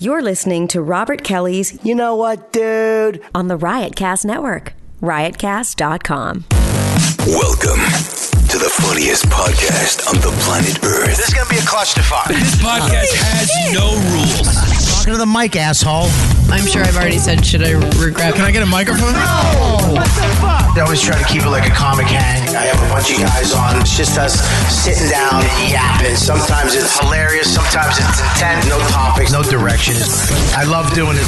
You're listening to Robert Kelly's You know what, dude? on the Riotcast Network, riotcast.com. Welcome to the funniest podcast on the planet Earth. This is going to be a clusterfuck. This podcast has no rules. Talking to the mic, asshole. I'm sure I've already said, should I regret? Can I get a microphone? I always try to keep it like a comic hang. I have a bunch of guys on. It's just us sitting down and yapping. Sometimes it's hilarious. Sometimes it's intent. No topics. No direction. I love doing it.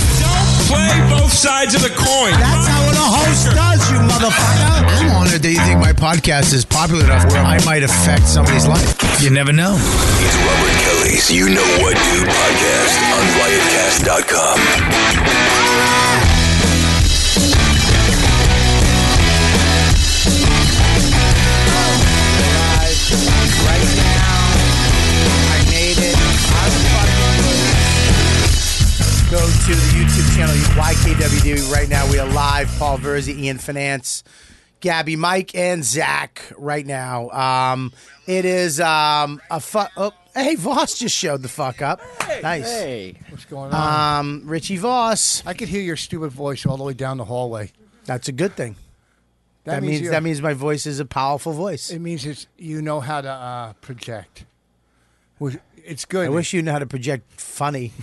Play both sides of the coin. That's how a host does, you motherfucker. I'm honored that you think my podcast is popular enough where I might affect somebody's life. You never know. It's Robert Kelly's You Know What Do podcast on riotcast.com. Right now, I made it. I'm fucking good. Go to the YouTube channel YKWD. Right now, we are live. Paul Verzi, Ian Finance, Gabby, Mike, and Zach. Right now, um, it is um, a fuck. Oh, hey, Voss just showed the fuck up. nice, Hey, what's going on? um, Richie Voss. I could hear your stupid voice all the way down the hallway. That's a good thing. That, means, you're- that means my voice is a powerful voice. it means it's you know how to uh, project. Which- It's good. I wish you knew how to project funny.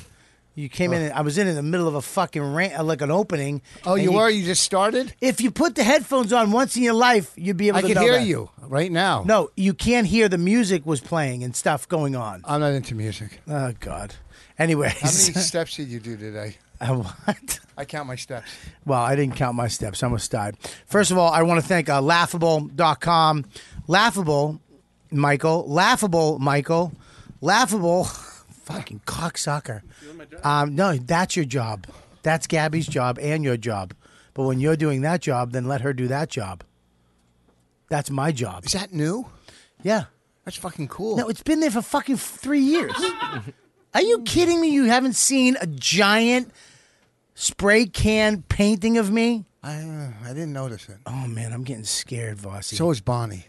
You came in. And I was in in the middle of a fucking rant, uh, like an opening. oh, and you were. You just started. If you put the headphones on once in your life, you'd be able. I to can know hear that. you right now. No, you can't hear. The music was playing and stuff going on. I'm not into music. Oh God. How many Anyways, steps did you do today? I what? I count my steps. Well, I didn't count my steps. I almost died. First of all, I want to thank uh, laughable.com. Laughable, Michael. Laughable, Michael. Laughable, fucking cocksucker. Um, no, that's your job. That's Gabby's job and your job. But when you're doing that job, then let her do that job. That's my job. Is that new? Yeah. That's fucking cool. No, it's been there for fucking three years. Are you kidding me? You haven't seen a giant spray can painting of me? I, uh, I didn't notice it. Oh man, I'm getting scared, Vossi. So is Bonnie.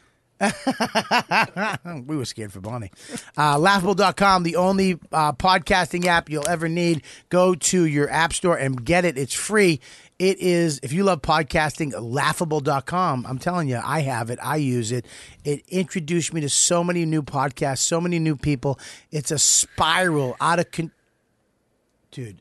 we were scared for Bonnie. Uh, laughable.com, the only uh, podcasting app you'll ever need. Go to your app store and get it. It's free. It is, if you love podcasting, laughable.com. I'm telling you, I have it. I use it. It introduced me to so many new podcasts, so many new people. It's a spiral out of con. Dude.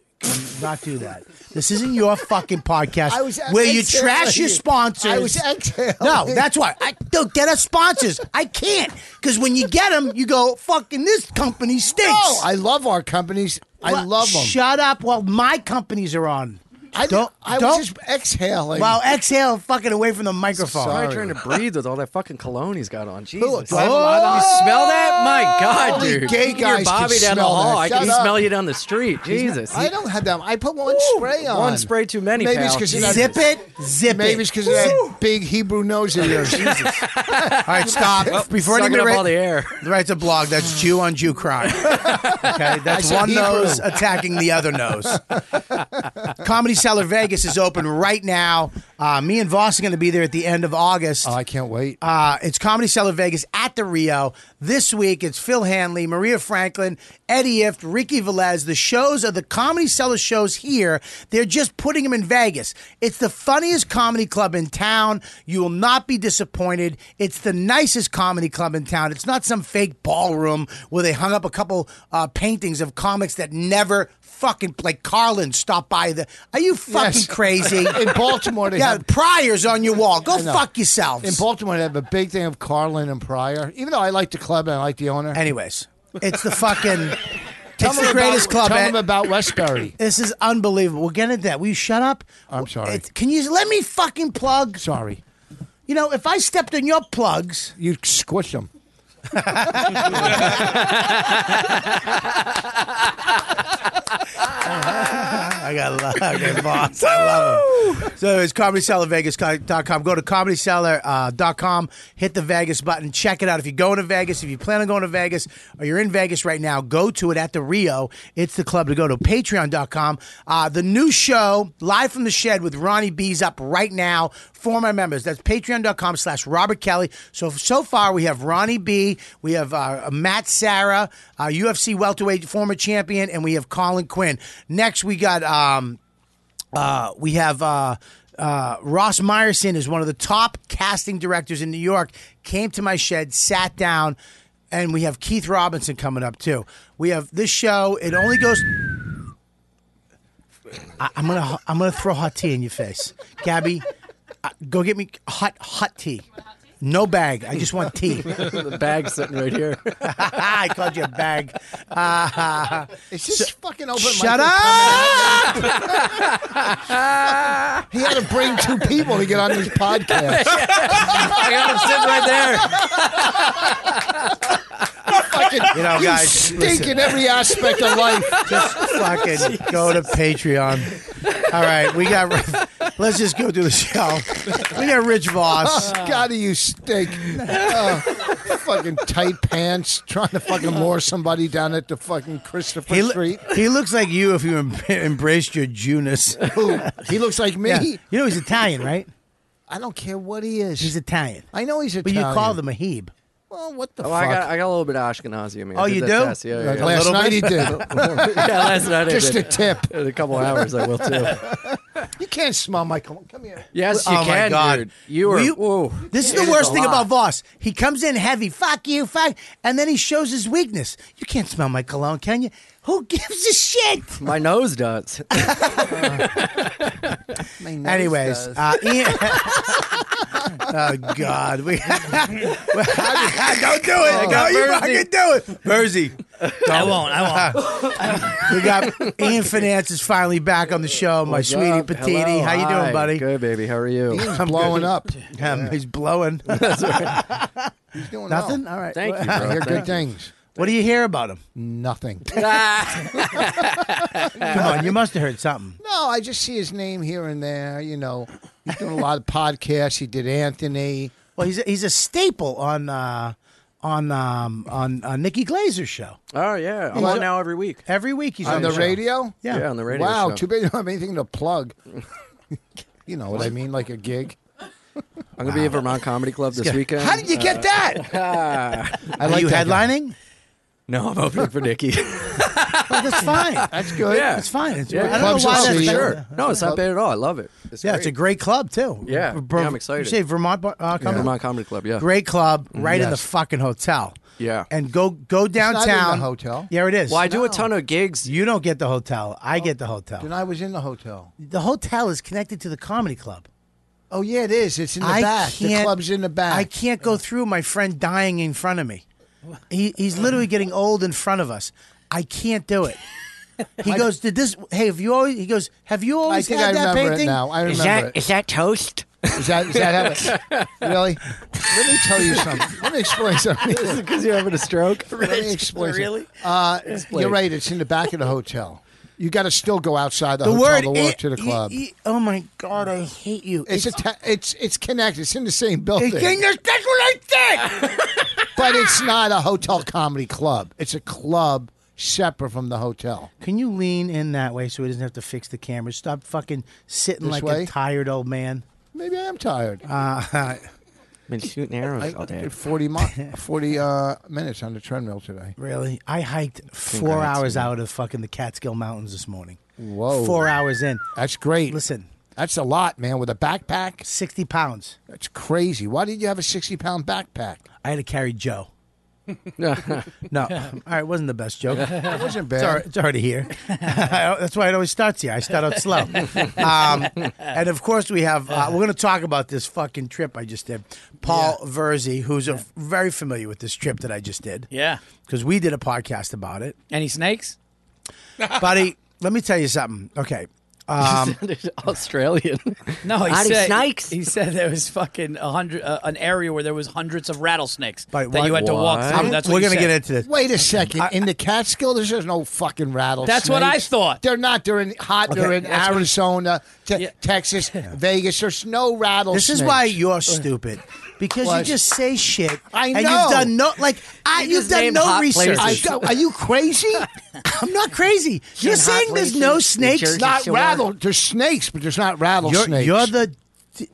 Not do that. This isn't your fucking podcast I was ex- where you trash your exhaling. sponsors. I was exhaling. No, that's why. I don't get us sponsors. I can't because when you get them, you go fucking this company stinks. Oh, I love our companies. I Well, love them. Shut up. Well, my companies are on. I don't- I don't- was just exhaling. Well, exhale fucking away from the microphone. Sorry. trying to breathe with all that fucking cologne he's got on. Jesus. I have a You smell that? My God, Only dude. gay You can hear guys Bobby can down the smell hall. that. I can Shut up. smell you down the street. Jesus. I don't have that. I put one spray on. One spray too many, Maybe pal. it's because Jesus. Zip it, zip it. Maybe it's because of that big Hebrew nose of yours. All right, stop. Before Sucking anybody up write- all the air. writes a blog, that's Jew on Jew crime. Okay, that's said one Hebrew. nose attacking the other nose. Comedy Cellar Vegas is open right now. Uh, me and Voss are going to be there at the end of August. Oh, I can't wait. Uh, it's Comedy Cellar Vegas at the Rio. This week, it's Phil Hanley, Maria Franklin, Eddie Ift, Ricky Velez. The shows are the Comedy Cellar shows here. They're just putting them in Vegas. It's the funniest comedy club in town. You will not be disappointed. It's the nicest comedy club in town. It's not some fake ballroom where they hung up a couple uh, paintings of comics that never fucking, like Carlin stopped by the. Are you fucking Yes. crazy? in Baltimore, they yeah, have, Pryor's on your wall. Go I know. fuck yourselves. in Baltimore they have a big thing of Carlin and Pryor. Even though I like the club and I like the owner, Anyways, it's the fucking. it's them the greatest club. about, Tell at- them about Westbury. this is unbelievable. We'll get into that. Will you shut up? I'm sorry. It's- can you let me fucking plug? Sorry, You know, if I stepped on your plugs, you squish them. I got love, boss. I love him. So it's comedycellarvegas.com. Go to comedycellar.com, hit the Vegas button, check it out. If you're going to Vegas, if you plan on going to Vegas, or you're in Vegas right now, go to it at the Rio. It's the club to go to. Patreon.com. Uh, the new show, Live from the Shed with Ronnie B's up right now for my members. That's patreon.com slash Robert Kelly. So, so far we have Ronnie B, we have uh, Matt Sarah, uh, UFC welterweight former champion, and we have Colin Quinn. Next we got... Um, uh, we have uh, uh, Ross Meyerson is one of the top casting directors in New York. Came to my shed, sat down, and we have Keith Robinson coming up too. We have this show. It only goes. I, I'm gonna I'm gonna throw hot tea in your face, Gabby. Uh, go get me hot hot tea. No bag. I just want tea. the bag sitting right here. I called you a bag. It's just fucking open. Shut mic. up! He had to bring two people to get on this podcast. I got him sitting right there. fucking, You know, guys, stink listen. in every aspect of life. just fucking go to Patreon. All right, we got. Let's just go through the show. We got Rich Voss. God, you stink. Uh, fucking tight pants, trying to fucking lure somebody down at the fucking Christopher He, Street. lo- he looks like you if you em- embraced your Junus. Who? He looks like me. Yeah. You know he's Italian, right? I don't care what he is. He's Italian. I know he's But Italian. you call them a Hebe. Well, what the Oh, fuck? I got I got a little bit of Ashkenazi in me. I Oh, did you that do? test. Yeah, yeah, Like yeah. last night he did. yeah, last night I Just a did. tip. In a couple hours, I will too. You can't smell my cologne. Come here. Yes, you oh can, my God. dude. You were. Will you- whoa. This is It the worst a thing lot. about Voss. He comes in heavy, fuck you, fuck, and then he shows his weakness. You can't smell my cologne, can you? Who gives a shit? My nose does. Anyways, uh, Ian- oh God, we don't do it. Oh, No, you fucking do it, Mersey. I won't. I won't. We got Ian Finance is finally back on the show. My What's sweetie up? Patini, Hello. how you Hi. doing, buddy? Good, baby. How are you? He's blowing up. Um, He's blowing. He's doing well. Nothing. All right. Thank you, I bro. hear good Thank you. things. What do you hear about him? Nothing. Come on, you must have heard something. No, I just see his name here and there. You know, he's doing a lot of podcasts. He did Anthony. Well, he's a, he's a staple on uh, on um, on uh, Nikki Glazer's show. Oh yeah, I'm Well, on now every week. Every week he's on, on the show. radio? Yeah. Yeah, on the radio. wow, show. too bad you don't have anything to plug. you know what I mean? Like a gig. I'm gonna be at Vermont Comedy Club this weekend. Ah. How did you get that? Are you that guy. headlining? No, I'm opening for Nikki. Well, that's fine. That's good. Yeah. That's fine. It's, Yeah, I don't clubs know why will that's see you. better. sure. No, it's not bad at all. I love it. Yeah, it's a great club too. Yeah. Ver- Yeah, I'm excited. You say Vermont Bar- uh, Comedy? Vermont Comedy Club. Yeah. Great club, right in the Yes. fucking hotel. Yeah. and go go in downtown. the hotel. Yeah, it is. Well, I do a ton of gigs. You don't get the hotel. I get the Then hotel. I was in the hotel. The hotel is connected to the comedy club. Oh yeah, it is. It's in the I back. can't. The club's in the back. I can't go through my friend dying in front of me. He, he's literally getting old in front of us. I can't do it. He goes, "Did this? Hey, have you always?" He goes, "Have you I always think had I that remember painting?" it now. I remember it. is that toast? Is that, is that how it, really? Let me tell you something. Let me explain something. Because you're having a stroke. Let me explain. Really? Uh, you're right. It's in the back of the hotel. You got to still go outside the, The hotel word to walk it- to the y- club. y- oh my god, I hate you. it's a ta- it's it's connected. It's in the same building, that's what I think. but it's not a hotel comedy club. It's a club separate from the hotel. Can you lean in that way so he doesn't have to fix the camera? Stop fucking sitting This like way? a tired old man. Maybe I am tired. Ah. Been shooting arrows I Oh, all day. did 40, mi- 40 uh, minutes on the treadmill today. Really? I hiked four Congrats, hours out of fucking the Catskill Mountains this morning. Whoa. Four hours in. That's great. Listen, That's a lot, man, with a backpack. 60 pounds. That's crazy. Why did you have a 60 pound backpack? I had to carry Joe. No. All right, it wasn't the best joke. It's, It wasn't bad. al- it's already here. That's why it always starts here. I start out slow. Um, and of course, we have, uh, we're going to talk about this fucking trip I just did. Paul Verzi, who's a, very familiar with this trip that I just did. Yeah. Because we did a podcast about it. Any snakes? buddy. Let me tell you something. Okay, Um, Australian. No, he Artie said Snakes. He said there was fucking a hundred, uh, an area where there was hundreds of rattlesnakes But that what- you had to walk Why? through. I'm- That's we're what gonna going to get into this. Wait a second. in the Catskill, there's just no fucking rattlesnakes. That's what I thought. They're not. They're in hot. They're Okay. in That's- Arizona, te- Texas, Vegas. There's no rattlesnakes. This is why you're stupid. Because What? you just say shit. I And know. you've done no like I, You you've just done named no hot research. places. I go, are you crazy? I'm not crazy. You're hot saying there's no places, the snakes. Jersey not Shore. rattle. There's snakes, but there's not You're, rattlesnakes. you're the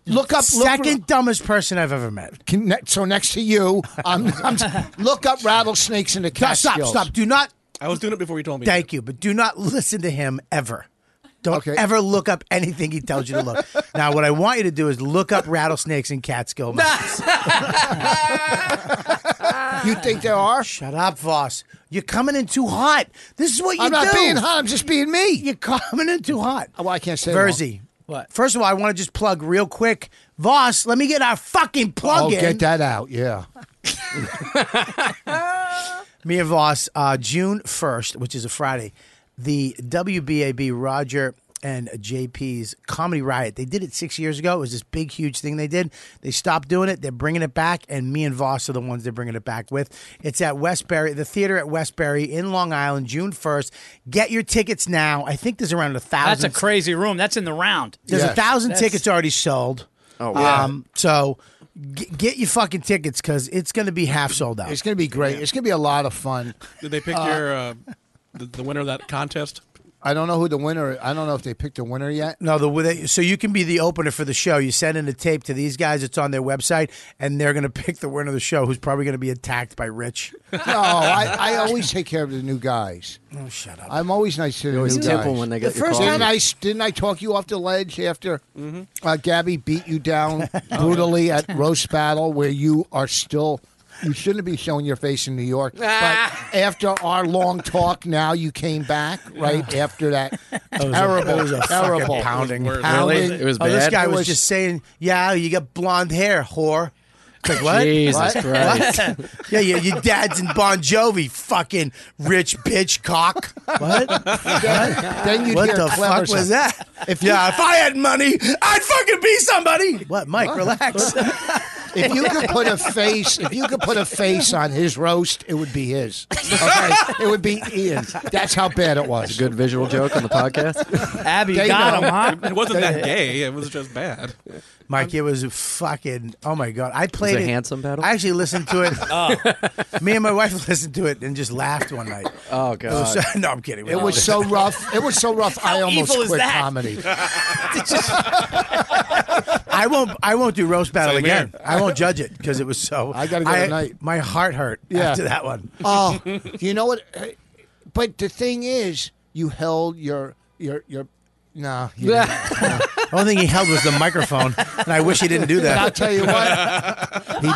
look up look for- second dumbest person I've ever met. Can, ne- so next to you, I'm, I'm, look up rattlesnakes in the No, Catskills. stop, stop. Do not I was doing it before you told me. thank you, but do not listen to him ever. Don't Okay. ever look up anything he tells you to look. now, what I want you to do is look up rattlesnakes in Catskill. Mountains. You think there are? Shut up, Voss. You're coming in too hot. This is what you I'm not do. being hot. I'm just being me. Oh, You're coming in too hot. Well, I can't say Verzi. What? First of all, I want to just plug real quick. Voss, let me get our fucking plug I'll in. get that out. Yeah. Me and Voss, uh, June 1st, which is a Friday, the WBAB Roger and JP's Comedy Riot. They did it six years ago. It was this big, huge thing they did. They stopped doing it. They're bringing it back, and me and Voss are the ones they're bringing it back with. It's at Westbury, the theater at Westbury in Long Island, June 1st. Get your tickets now. I think there's around a That's thousand. a crazy room. That's in the round. There's a Yes. thousand That's- tickets already sold. Oh, wow. Um, so g- get your fucking tickets because it's going to be half sold out. It's going to be great. It's going to be a lot of fun. Did they pick your uh, the, the winner of that contest? I don't know who the winner. I don't know if they picked a winner yet. No, the they, so you can be the opener for the show. You send in a tape to these guys. It's on their website, and they're going to pick the winner of the show, who's probably going to be attacked by Rich. No, I, I always take care of the new guys. Oh, shut up! I'm always nice to the new always tip guys. 'em when they get The your first call. Didn't I, didn't I talk you off the ledge after uh, Gabby beat you Oh, down brutally at Roast Battle, where you are still. You shouldn't be showing your face in New York. But after our long talk, now you came back right after that terrible, that was a fucking terrible pounding. It was worse. pounding. Really? It was Oh, this bad? guy It was, was- just saying, "Yeah, you got blonde hair, whore." It's like what? Jesus What? Christ. What? Yeah, yeah, your dad's in Bon Jovi, fucking rich bitch cock. What? Then you what hear the clever fuck stuff. was that? If yeah, if I had money, I'd fucking be somebody. What, Mike? Relax. If you could put a face, if you could put a face on his roast, it would be his. Okay, it would be Ian. That's how bad it was. Good visual joke on the podcast. Abby They got know. him, huh? It wasn't that gay. It was just bad. Mike, it was a fucking. Oh my god, I played it handsome battle? Oh. I actually listened to it. Me and my wife listened to it and just laughed one night. Oh It was god. so- no, I'm kidding. It was so rough. It was so rough. I almost evil is quit that? comedy. I won't. I won't do roast battle Same again. here. I won't judge it because it was so. I gotta go tonight. My heart hurt Yeah. after that one. Oh, you know what? But the thing is, you held your your your. No, you didn't. Only thing he held was the microphone, and I wish he didn't do I'll that. tell you what.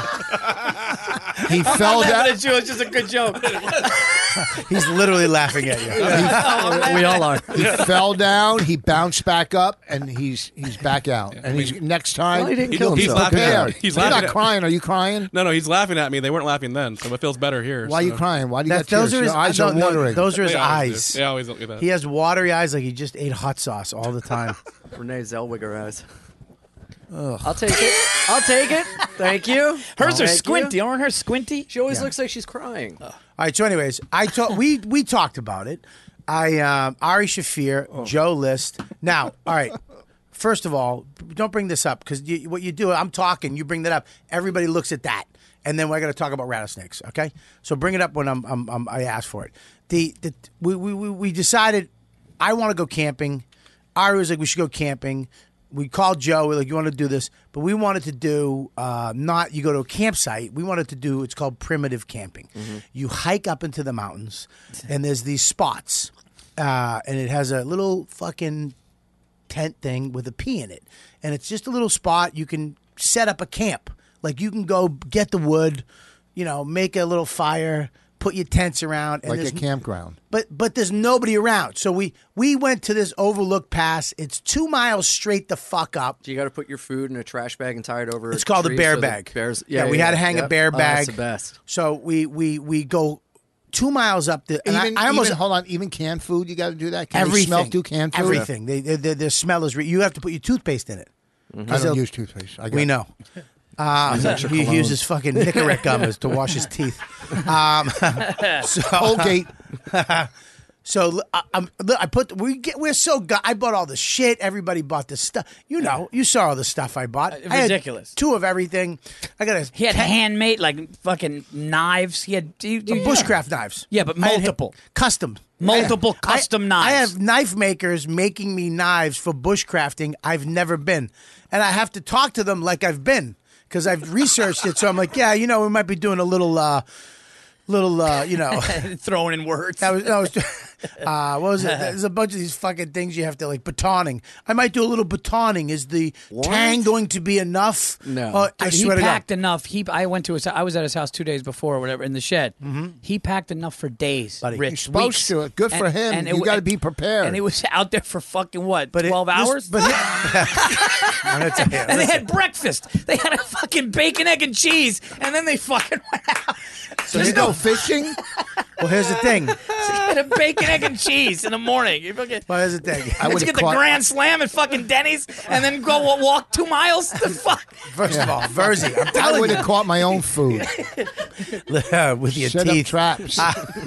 He, he fell down. It's just a good joke. He's literally laughing at you. we all are. He fell down. He bounced back up, and he's he's back out. And he's next time. Well, he didn't He- kill he's himself. laughing at me. prepared. He's You're laughing not at- crying. Are you crying? No, no, he's laughing at me. They weren't laughing then, so it feels better here. Why are you so. crying? Why do you That- got tears? those are his Your eyes no, are no, watering. those are his They always eyes. do. They always look like that. He has watery eyes, like he just ate hot sauce all the time. Renee Zellweger eyes. I'll take it. I'll take it. Thank you. Hers are Thank you. squinty. Aren't hers squinty? She always looks like she's crying. All right. So, anyways, I talk, we we talked about it. I um, Ari Shafir, Joe List. Now, all right. First of all, don't bring this up because you, what you do, I'm talking, you bring that up, everybody looks at that, and then we're going to talk about rattlesnakes. Okay, so bring it up when I'm, I'm, I'm I ask for it. The, the we, we we- we decided I want to go camping. Ari was like, we should go camping. We called Joe. We're like, you want to do this? But we wanted to do uh, not you go to a campsite. We wanted to do it's called primitive camping. Mm-hmm. You hike up into the mountains, and there's these spots, uh, and it has a little fucking tent thing with a P in it. And it's just a little spot you can set up a camp. Like you can go get the wood, you know, make a little fire, put your tents around. And like a there's- campground. But but there's nobody around. So we we went to this overlook pass. It's two miles straight the fuck up. You got to put your food in a trash bag and tie it over. It's a called a tree bear so the bag. Bears. oh, we had to hang a Yep. bear Oh, bag. that's the best. So we we we go two miles up the. and I- Even, I, almost even- hold on. Even canned food, you got to do that. Can everything. You smell through canned food. Everything. They, they, they, their smell is. Re- you have to put your toothpaste in it. Mhm. 'Cause I don't they'll- use toothpaste. I we got- know. Uh, Use extra he cologne. uses fucking Nicorette gum as to wash his teeth. Um, so, Colgate. so I, I'm, look, I put we get we're so go- I bought all the shit. Everybody bought the stuff. You know, you saw all the stuff I bought. I had Uh, ridiculous. two of everything. I got a He had ten- handmade like fucking knives. He had he, the bushcraft knives. Yeah, but I had multiple. custom. Multiple I- custom I, knives. I have knife makers making me knives for bushcrafting. I've never been, and I have to talk to them like I've been because I've researched it. So I'm like, yeah, you know, we might be doing a little, uh, little, uh, you know. throwing in words. That was, that was uh, what was it? There's a bunch of these fucking things you have to like batoning. I might do a little batoning. Is the tang going to be enough? No, Uh, I Dude, he swear to God. packed enough. He, I went to his, I was at his house two days before or whatever in the shed. Mm-hmm. He packed enough for days. Rich, supposed weeks. to. Good for him. You w- gotta be prepared. And it was out there for fucking what, twelve this- hours? but I'm gonna tell you, and they listen. had breakfast. They had a fucking bacon, egg, and cheese, and then they fucking went out. So There's you no go fishing. Well, here's the thing. They had a bacon, egg, and cheese in the morning. You fucking. Well, here's the thing. I get the grand slam at fucking Denny's, and then go wa- walk two miles. The fuck. First of all, Verzi, I'm I telling would you, have caught my own food. with your Set up teeth. traps. I-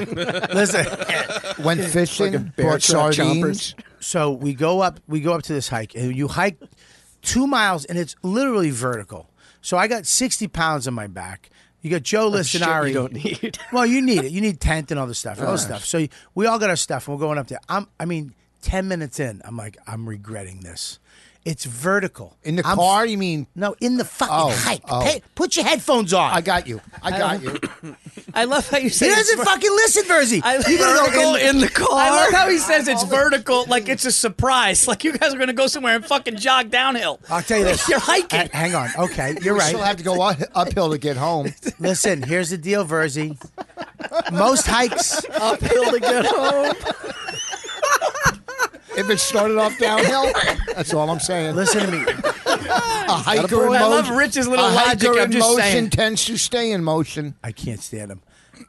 listen, Went fishing, bought sardines. So we go up. We go up to this hike, and you hike two miles, and it's literally vertical. So I got sixty pounds on my back. You got Joe Listenari. you don't need. well, you need it. You need tent and all this stuff. All this Oh. stuff. So we all got our stuff, and we're going up there. I'm. I mean, ten minutes in, I'm like, I'm regretting this. It's vertical. In the I'm- car, you mean? No, in the fucking Oh, hike. oh. Hey, put your headphones on. I got you. I got you. I love how you say He it's doesn't ver- fucking listen, Verzi. I You gotta go vertical in the car. I love how he says it's vertical, like it's a surprise. Like you guys are gonna go somewhere and fucking jog downhill. I'll tell you this. You're hiking. Ha- hang on. Okay, you're We right. Still have to go up- uphill to get home. Listen, here's the deal, Verzi. Most hikes, Uphill to get home. If it started off downhill, that's all I'm saying. listen to me. A hiker in I love motion- Rich's little a logic, hiker I'm in just motion saying. tends to stay in motion. I can't stand him.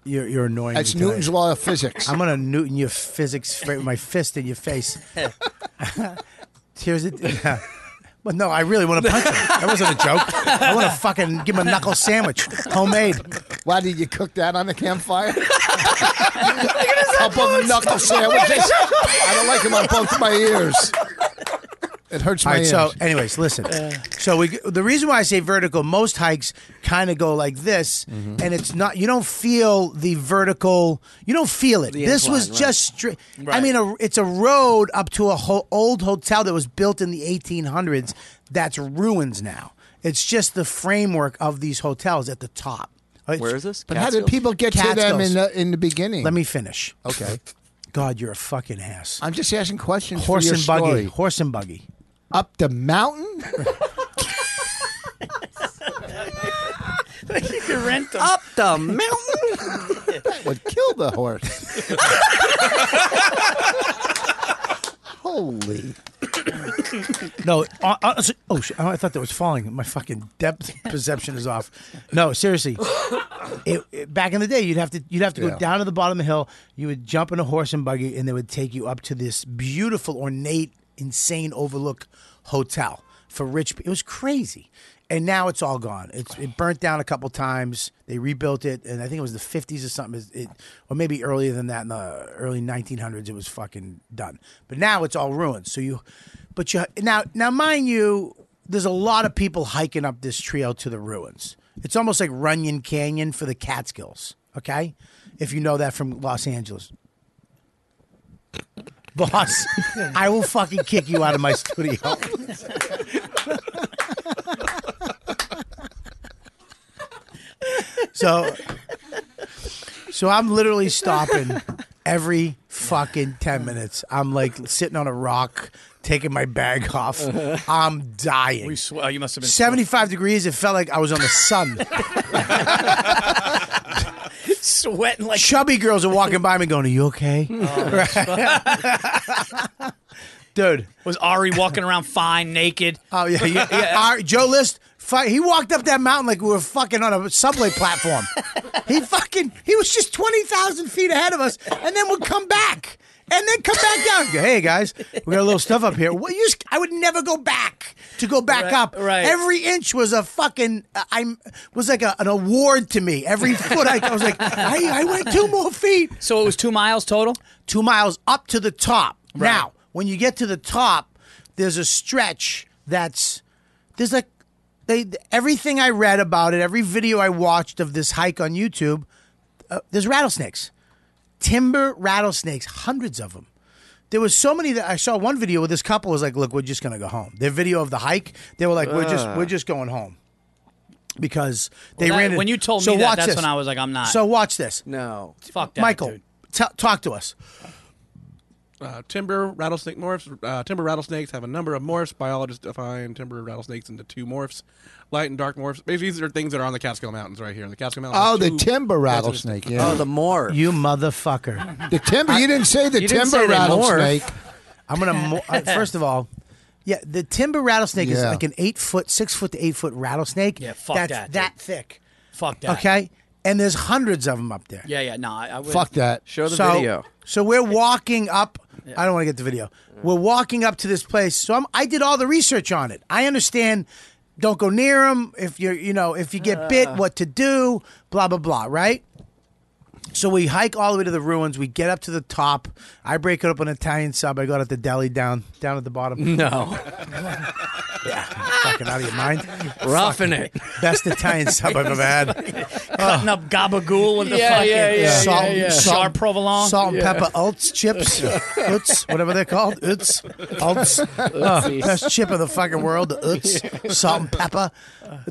You're, you're annoying. That's me today. Newton's law of physics. I'm gonna Newton your physics fa- with my fist in your face. Here's it. But no, I really want to punch him. That wasn't a joke. I want to fucking give him a knuckle sandwich, homemade. Why did you cook that on the campfire? Up on knuckle sandwiches. I don't like them on both my ears. It hurts All my right. ears. So, anyways, listen. So we the reason why I say vertical, most hikes kind of go like this, Mm-hmm. and it's not you don't feel the vertical. You don't feel it. The this incline, was right. just straight. I Right. mean, a, it's a road up to a ho- old hotel that was built in the 1800s. That's ruins now. It's just the framework of these hotels at the top. It's- Where is this? but how did people get to them Catskills. in the in the beginning? Let me finish. Okay. God, you're a fucking ass. I'm just asking questions. for Horse your and buggy. story. Horse and buggy. Up the mountain. you can rent them. Up the mountain. would kill the horse. Holy. No, uh, uh, so- oh, shit, oh, I thought that was falling. My fucking depth perception is off. No, seriously. It, it- back in the day, you'd have to you'd have to Yeah. go down to the bottom of the hill. You would jump in a horse and buggy, and they would take you up to this beautiful, ornate, insane overlook hotel for rich. pe- It was crazy, and now it's all gone. It's it burnt down a couple times. They rebuilt it, and I think it was the fifties or something. It- It, or maybe earlier than that, in the early nineteen hundreds, it was fucking done. But now it's all ruined. So you, but you now now mind you, there's a lot of people hiking up this trail to the ruins. It's almost like Runyon Canyon for the Catskills, okay? If you know that from Los Angeles. Boss, I will fucking kick you out of my studio. so so I'm literally stopping every fucking 10 minutes. I'm like sitting on a rock, taking my bag off. I'm dying. We sw- oh, you must have been 75 degrees. It felt like I was on the sun. sweating like Chubby girls are walking by me going, Are you okay? Dude. was Ari walking around fine, naked. Oh, yeah. yeah, yeah. All right, Joe List, fi- he walked up that mountain like we were fucking on a subway platform. He fucking he was just twenty thousand feet ahead of us, and then would come back, and then come back down. Go, hey guys, we got a little stuff up here. What you? just- I would never go back to go back Right, up. right. Every inch was a fucking uh, I'm was like a, an award to me. Every foot I, I was like I, I went two more feet. So it was two miles total. Two miles up to the top. Now when you get to the top, there's a stretch that's there's like they everything I read about it, every video I watched of this hike on YouTube, uh, there's rattlesnakes, timber rattlesnakes, hundreds of them. There was so many that I saw one video where this couple was like, "Look, we're just gonna go home." Their video of the hike, they were like, "We're just Ah. we're just going home," because they Well, that- ran. in- when you told so me that, watch that's this. when I was like, I'm not. So watch this. No, fuck that, Michael, t- talk to us. Uh, timber rattlesnake morphs. Uh, timber rattlesnakes have a number of morphs. Biologists define timber rattlesnakes into two morphs: light and dark morphs. Basically, these are things that are on the Catskill Mountains, right here in the Catskill Mountains. Oh, the there's two timber residents- rattlesnake. Yeah. morph. You motherfucker. The timber. you didn't say the You didn't say timber they morph. rattlesnake. I'm gonna mo- uh, first of all, yeah, the timber rattlesnake is Yeah. like an eight foot, six foot to eight foot rattlesnake. Yeah, fuck that's that, dude. That thick. Fuck that. Okay, and there's hundreds of them up there. Yeah, yeah. No, I, I would. So- So we're walking up. I don't want to get the video. We're walking up to this place. So I'm, I did all the research on it. I understand. Don't go near them. If you're, you know, if you get bit, Ah. what to do? Blah blah blah. Right. So we hike all the way to the ruins. We get up to the top. I break it up an Italian sub. I got at the deli down down at the bottom. No. fucking out of your mind. Roughing Fucking it. Best Italian sub I've ever had. Cutting up gabagool with the Yeah, fucking yeah, yeah, salt, yeah, yeah. sharp provolone, salt and Yeah. pepper Alts chips, Uts, whatever they're called, Uts, Alts, oh, Ootsies. best chip of the fucking world, the Uts, salt and pepper,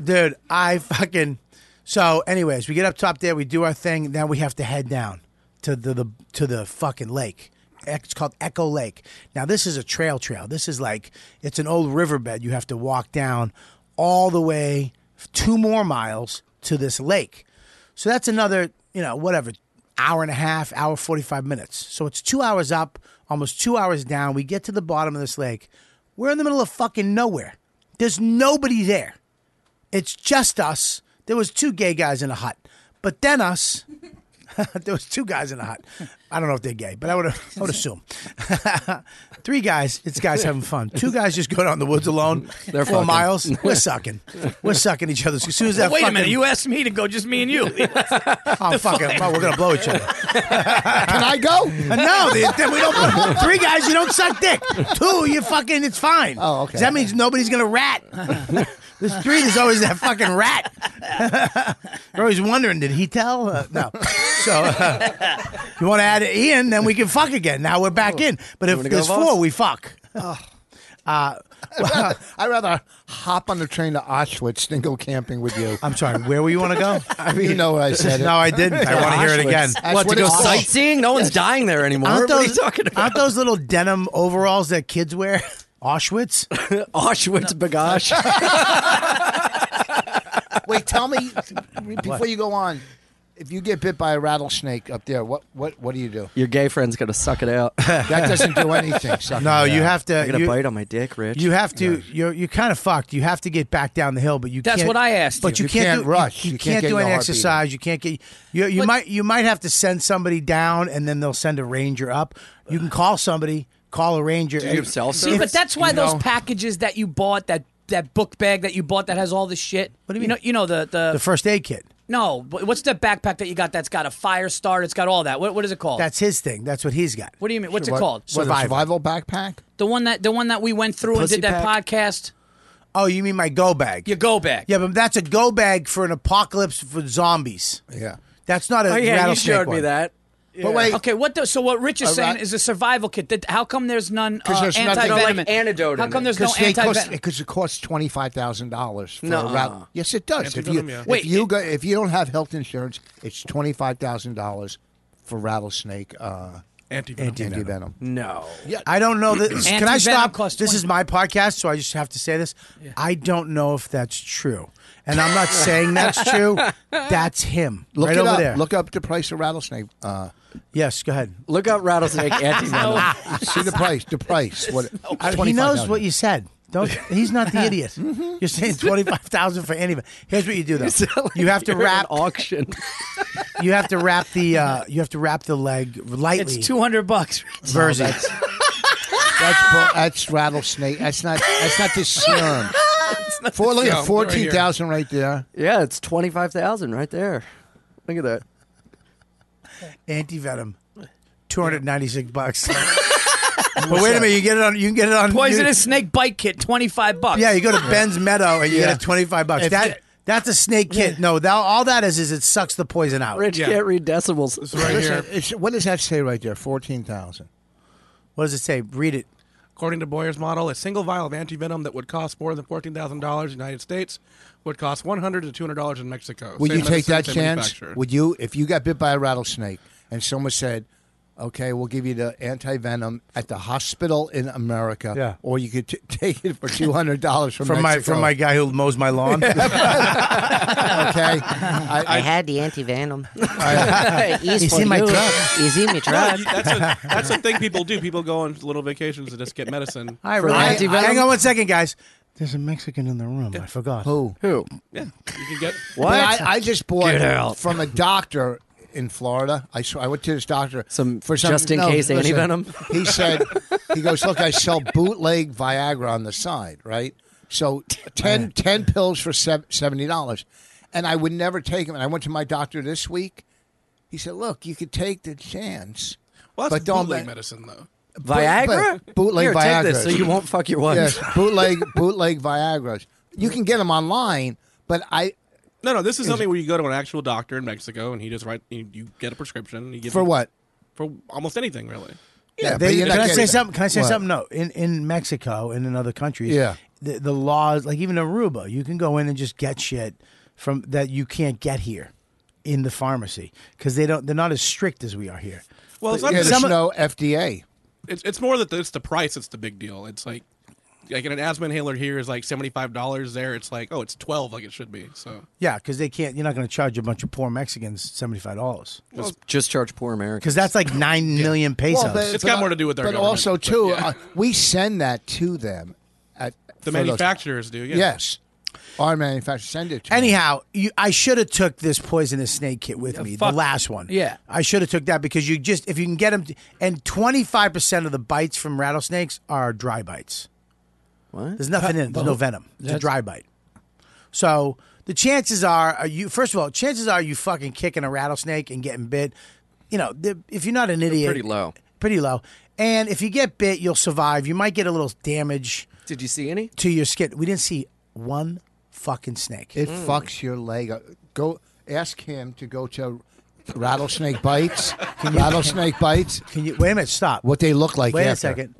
dude. I fucking so. Anyways, we get up top there, we do our thing. Now we have to head down to the, the to the fucking lake. It's called Echo Lake. Now this is a trail trail. This is like it's an old riverbed. You have to walk down all the way two more miles to this lake. So that's another, you know, whatever, hour and a half, hour 45 minutes. So it's two hours up, almost two hours down. We get to the bottom of this lake. We're in the middle of fucking nowhere. There's nobody there. It's just us. There was two gay guys in a hut, but then us. there was two guys in a hut. I don't know if they're gay, but I would I would assume. Three guys. It's guys having fun. Two guys just go out in the woods alone. They're four fucking. miles. We're sucking. We're sucking each other's. As soon as that Wait a fucking- minute, you asked me to go, just me and you. Oh, fuck it. Well, we're going to blow each other. Can I go? no, they, they- we don't. Three guys, you don't suck dick. Two, you fucking, it's fine. Oh, okay. That means nobody's going to rat. There's three, there's always that fucking rat. You're always wondering, did he tell? Uh, no. So uh, you want to add Ian, then we can fuck again. Now we're back in. But You if wanna go, there's boss? four, we fuck. Uh, I'd rather, I'd rather hop on the train to Auschwitz than go camping with you. I'm sorry. Where were you want to go? you know what I said. No, I didn't. I wanna hear it again. That's What, to what go it's called. sightseeing? No one's dying there anymore. Aren't What are you those, talking about? aren't those little denim overalls that kids wear? Auschwitz? Auschwitz bagash. Wait, tell me before you go on. If you get bit by a rattlesnake up there, what what what do you do? Your gay friend's gonna suck it out. that doesn't do anything, sucking No, it you out. have to- I got you- a bite on my dick, Rich. You have to. You're you're kind of fucked. You have to get back down the hill, but you. That's can't, what I asked But you, you. You can't, can't do, rush. You, You can't, can't get do in any the heartbeat. exercise. You can't get. You you might you might have to send somebody down, and then they'll send a ranger up. You can call somebody. Call a ranger. Do you have cell See, but that's why those packages that you bought, that that book bag that you bought that has all the shit. What do you mean? You know, you know the the, the first aid kit. No, but what's that backpack that you got that's got a fire start? It's got all that. What what is it Oh. called? That's his thing. That's what he's got. What do you mean? What's it called? survival backpack. The one that the one that we went through and Pussy did that podcast. Oh, you mean my go bag? Your go bag. Yeah, but that's a go bag for an apocalypse for zombies. Yeah. That's not a Oh, yeah, you rattlesnake showed me one. that. But wait. Okay, what the, so what Rich is A saying rat- is a survival kit. That, how come there's none uh, 'Cause there's nothing- anti venom? No, like antidote. How come there's no they anti cost- venom? Because it costs twenty five thousand dollars for Nuh-uh. a rattle. Yes, it does. If you, Antivenom, yeah. if Wait, you go, if you don't have health insurance, it's twenty five thousand dollars for rattlesnake uh, Antivenom. Antivenom. No. Yeah. I don't know that. Can I Anti-venom stop? costs This is 20. my podcast, so I just have to say this. I don't know if that's true, and I'm not saying that's true. That's him Look right it over up. there. Look up the price of rattlesnake. Uh, yes, go ahead. Look up rattlesnake antivenom. See the price. The price. What? I- he 25,000. knows what you said. Don't. He's not the idiot. You're saying twenty five thousand for any of it. Here's what you do though. You have to wrap auction. you have to wrap the uh, you have to wrap the leg lightly. It's two hundred bucks. Versus that's, that's, bu- that's rattlesnake. That's not. That's not the serum. Four, look No, at right fourteen thousand right there. Yeah, it's twenty five thousand right there. Look at that. anti venom. Two hundred ninety six bucks. but wait a minute, you get it on you can get it on Poisonous snake bite kit, twenty five bucks. Yeah, you go to Ben's Meadow and you Yeah. get it twenty five bucks. If that it- that's a snake kit. No, that, all that is is it sucks the poison out. Rich can't read decimals. Listen, it's- what does that say right there? Fourteen thousand. What does it say? Read it. According to Boyer's model, a single vial of antivenom that would cost more than fourteen thousand dollars in the United States would cost one hundred to two hundred dollars in Mexico. Would Same you take medicine, that same chance? manufacturer. Would you, if you got bit by a rattlesnake and someone said, "Okay, we'll give you the anti venom at the hospital in America," Yeah. or you could t- take it for two hundred dollars from From my Mexico. from my guy who mows my lawn. okay, I, I had the anti venom. I- He's He's in my truck. He's in my truck. No, you- that's, a, that's a thing people do. People go on little vacations and just get medicine. I, for I, antivenom. hang on one second, guys. There's a Mexican in the room. I forgot. Who? Who? Yeah, you can get But I, I just Get out. bought from a doctor in Florida. I sw- I went to this doctor Some for some just in no, case listen, antivenom. He said, he goes, look, I sell bootleg Viagra on the side, right? So 10, 10 pills for sev- seventy dollars, and I would never take them. And I went to my doctor this week. He said, look, you could take the chance, Well, that's but don't bootleg let- medicine though. Boot- Viagra? but bootleg Here, Viagra. take this so you won't fuck your wife. Yes, bootleg bootleg Viagra's. You can get them online, but I No, no, this is something where you go to an actual doctor in Mexico and he just write you, you get a prescription. You give For what? For almost anything really. Yeah, They- but you're can not I say getting- something? Can I say What? something? No, in in Mexico and in other countries, Yeah. the, the laws like even Aruba, you can go in and just get shit from that you can't get here in the pharmacy because they don't. They're not as strict as we are here. Well, it's yeah, not there's some- no FDA. It's it's more that the- it's the price that's the big deal. It's like like an asthma inhaler here is like seventy five dollars. There, it's like oh, it's twelve like it should be. So Yeah, because they can't. You're not going to charge a bunch of poor Mexicans seventy five dollars Just, just charge poor Americans. because that's like nine million pesos. Well, but- It's but got al- more to do with their But government, also but too, yeah. uh, we send that to them. At, The for those- manufacturers do, yeah. Yes, our manufacturers send it. to them. Anyhow, you, I should have took this poisonous snake kit with me, the fuck. last one. Yeah. I should have took that because you just if you can get them, and twenty five percent of the bites from rattlesnakes are dry bites. What? There's nothing in. it. There's no venom. It's a That's- dry bite. So the chances are, are you first of all, chances are you fucking kicking a rattlesnake and getting bit. You know, the- if you're not an idiot, pretty low. Pretty low. And if you get bit, you'll survive. You might get a little damage Did you see any? to your skin. We didn't see one fucking snake. it Hmm. fucks your leg. up. Go ask him to go to rattlesnake bites. rattlesnake bites. Can you wait a minute? Stop. What they look like? Wait a after. second.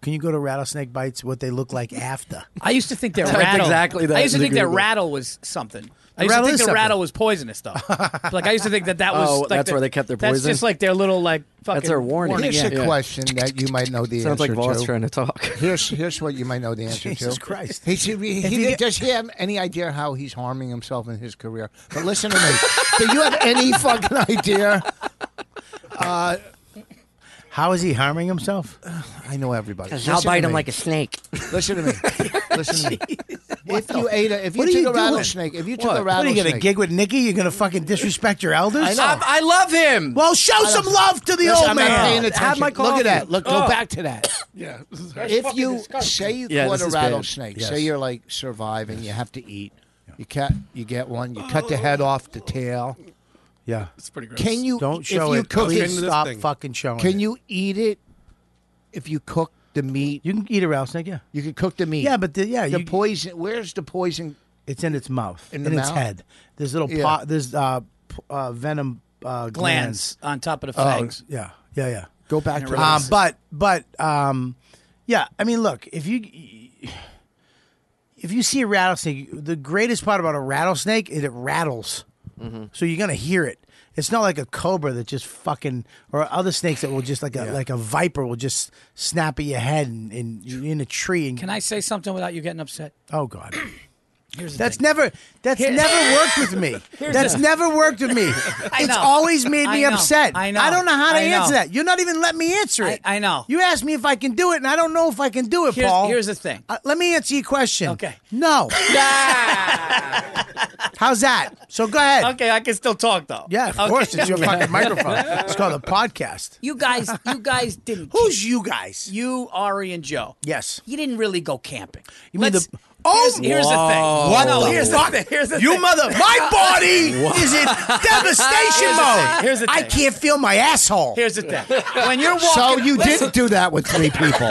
Can you go to rattlesnake bites? What they look like after? I used to think that That's rattle. exactly that I used to is think that agreeable. rattle was something. I used rattle to is think the something. rattle was poisonous though. like I used to think that that was. Oh, like that's the- where they kept their That's poison? just like their little like fucking. their warning. Here's yeah. a Yeah. question that you might know the Sounds like answer Voss to. trying to talk. Here's here's what you might know the answer Jesus to. Christ. He, should be- If he- you get- does he have any idea how he's harming himself in his career? But listen to me. Do you have any fucking idea? How is he harming himself? I know everybody. I'll Listen to bite him me. like a snake. Listen to me. Listen to me. If you ate a, if you What are took you a doing? rattlesnake, if you took What a What? are you rattlesnake, gonna gig with Nikki? You're gonna fucking disrespect your elders? I know. I, I love him. Well, show some love to the Listen, old I'm not paying man. attention. Have my Look coffee. at that. Look, go Oh. back to that. yeah, if you say you Yeah, caught this a is bad. rattlesnake, Yes. say you're like surviving, you have to eat. You cut, you get one. You cut the head off the tail. Yeah. it's pretty gross. Can you? Don't if show you it. Cook Clean it, Please this stop thing. fucking showing. Can it. you eat it if you cook the meat? You can eat a rattlesnake. Yeah. You can cook the meat. Yeah, but the, yeah, the you, poison. Where's the poison? it's in its mouth, In the its mouth? head. There's little Yeah. pot. There's uh, p- uh, venom uh, glands on top of the fangs. Yeah. Yeah. Yeah. Go back to Um, this. but but um, yeah, I mean, look if you if you see a rattlesnake, the greatest part about a rattlesnake is it rattles, so you're gonna hear it. It's not like a cobra that just fucking or other snakes that will just like a like a viper will just snap at your head and, and you're in a tree and Can I say something without you getting upset? oh god. that's never that's Here- never worked with me. Here's that's the- never worked with me. I It's know. always made me I know. upset. I know. I don't know how to I know. answer that. You're not even letting me answer it. I, know. You asked me if I can do it, and I don't know if I can do it, Here's- Paul. here's the thing. Uh, let me answer your question. Okay. No. How's that? So go ahead. Ah! Okay, I can still talk though. Yeah, of Okay. course. It's your fucking microphone. It's called a podcast. You guys, you guys didn't. Who's you guys? You, Ari, and Joe. Yes. You didn't really go camping. You mean Let's- the? Oh, here's, here's the thing. What No, the here's the fuck? thing. Here's the you thing. mother, my body Whoa. is in devastation Here's the mode. thing. Here's the I thing. can't feel my asshole. Here's the thing. When you're walking, so you Listen. didn't do that with three people.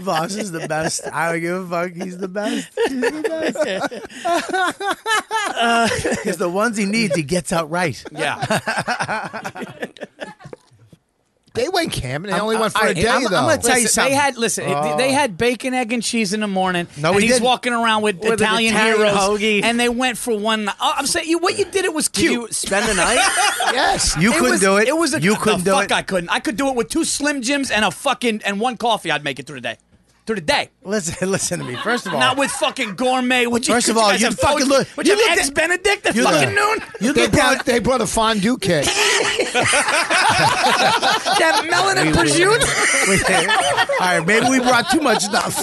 Voss is the best. I don't give a fuck. He's the best. He's the best. Because Uh, the ones he needs, he gets out right. Yeah. They went camping. They I'm- only went for I- a I- day, I'm- I'm though. gonna tell you Listen, something. They had listen. Oh. They had bacon, egg, and cheese in the morning, No, and we he's didn't. walking around with, With an Italian, Italian heroes, hoagie. and they went for one. night. Oh, I'm saying you, what you did it was cute. you spend the night? yes, You couldn't was, do it. It was a You the couldn't do fuck it. I couldn't. I could do it with two Slim Jims and a fucking and one coffee. I'd make it through the day. Through the day. Listen, listen to me. First of all, Not with fucking gourmet. Would you, First of could all, guys you have fucking poached- look- Would you you have looked eggs at- Benedict at you look- fucking noon? you they look down. brought they brought a fondue kit. that melon and prosciutto. Wait, all right, maybe we brought too much stuff.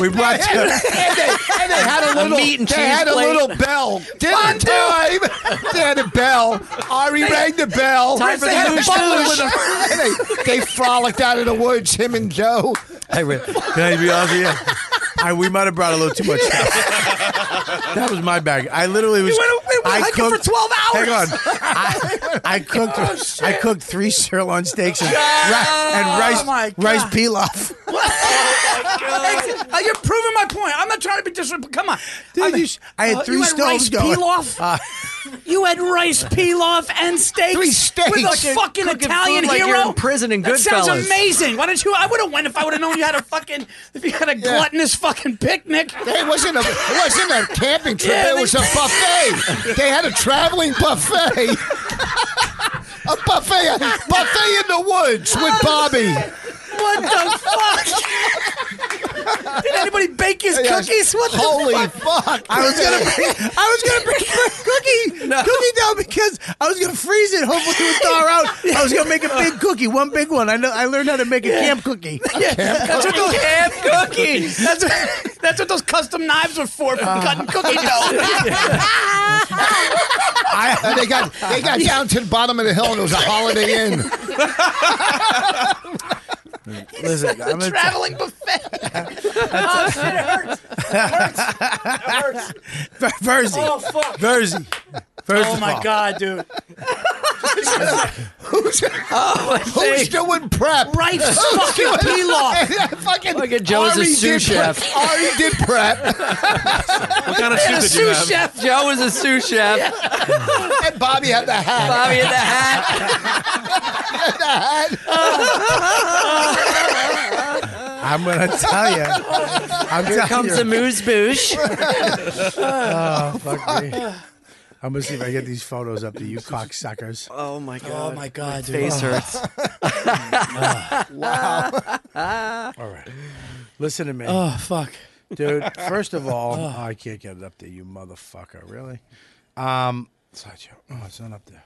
We brought too. and, they, and they had a little meat and they cheese had a plate. little bell. Dinner time. they had a bell. Ari rang the bell. Time for they the had a moosh butler moosh. with a- and they, they frolicked out of the woods. Him and Joe. Hey, wait, can I be honest with you? I, we might have brought a little too much stuff. That was my bag. I literally was. went- we were hiking for 12 Hang on. hours. Oh, I, I cooked. I cooked three sirloin steaks and, ri- and rice Oh my God. rice pilaf. Eggs- uh, You're proving my point. I'm not trying to be disrespectful. Come on. Dude, I'm- you sh- I had uh, three you had stoves rice going. Uh, pilaf. you had rice pilaf and steaks. Three steaks. With a Cooking- fucking cooking Italian food like hero. you're in prison in That sounds Goodfellas. amazing. Why didn't you? I would have went if I would have known you had a fucking if you had a gluttonous fucking picnic. It wasn't a it wasn't a camping trip. Yeah, it they- was a buffet. they had a traveling buffet. a buffet, a buffet in the woods with Bobby. What the fuck? Did anybody bake his Yes. cookies? What the Holy fuck? fuck! I was gonna bring, I was gonna bring my cookie cookie down because I was gonna freeze it. Hopefully, it would thaw out. I was gonna make a big cookie, one big one. I know. I learned how to make a camp cookie. That's what those ham cookies. That's what, that's what those custom knives were for for Uh, cutting cookie dough. And they got they got down to the bottom of the hill and it was a Holiday Inn. Listen, I'm gonna- Traveling buffet. oh shit! It hurts. It hurts. It hurts. Ver- Verzi. Oh, fuck. Verzi. First Oh of my all. god, dude! Oh, Who's, who's doing prep? Right Who's fucking doing- pilaf. Yeah, fucking Fucking Joe is a Ari did sous prep. chef. Ari did prep, What kind of The soup did you sous have? chef. Joe is a sous chef. and Bobby had the hat. Bobby in the hat. I'm gonna tell you. I'm Here telling comes you. the moose boosh. Oh, fuck me. I'm gonna see if I get these photos up to you, cocksuckers. Oh my god. Oh my god, dude! Face hurts. All right, listen to me, Oh fuck! dude. First of all, oh, I can't get it up there, you motherfucker. Really? Um, Sideshow. Oh, it's not up there.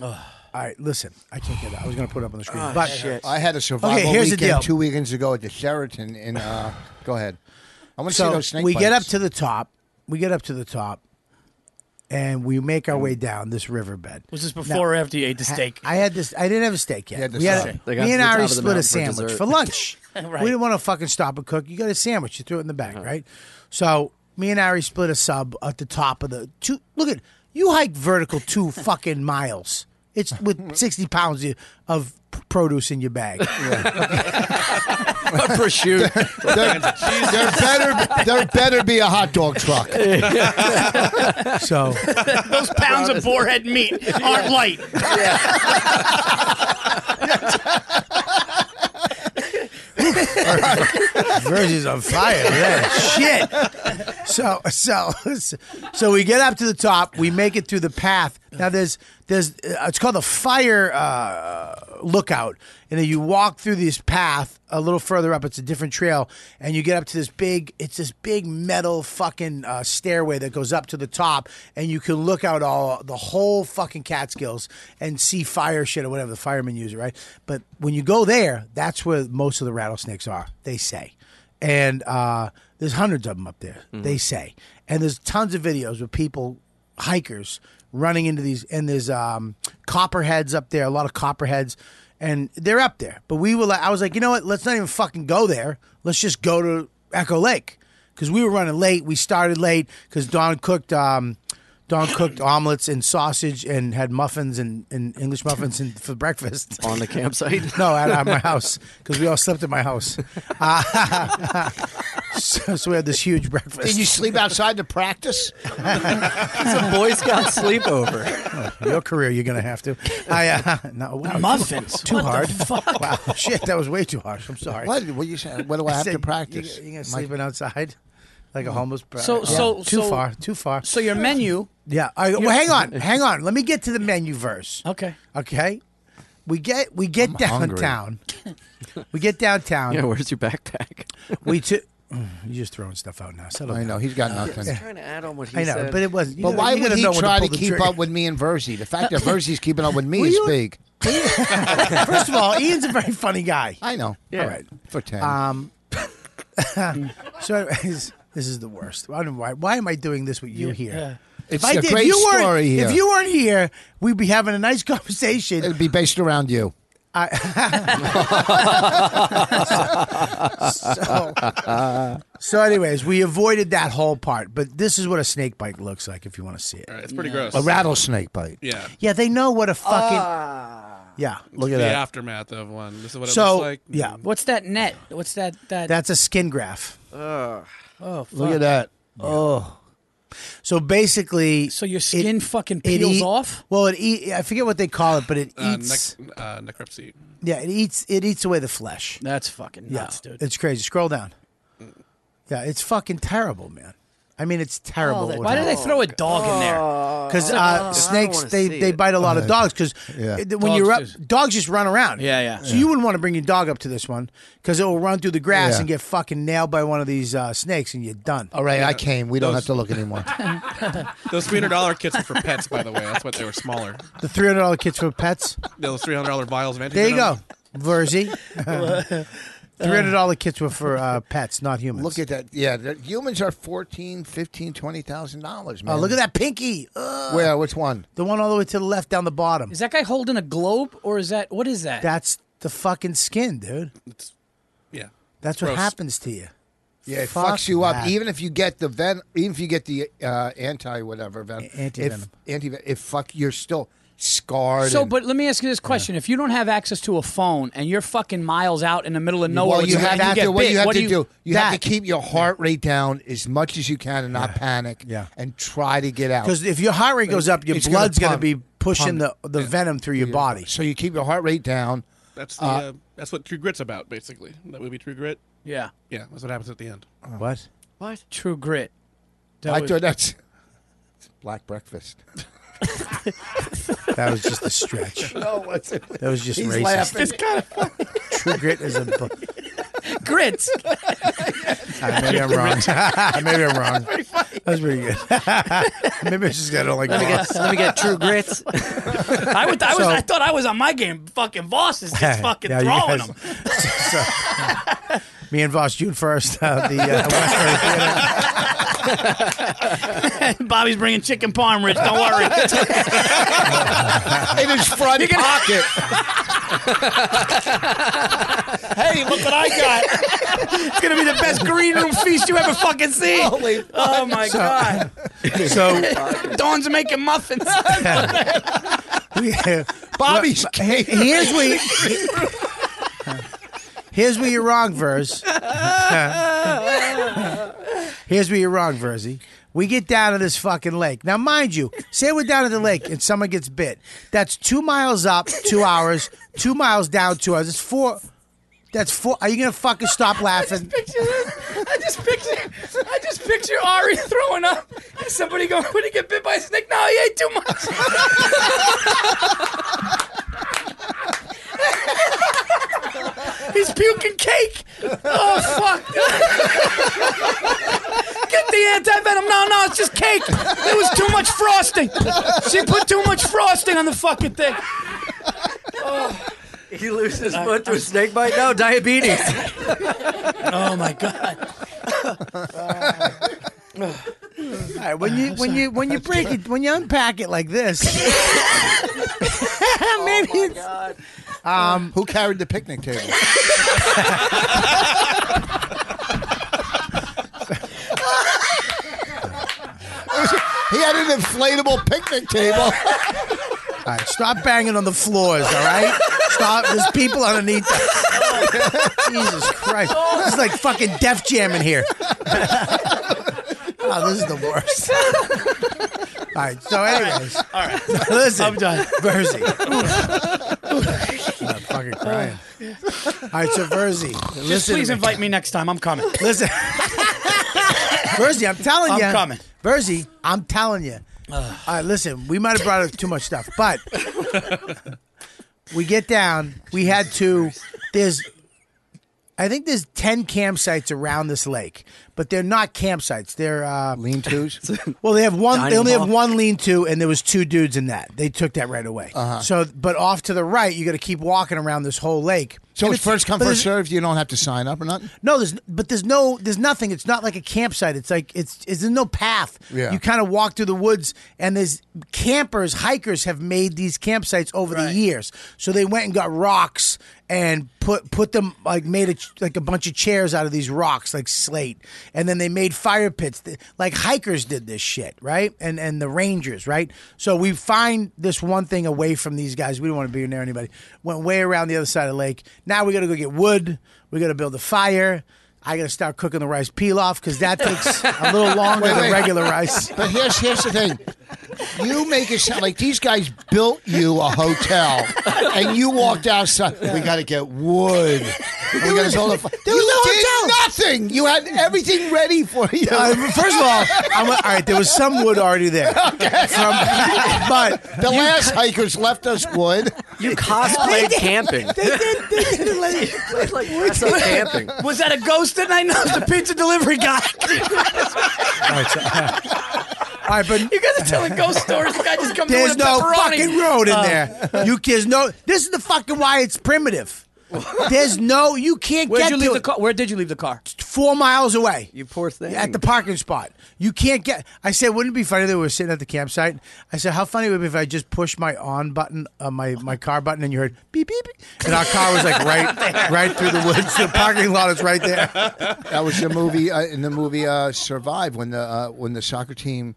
All right, listen. I can't get it. I was gonna put it up on the screen, Ah, but I had a survival Okay, here's the weekend deal. two weekends ago at the Sheraton. In uh, go ahead. I want to see so those snake we get up bites. to the top. We get up to the top, and we make our way down this riverbed. Was this before or after you ate the steak? I had this. I didn't have a steak yet. had the we had steak. They got me to and the top Ari of the split a mountain for sandwich for, lunch. dessert. Right. We didn't want to fucking stop and cook. You got a sandwich. You threw it in the Uh-huh. bag, right? So me and Ari split a sub at the top of the two. Look at you hike vertical two fucking miles. It's with sixty pounds of produce in your bag. prosciutto. There, there better there better be a hot dog truck. So Those pounds of boar head meat aren't light. Virgil's on fire. Yeah. Shit. So so so we get up to the top. We make it through the path. Now there's there's uh, it's called the fire uh, lookout, and then you walk through this path a little further up. It's a different trail, and you get up to this big. It's this big metal fucking uh, stairway that goes up to the top, and you can look out all the whole fucking Catskills and see fire shit or whatever the firemen use it, right? But when you go there, that's where most of the rattlesnakes are. They say and uh, there's hundreds of them up there. Mhm. They say, and there's tons of videos of people, hikers, running into these, and there's um, copperheads up there, a lot of copperheads, and they're up there. But we were, like, I was like, you know what? Let's not even fucking go there. Let's just go to Echo Lake because we were running late. We started late because Don cooked. Um, Don cooked omelets and sausage and had muffins and, and English muffins and for breakfast On the campsite? no, at, at my house because we all slept at my house. Uh, so, so we had this huge breakfast. Did you sleep outside to practice? it's a Boy Scout sleepover. Oh, your career, you're gonna have to. I uh, no wow, Muffins. Too What the hard. fuck? Wow, shit, that was way too harsh. I'm sorry. What? What you saying? What do I have to said, practice? You, you're My- sleeping outside like a homeless. bra- So- Yeah, so- too so- far, too far. So your menu. Yeah. I, well, You're- hang on, hang on. Let me get to the menu verse. Okay. Okay. We get we get hungry. downtown. we get downtown. Yeah, where's your backpack? we took. You're just throwing stuff out now. Settle I know, he's got nothing. I was trying to add on what he I know, said. but it wasn't. You But gotta- why you would gotta he know when to try to pull the keep trigger. up with me and Versi? The fact that Versi's keeping up with me Will is you- big. First of all, Ian's a very funny guy. I know. All right. For 10. Um, so, anyways, this is the worst. I don't know why. Why am I doing this with you Yeah. here? Yeah. If It's I a did- if great you weren't- story here. If you weren't here, we'd be having a nice conversation. It'd be based around you. I- so, so anyways, we avoided that whole part. But this is what a snake bite looks like if you want to see it. it's pretty gross. A rattlesnake bite. Yeah. Ah. Yeah, they know what a fucking. yeah, look at the that. aftermath of one. This is what it So, looks like. yeah. What's that net? What's that? that That's a skin graph. oh, fuck. Oh. So basically, so your skin fucking it peels eat- off. Well, it eat, I forget what they call it, but it Uh, eats. nec- uh, necropsy. yeah, it eats. It eats away the flesh. That's fucking yeah, nuts, dude. it's crazy. Scroll down. Yeah, it's fucking terrible, man. I mean, it's terrible. Why did they throw a dog in there? Because uh, snakes, they, they bite a lot of Uh-huh. dogs. Because Yeah. when Dogs you're up, dogs just run around. Yeah, yeah. So you wouldn't want to bring your dog up to this one because it will run through the grass Yeah. and get fucking nailed by one of these uh, snakes, and you're done. Oh. All right, I came. We don't have to look anymore. Those three hundred dollar kits were for pets, by the way. That's what they were smaller. The three hundred dollar kits for pets. Those three hundred dollar vials of There you go, antivenom. Verzi. Three hundred dollar kits were for uh, pets, not humans. Look at that. Yeah, the humans are fourteen, fifteen, twenty thousand dollars, man. Oh, look at that pinky. Ugh. Where? Which one? The one all the way to the left down the bottom. Is that guy holding a globe or is that what is that? That's the fucking skin, dude. Yeah. That's what Gross. happens to you. Yeah, it Fuck fucks you up. that. Even if you get the ven, even if you get the uh, anti whatever ven, anti-venom. anti if fuck, you're still scarred. So, and- but let me ask you this question: If you don't have access to a phone and you're fucking miles out in the middle of nowhere, well, with you the- have to. and you get what bit, you have what to you- do? You have That. to keep your heart rate down as much as you can and not panic. Yeah. and try to get out. Because if your heart rate goes up, your It's gonna blood's going to pump- be pushing pump. the, the venom through your body. So you keep your heart rate down. That's the. Uh, Uh, that's what True Grit's about, basically. That would be True Grit. Yeah. Yeah. That's what happens at the end. What? What? True grit. I thought that's black breakfast. That was just a stretch. No, it wasn't. That was just He's racist. laughing. It's kinda True grit is a. bu- grits. Uh, maybe I'm wrong. maybe I'm wrong. That was pretty good. maybe I just got to like. Let me get- let me get True grits. I, would, I, was, So- I thought I was on my game. Fucking Voss is just fucking Yeah, you throwing guys- them. so- so- me and Voss June first. Uh, the uh, Western Theater. Bobby's bringing chicken parm, Rich. Don't worry. In his front pocket. hey, look what I got. It's going to be the best green room feast you ever fucking see. Holy oh, my So- God. So Dawn's making muffins. we, Bobby's he- here's where you, here's where you're wrong, Verse. here's where you're wrong, Verzi. We get down to this fucking lake. Now, mind you, say we're down at the lake and someone gets bit. That's two miles up, two hours. Two miles down, two hours. It's four. That's four. Are you gonna fucking stop laughing? Picture this. I just picture, I just picture Ari throwing up, and somebody going, "Would he get bit by a snake?" No, he ate too much. He's puking cake. Oh fuck! Get the anti venom. No, no, it's just cake. There was too much frosting. She put too much frosting on the fucking thing. Oh. He loses his foot to a snake bite? No, diabetes. oh my god. All right, when you when you when you break it when you unpack it like this, Oh maybe it's Um, Who carried the picnic table? he had an inflatable picnic table. all right. Stop banging on the floors, all right? Stop. There's people underneath. us. Jesus Christ! This is like fucking Def Jam in here. oh, this is the worst. All right. So, anyways, all right. Listen, I'm done. Verzi. I'm fucking crying. All right, so Verzi, Just listen. please to me. invite me next time. I'm coming. Listen, Verzi, I'm telling I'm you. coming. Verzi, I'm telling you. All right, listen, we might have brought up too much stuff, but we get down. We had to. There's, I think there's ten campsites around this lake, but they're not campsites. They're uh, lean-tos. Well, they have one. They Dining only have hall? one lean-to, and there was two dudes in that. They took that right away. Uh-huh. So, but off to the right, you got to keep walking around this whole lake. So And it's first come but first there's- served. You don't have to sign up or nothing. no, there's but there's no there's nothing. It's not like a campsite. It's like it's, it's there's no path. Yeah. You kind of walk through the woods and there's campers, hikers have made these campsites over the years. So they went and got rocks and put put them like made a ch- like a bunch of chairs out of these rocks like slate. And then they made fire pits. Th- Like hikers did this shit, right? And and the rangers, right? So we find this one thing away from these guys. We don't want to be near anybody. Went way around the other side of the lake. Now we got to go get wood. We got to build a fire. I got to start cooking the rice pilaf because that takes a little longer Wait, than wait. regular rice. But here's here's the thing. You make it sound like these guys built you a hotel, and you walked outside. We got to get wood. We got to build a. fi-" There was you no did hotel. nothing. You had everything ready for you. Uh, first of all, I'm, all right, there was some wood already there. From, but the last hikers left us wood. You cosplayed camping. They did. They did it like, like dress up camping. Was that a ghost that I know? The pizza delivery guy. all right, so- all right, but You guys are telling ghost stories. The guy just comes in There's with a no pepperoni. fucking road in Oh. there. You kids know this is the fucking why it's primitive. There's no you can't Where'd get you to leave the it. car? Where did you leave the car? four miles away. You poor thing. At the parking spot. You can't get I said, wouldn't it be funny that we were sitting at the campsite? I said, how funny would it be if I just pushed my on button, uh, my, my car button and you heard beep beep beep. and our car was like right right through the woods. The parking lot is right there. That was the movie uh, in the movie uh, Survive when the uh, when the soccer team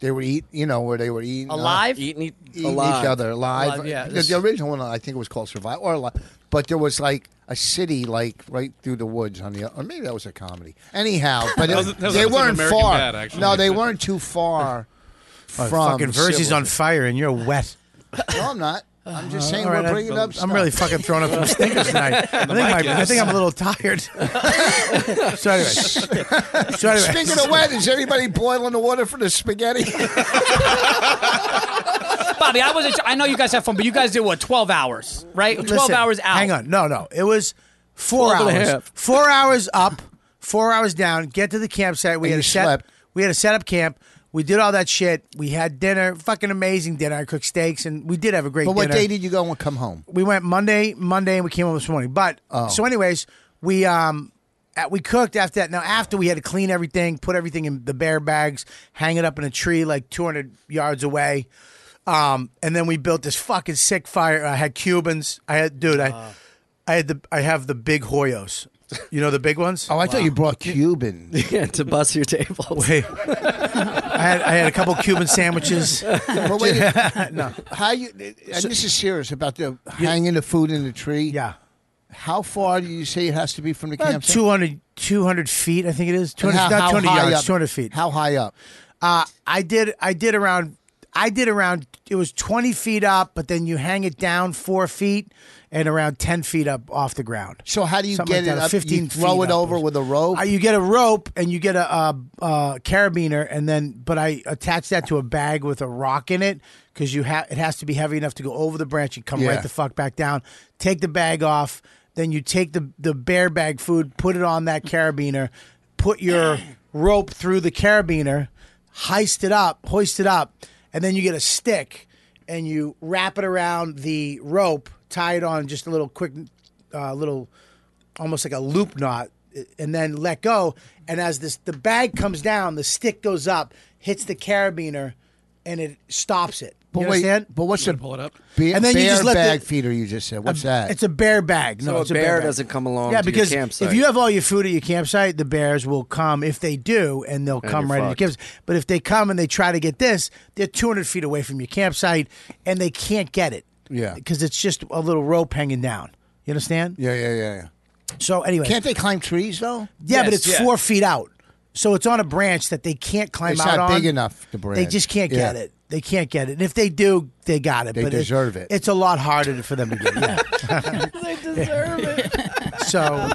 they would eat you know where they were eating uh, Alive? Eating, eat, eating alive. each other alive. Alive, yeah, The- this- the original one I think was called Survive or alive. but there was like a city like right through the woods on the or maybe that was a comedy. Anyhow, but That it- was- that was they episode of weren't American far. Dad, actually. No, they weren't too far from fucking Versi's on civilization. fire and you're wet. No, I'm not. I'm just saying All right, we're I- bringing up. I'm really stuff. fucking throwing up some stinkers tonight. I think, mic my, I is. think I'm a little tired. so anyway, so anyway, Speaking of wet, is anybody boiling the water for the spaghetti? Bobby, I wasn't. I know you guys have fun, but you guys did what? Twelve hours, right? Twelve listen, hours out. Hang on, no, no, it was four 12 and a hours. half. Four hours up, four hours down. Get to the campsite. We And had you a set. slept. We had a set up camp. We did all that shit. We had dinner, fucking amazing dinner. I cooked steaks, and we did have a great. But what dinner. day did you go and come home? we went Monday, Monday, and we came home this morning. But Oh. so, anyways, we um, at, we cooked after that. Now, after we had to clean everything, put everything in the bear bags, hang it up in a tree like 200 yards away, um, and then we built this fucking sick fire. I had Cubans. I had, dude, Uh. I, I had the, I have the big Hoyos. You know the big ones. Oh, I thought you brought Cuban. Yeah, to bust your table. Hey, I had I had a couple Cuban sandwiches. But wait, a- how you? And this is serious about the hanging the food in the tree. Yeah, How far do you say it has to be from the about campsite? 200, 200 feet. I think it is And 200, not 200 high yards, up- two hundred feet. How high up? Uh, I did. I did around. I did around it was twenty feet up, but then you hang it down four feet and around ten feet up off the ground. So how do you Something get like it that, up? You Fifteen. throw feet it up. over with a rope. Uh, you get a rope and you get a uh, uh, carabiner, and then but I attach that to a bag with a rock in it because you have it has to be heavy enough to go over the branch and come Yeah. right the fuck back down. Take the bag off, then you take the the bear bag food, put it on that carabiner, put your rope through the carabiner, heist it up, hoist it up, and then you get a stick and you wrap it around the rope, tie it on just a little quick, uh, little almost like a loop knot eh, and then let go and as this the bag comes down the stick goes up hits the carabiner and it stops it But you wait, understand? but what's the pull it up Be- and then bear you just let bag the, feeder you just said. What's a- that? it's a bear bag no So a it's a bear bag. doesn't come along yeah to your because campsite. if you have all your food at your campsite the bears will come if they do and they'll And come you're right fucked. at your campsite but if they come and they try to get this they're 200 feet away from your campsite and they can't get it Yeah. because it's just a little rope hanging down you understand yeah, yeah, yeah, yeah. so anyway Can't they climb trees though? yeah, but it's four feet out. So it's on a branch that they can't climb It's out not on. big enough, the branch. They just can't Yeah. get it. They can't get it. And if they do, they got it. They but it- deserve it. It's a lot harder for them to get. Yeah. they deserve it. so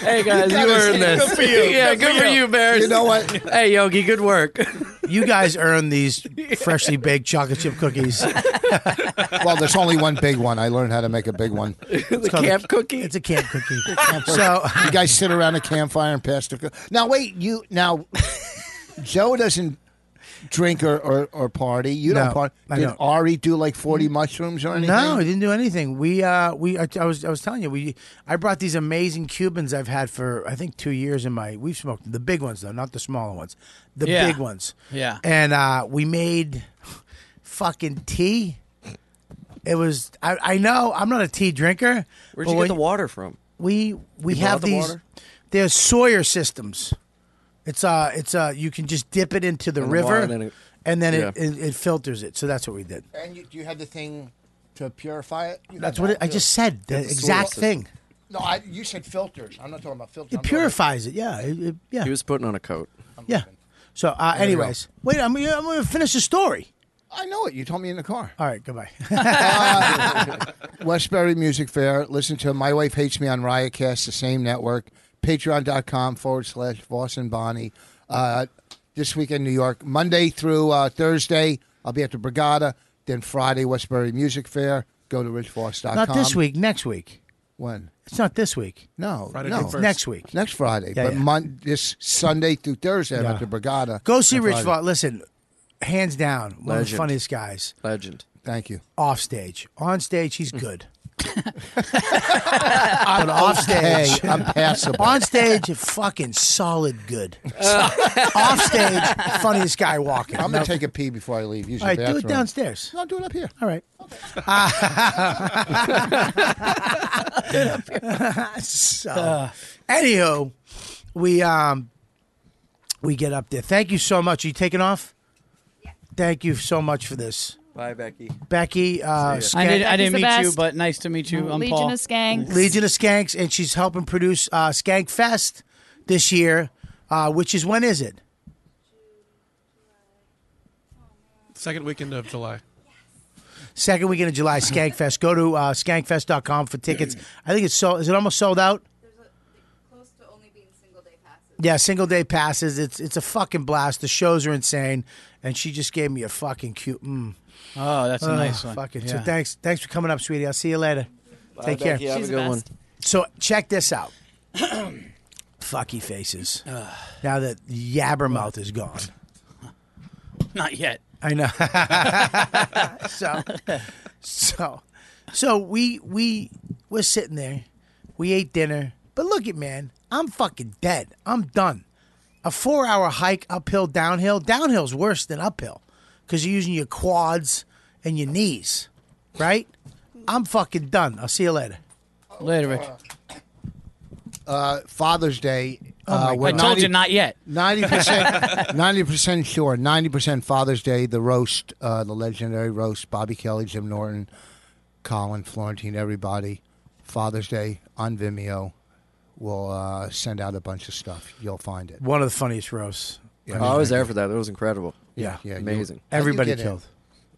Hey guys, you, You guys- earned this. good for you. Yeah, Good good, for for you. you, Bears. You know what? Hey Yogi, good work. you guys earn these freshly baked chocolate chip cookies. well, there's only one big one. I learned how to make a big one. the called a- camp cookie. It's a camp cookie. so you guys sit around a campfire and pass the. coo- Now wait, you now Joe doesn't drink or, or, or party. You No, don't party. I Did don't. Ari do like forty mushrooms or anything? No, we didn't do anything. We uh we I, I was I was telling you we I brought these amazing Cubans I've had for I think two years in my we've smoked the big ones though not the smaller ones the Yeah. big ones Yeah. and uh we made fucking tea. It was I I know I'm not a tea drinker. Where'd but you get when- the water from? We we You brought have the these. water? They're Sawyer systems. It's uh it's uh you can just dip it into the And the water, river then it- and then it, yeah. it it filters it. So that's what we did. And you, do you have the thing to purify it? You That's have what it, that, I too. just said. The That's the exact source. thing. No, I, you said filters. I'm not talking about filters. It purifies it. Yeah. It, it- yeah. He was putting on a coat. yeah. So, uh, you go. anyways, wait. I'm, I'm going to finish the story. I know it. You told me in the car. All right. Goodbye. Uh, Westbury Music Fair. Listen to My Wife Hates Me on Riotcast, the same network. Patreon.com forward slash Voss and Bonnie. Uh, this week in New York, Monday through uh, Thursday, I'll be at the Brigada. Then Friday, Westbury Music Fair. Go to richvoss.com. Not this week. Next week. When? It's not this week. No. Friday no. the It's next week. Next Friday. Yeah, but yeah. Mon- this Sunday through Thursday, I'm Yeah. at the Brigada. Go see On Rich Friday. Voss. Listen, hands down, one of the Legend. funniest guys. Legend. Thank you. Off stage, on stage, he's good. but off Hey, stage, I'm passable. on stage, fucking solid good. off stage, funniest guy walking. I'm No- going to take a pee before I leave. Use All right, your do it bathroom. downstairs. No, do it up here. All right. so, anywho, we um, we get up there. Thank you so much. Are you taking off? Thank you so much for this, Bye, Becky. Becky. Uh, I, Skank- did, Becky's I didn't the meet you, best. but nice to meet you. I'm Legion Paul. of Skanks. Legion of Skanks, and she's helping produce uh, Skank Fest this year, uh, which is when is it? Second weekend of July. Second weekend of July, Skankfest. Go to uh, skankfest.com for tickets. I think it's sold. Is it almost sold out? Yeah, single day passes. It's it's a fucking blast. The shows are insane, and she just gave me a fucking cute. Mm. Oh, that's a Ugh, nice one. Fucking. So Yeah. thanks, thanks for coming up, sweetie. I'll see you later. Bye, Take Becky. care. Have a good one. So check this out. Fucky faces. now that Yabbermouth is gone, Not yet. I know. so, so, so we we we're sitting there. We ate dinner, but look at man, I'm fucking dead. I'm done. A four hour hike uphill, downhill. Downhill's worse than uphill because you're using your quads and your knees, right? I'm fucking done. I'll see you later. Later, Rich. uh, Father's Day. uh, Oh I told you not yet. Ninety percent, ninety percent sure. Ninety percent Father's Day. The roast, uh, the legendary roast. Bobby Kelly, Jim Norton, Colin Florentine, everybody. Father's Day on Vimeo. We'll uh, send out a bunch of stuff. You'll find it. One of the funniest roasts. Yeah. Oh, I was there for that. That was incredible. Yeah, yeah, you- amazing. How'd you Everybody get in? killed.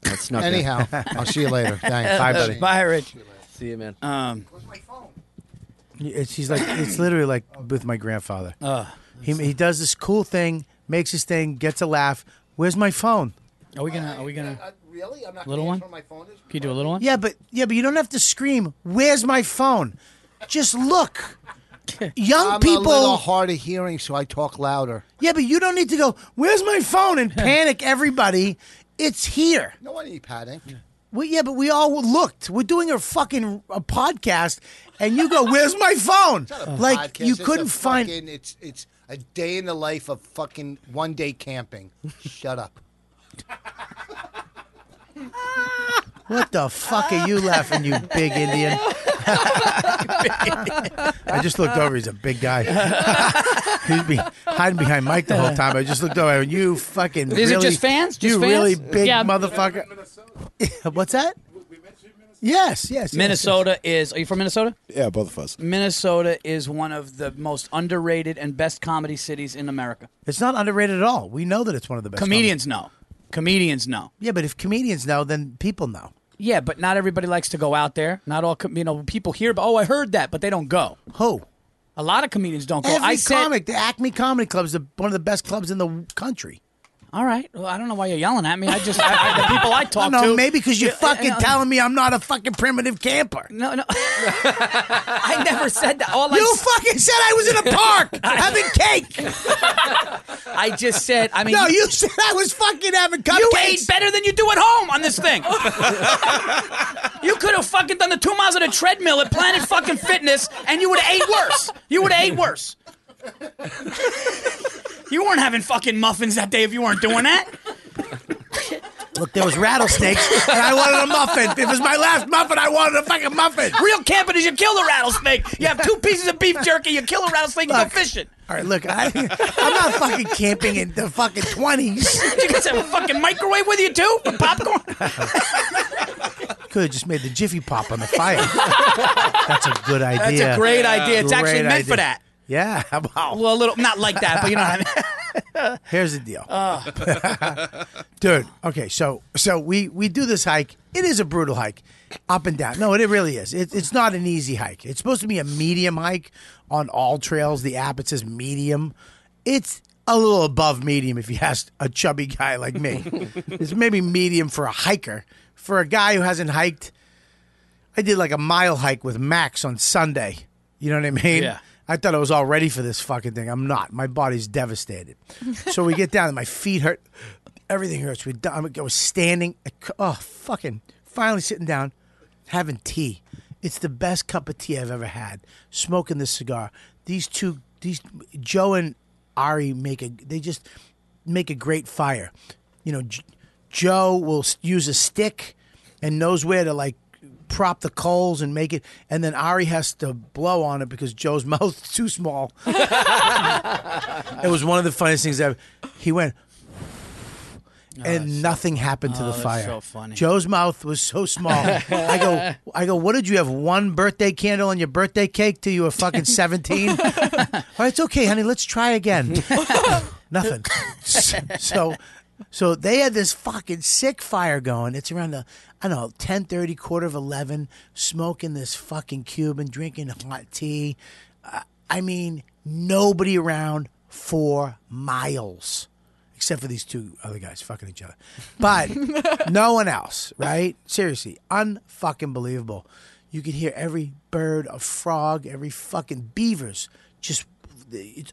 That's snuck in. Anyhow, I'll see you later. Thanks. Bye, buddy. Bye, Rich. See you, man. Um, It's, he's like it's literally like with my grandfather. Uh, Ugh. he he does this cool thing, makes his thing, gets a laugh. Where's my phone? Are we gonna? Are we gonna? uh, really? I'm not. Little one. My phone is Can you do a little one? Yeah, but yeah, but you don't have to scream. Where's my phone? Just look. Young I'm people. a little hard of hearing, so I talk louder. Yeah, but you don't need to go. Where's my phone? And panic everybody. It's here. No one eat padding. We, yeah, but we all looked. We're doing a fucking a podcast, and you go, "Where's my phone?" Like Podcast, you it's a couldn't find. fucking- it's it's a day in the life of fucking one day camping. Shut up. What the fuck are you laughing, you big Indian? I just looked over. He's a big guy. He'd be hiding behind Mike the whole time. I just looked over. and You fucking. These are really- just fans? Just you fans? really big Yeah. motherfucker. What's that? Yes, yes, yes. Minnesota is. Are you from Minnesota? Yeah, both of us. Minnesota is one of the most underrated and best comedy cities in America. It's not underrated at all. We know that it's one of the best. Comedians know. Comedians know. Yeah, but if comedians know, then people know. Yeah, but not everybody likes to go out there. Not all, com- you know, people hear, but oh, I heard that, but they don't go. Who? A lot of comedians don't go. Every I said, comic, the Acme Comedy Club is the, one of the best clubs in the country. all right. Well, I don't know why you're yelling at me. I just, I, I, the people I talk no, to. maybe because you're Yeah, fucking no, telling me I'm not a fucking primitive camper. No, no. I never said that. All I you s- fucking said I was in a park having cake. I just said. I mean, no, you said I was fucking having cupcakes. You ate better than you do at home on this thing. you could have fucking done the two miles on a treadmill at Planet fucking Fitness, and you would have ate worse. You would have ate worse. you weren't having fucking muffins that day if you weren't doing that. Look, there was rattlesnakes, and I wanted a muffin. If it was my last muffin, I wanted a fucking muffin. Real camping is you kill the rattlesnake. You have two pieces of beef jerky. You kill a rattlesnake. You go fishing. All right, look, I, I'm not fucking camping in the fucking 20s. You guys have a fucking microwave with you too for popcorn. Could have just made the Jiffy Pop on the fire. That's a good That's a idea. great idea. It's actually Great meant for that. Yeah. Wow. Well, a little not like that, but you know what I mean. Here's the deal, Ugh. dude. Okay, so so we we do this hike. It is a brutal hike, up and down. No, it, it really is. It, it's not an easy hike. It's supposed to be a medium hike on all trails. The app it says medium. It's a little above medium if you ask a chubby guy like me. it's maybe medium for a hiker. For a guy who hasn't hiked, I did like a mile hike with Max on Sunday. You know what I mean? Yeah. I thought I was all ready for this fucking thing. I'm not. My body's devastated. so we get down, and my feet hurt. Everything hurts. We done- I was standing. I cou- Oh, fucking. Finally sitting down, having tea. It's the best cup of tea I've ever had. Smoking this cigar. These two, these Joe and Ari make a. They just make a great fire. You know, J- Joe will s- use a stick and knows where to like prop the coals and make it and then Ari has to blow on it because Joe's mouth's too small. it was one of the funniest things ever. He went and nothing happened to Oh, the that's fire. so funny. Joe's mouth was so small. I go, I go. What did you have? One birthday candle on your birthday cake till you were fucking seventeen. All right, it's okay, honey. Let's try again. Nothing. So, so they had this fucking sick fire going. It's around the I don't know ten thirty, quarter of eleven, smoking this fucking Cuban, drinking hot tea. Uh, I mean, nobody around for miles except for these two other guys fucking each other. But no one else, right? Seriously, unfucking believable. You could hear every bird, a frog, every fucking beavers. Just it's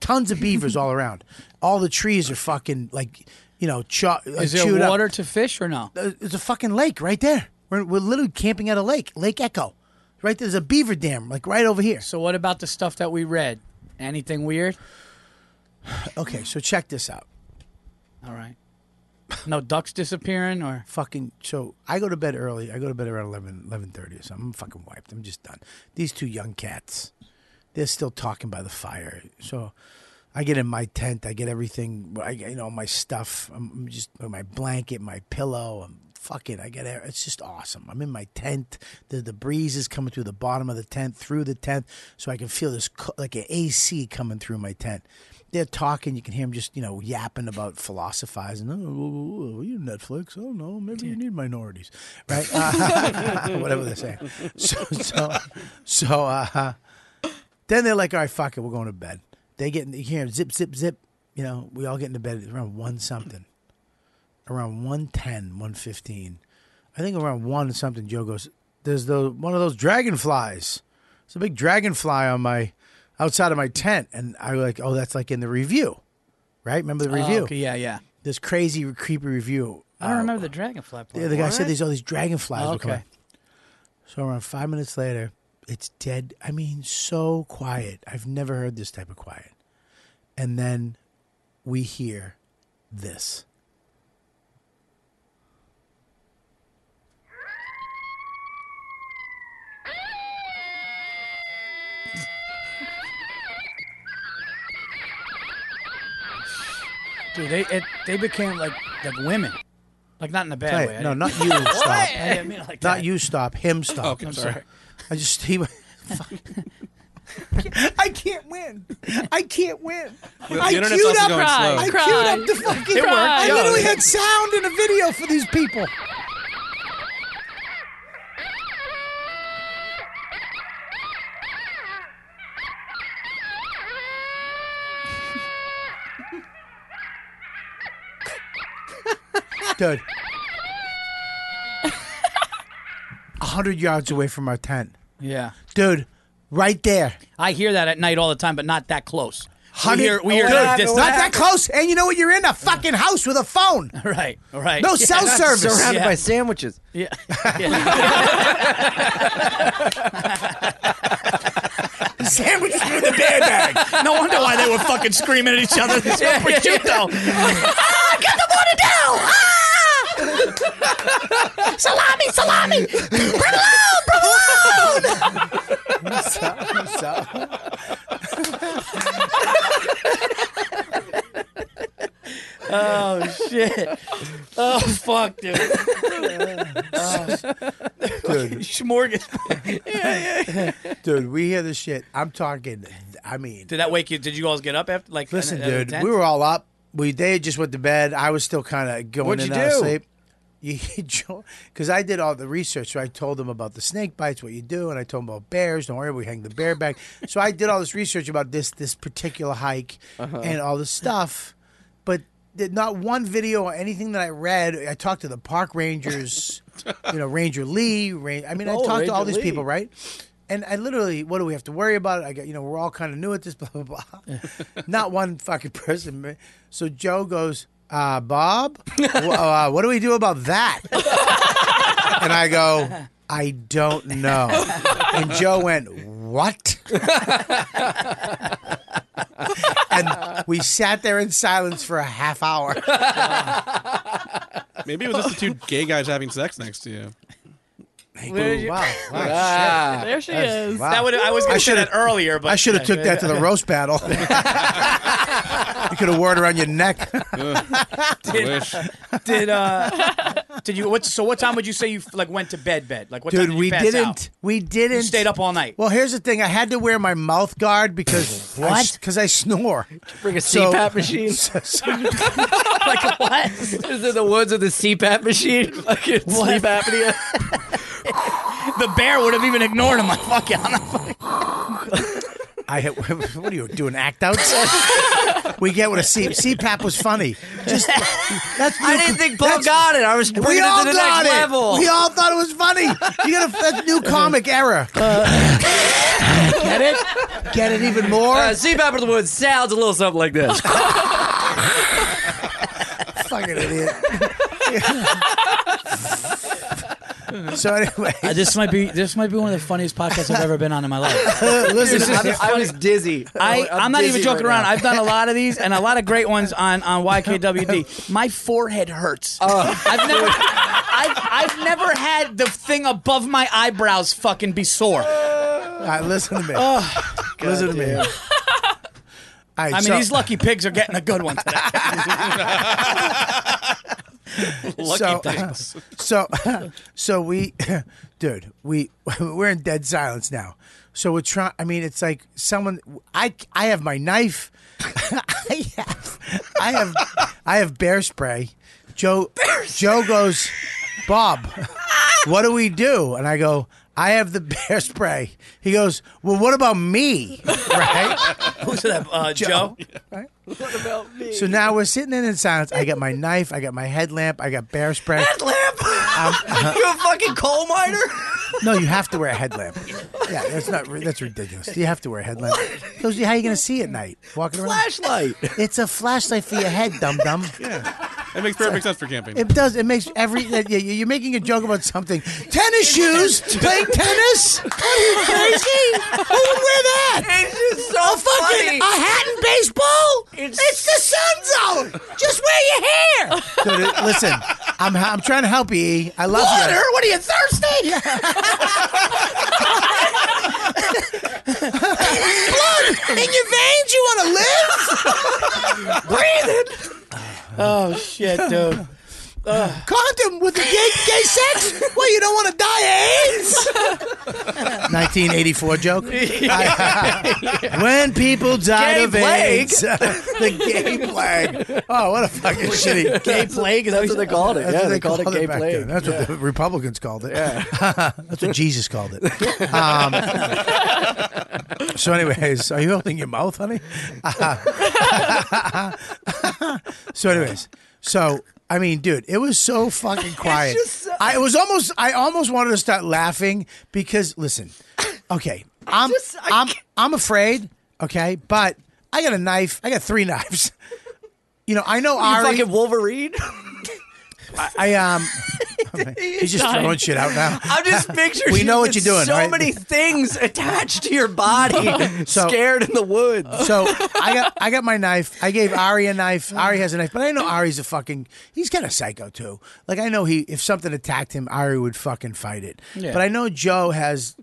tons of beavers all around. All the trees are fucking like you know, cho- like Is there chewed up. water to fish or no? Uh, There's a fucking lake right there. We're, we're literally camping at a lake, Lake Echo. Right there's a beaver dam like right over here. So what about the stuff that we read? Anything weird? Okay, so check this out. All right. No ducks disappearing or fucking so I go to bed early. I go to bed around 11, 11.30 or something. I'm fucking wiped. I'm just done. These two young cats, they're still talking by the fire. So I get in my tent. I get everything. I get, you know my stuff. I'm, I'm just my blanket, my pillow. I'm fuck it, I get air. It's just awesome. I'm in my tent. The the breeze is coming through the bottom of the tent, through the tent, so I can feel this co- like an AC coming through my tent. They're talking. You can hear them just you know yapping about philosophizing. Oh, you Netflix? Oh no, maybe you need minorities, right? Uh, whatever they're saying. So so so. Uh, then they're like, all right, fuck it, we're going to bed. They get in, you hear 'em zip, zip, zip. You know, we all get into bed around one something, around 110, 115. I think around one something, Joe goes, there's the, one of those dragonflies. There's a big dragonfly on my, outside of my tent. And I like, oh, that's like in the review, right? Remember the Oh, review? okay, yeah, yeah. This crazy, creepy review. I don't remember the dragonfly part. Uh, Yeah, the guy said there's all these dragonflies. Oh, were okay. coming. So around five minutes later, it's dead. I mean, so quiet. I've never heard this type of quiet. And then we hear this. Dude, they it, they became like like women, like not in a bad Play it. way. I No, didn't- not you stop. I didn't mean it like not that. you stop. Him stop. Okay, I'm sorry. sorry. I just he. I can't win. I can't win. The- the I queued internet's also up. going slow. I Cry, queued up the cry. fucking. It worked. I Yeah. literally had sound in a video for these people. Dude. A hundred yards away from our tent. Yeah. Dude, right there. I hear that at night all the time, but not that close. We Hundred- hear, we hear Dude, it at not a distance. that close. And you know what? You're in a fucking house with a phone. Right, right. No cell service. Surrounded by Yeah. sandwiches. Yeah. Sandwiches with the bear bag. No wonder why they were fucking screaming at each other. This Yeah, yeah, prosciutto. Ah, Get the water down! Ah. salami, salami! Oh shit! Oh fuck, dude. Dude. Smorgasbord. yeah, yeah. Dude, we hear this shit. I'm talking. I mean, Did that wake you? Did you guys get up after? Like, listen, out of the dude. tent? We were all up. We they had just went to bed. I was still kind of going What'd in you and out of do? sleep. You because I did all the research, so I told them about the snake bites, what you do, and I told them about bears. Don't worry, we hang the bear back. so I did all this research about this this particular hike Uh-huh. and all this stuff, but did not one video or anything that I read. I talked to the park rangers, you know, Ranger Lee. Ran- I mean, I Oh, talked to all Ranger these people, Lee. right? And I literally, what do we have to worry about? I got, you know, we're all kind of new at this, blah blah blah. Not one fucking person. man. So Joe goes, uh, Bob, wh- uh, what do we do about that? and I go, I don't know. And Joe went, What? and we sat there in silence for a half hour. Maybe it was just the two gay guys having sex next to you. Wow. wow, Ah, shit. there she That's- is. wow. That would I was gonna I say that should've- earlier, but I should have took that to the Yeah. roast battle. you could have wore it around your neck. did, did uh did you what so what time would you say you like went to bed bed like what time Dude, did you we pass didn't. out? We didn't. You stayed up all night Well, here's the thing. I had to wear my mouth guard because what? Because I, snore. Bring a So- CPAP machine. like what? Is it the woods with the CPAP machine? Fucking sleep apnea. the bear would have even ignored him like fuck you I'm not fucking- I had, what are you doing? Act out? we get what a C, CPAP was funny. Just that's. I didn't think Paul got it. I was bringing we it to all the next got it. level. We all thought it was funny. You got a that's new comic era. Uh, Get it? Get it even more? Uh, CPAP in the woods sounds a little something like this. Fucking idiot. so anyway, Uh, this might be this might be one of the funniest podcasts I've ever been on in my life. Listen, I'm- I was dizzy. I, I'm Oh, I'm, not even dizzy joking right around. now. I've done a lot of these and a lot of great ones on, on YKWd. My forehead hurts. Oh. I've never I've, I've never had the thing above my eyebrows fucking be sore. all right, listen to me. listen to me. All right, I mean so- these lucky pigs are getting a good one today Lucky so, things. uh, so, so we, dude, we we're in dead silence now. So we're trying. I mean, it's like someone. I I have my knife. I have I have I have bear spray. Joe Joe goes, Bob, what do we do? And I go. I have the bear spray. He goes, well, what about me? Right? Who's that? Uh, Joe? Right? What about me? So now we're sitting in in silence. I got my knife. I got my headlamp. I got bear spray. Headlamp? uh-huh. you a fucking coal miner? No, you have to wear a headlamp. Yeah, that's not. That's ridiculous. You have to wear a headlamp. He goes, how are you going to see at night? Walking around. Flashlight. It's a flashlight for your head, dum dum. Yeah. It makes perfect sense for camping. It does. It makes every. Yeah, you- you're making a joke about something. Tennis shoes. Playing tennis. Are you crazy? Who would wear that? It's just so A fucking funny. a hat and baseball. It's- It's, the sun zone. Just wear your hair. Dude, it- listen, I'm I'm trying to help you. E. I love Water? you. What are you thirsty? Blood in your veins. You want to live? Breathe it. oh shit, dude. Uh, Condom with the gay, gay sex? Well, you don't want to die of AIDS. 1984 joke. I- when people died Gay of AIDS, the gay plague. Oh, what a fucking shitty Gay plague? Is that what they called it? That's Yeah, what they, called, it gay back plague. then. That's what the Republicans called it. That's what Jesus called it. Um, so, anyways, are you holding your mouth, honey? so, anyways, so I mean, dude, it was so fucking quiet. I it was almost, I almost wanted to start laughing because, listen, okay, I'm, just- I I'm, can't- I'm afraid, okay, but I got a knife. I got three knives. You know, I know You Ari. fucking Wolverine? I um, he's just throwing shit out now. I'm just picturing We know you what with you're doing, So right? many things attached to your body, So- scared in the woods. So I got I got my knife. I gave Ari a knife. Ari has a knife, but I know Ari's a fucking. He's kind of psycho too. Like I know he if something attacked him, Ari would fucking fight it. Yeah. But I know Joe has.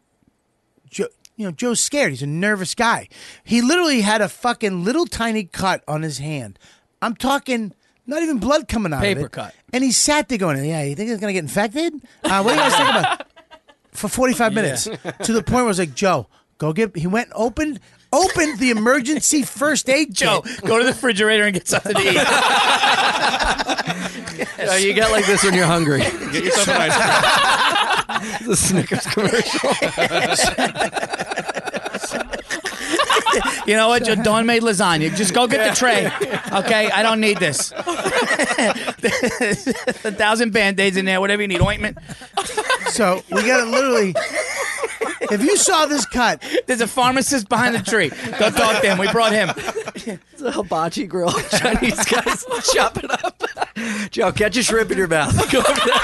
Joe, you know Joe's scared. He's a nervous guy. He literally had a fucking little tiny cut on his hand. I'm talking. Not even blood coming out of Paper it. cut. And he sat there going, "Yeah, you think it's gonna get infected? Uh, what do you guys think about?" for 45 minutes to the point where I was like, Joe, go get. He went and opened opened the emergency first aid Joe, kit. go to the refrigerator and get something to eat. Uh, you get like this when you're hungry. Get yourself an ice cream. It's a Snickers commercial. You know what? Joe? Dawn made lasagna. Just go get the tray. Okay, I don't need this. a thousand band aids in there, whatever you need, ointment. So we got to literally. If you saw this cut, There's a pharmacist behind the tree. Go talk to him. We brought him. It's a hibachi grill. Chinese guys chop it up. Joe, catch a shrimp in your mouth. Go over there.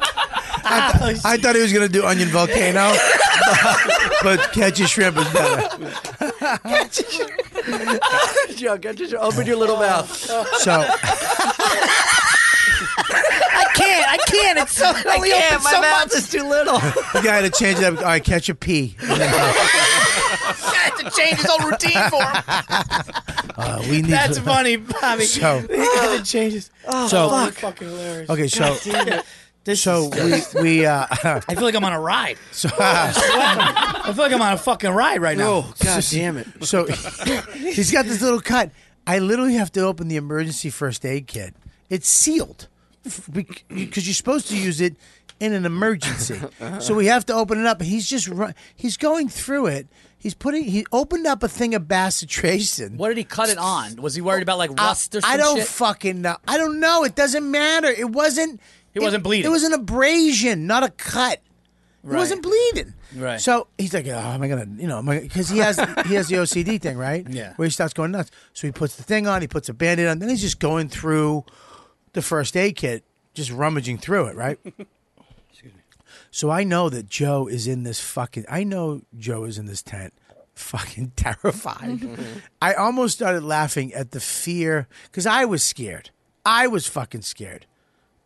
I thought he was gonna do onion volcano, but catch a shrimp is better. Joe, catch a shrimp. Open your little mouth. So I can't. I can't. It's so I only Yeah, opens my so mouth much. is too little. the guy had to change it up. All right, catch a pea. I had to change his whole routine for him. Uh, we need. That's funny, Bobby. So- He had to change his. Oh, so Fuck. Fucking hilarious. okay, so This so we we uh, I feel like I'm on a ride. so, I feel like I'm on a fucking ride right now. God damn it. So he's got this little cut. I literally have to open the emergency first aid kit. It's sealed because you're supposed to use it in an emergency. Uh-huh. So we have to open it up. He's just run, he's going through it. He's putting he opened up a thing of bacitracin. What did he cut it on? Was he worried about like Uh, I, rust or some I don't shit? fucking know. I don't know. It doesn't matter. It wasn't. He wasn't it- bleeding. It was an abrasion, not a cut. He Right. wasn't bleeding. Right. So he's like, oh, am I gonna, you know, because he has he has the OCD thing, right? Yeah. Where he starts going nuts. So he puts the thing on. He puts a band-aid on. Then he's just going through the first aid kit, just rummaging through it, right? So I know that Joe is in this fucking. I know Joe is in this tent, fucking terrified. I almost started laughing at the fear because I was scared. I was fucking scared,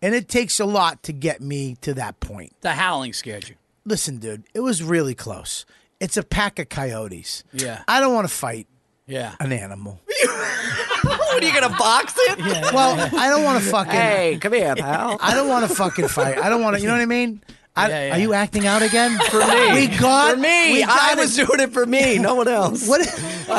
and it takes a lot to get me to that point. the howling scared you. Listen, dude, it was really close. It's a pack of coyotes. Yeah. I don't want to fight Yeah. an animal. what are you gonna box it? Well, I don't want to fucking. Hey, come here, pal. I don't want to fucking fight. I don't want to. You know what I mean? I, yeah. Are you acting out again For me. We got For me. we I got was doing it for me, no one else. What?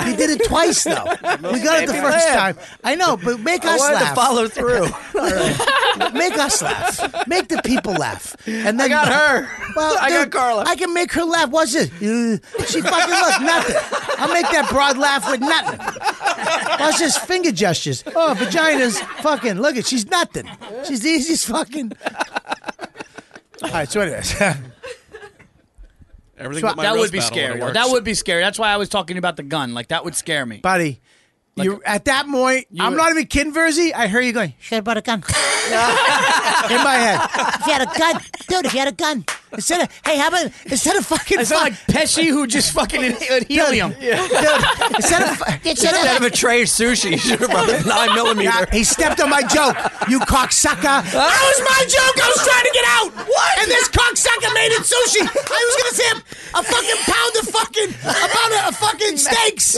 You did it twice though. we got it the Maybe first laugh. time. I know, but make I us wanted laugh. to follow through. make us laugh. Make the people laugh. And then I got her. Well, I got dude, Carla. I can make her laugh. What's it? Uh, She fucking loves nothing. I'll make that broad laugh with nothing. What's this finger gestures? Oh, vaginas. Fucking look at. She's nothing. She's the easiest fucking. All right. So, anyways. Everything So but my that roast would be battle scary. works. That would be scary. That's why I was talking about the gun. Like that would scare me. buddy. you at that point, I'm not even kidding, Verzi. I hear you going, "Should have bought a gun." in my head, if you had a gun, dude, if you had a gun, instead of hey, how about instead of fucking, I sound like Pesci who just fucking inhaled helium. dude, instead of fu- Instead of a tray of sushi, you should have brought a nine Yeah, millimeter. he stepped on my joke, you cocksucker. That was my joke. I was trying to get out. What? And this cocksucker made it sushi. I was gonna say a, a fucking pound of fucking, a pound of, of fucking steaks.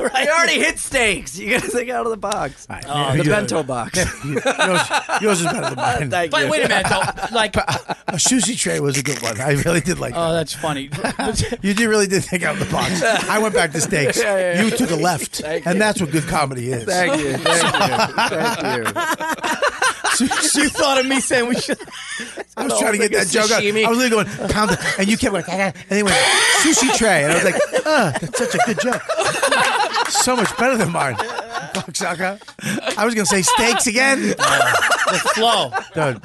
I already hit steaks. You gotta think out of the box. Oh, the you- bento box. yours, yours is better than mine. Thank But you. wait a minute, though. Like, A sushi tray was a good one. I really did like. that. oh, that's funny. You did really did think out of the box. I went back to steaks. Yeah, yeah, yeah. You took a left, Thank and you. that's what good comedy is. Thank you. Thank you. Thank you. you thought of me saying we should. I was trying to get that Like a joke out. Oh, sashimi. I was literally going pound it, and you kept going, and then went sushi tray, and I was like, "Ugh, that's such a good joke. So much better than mine." Fuck sucker. I was gonna say steaks again. The flow. Dude.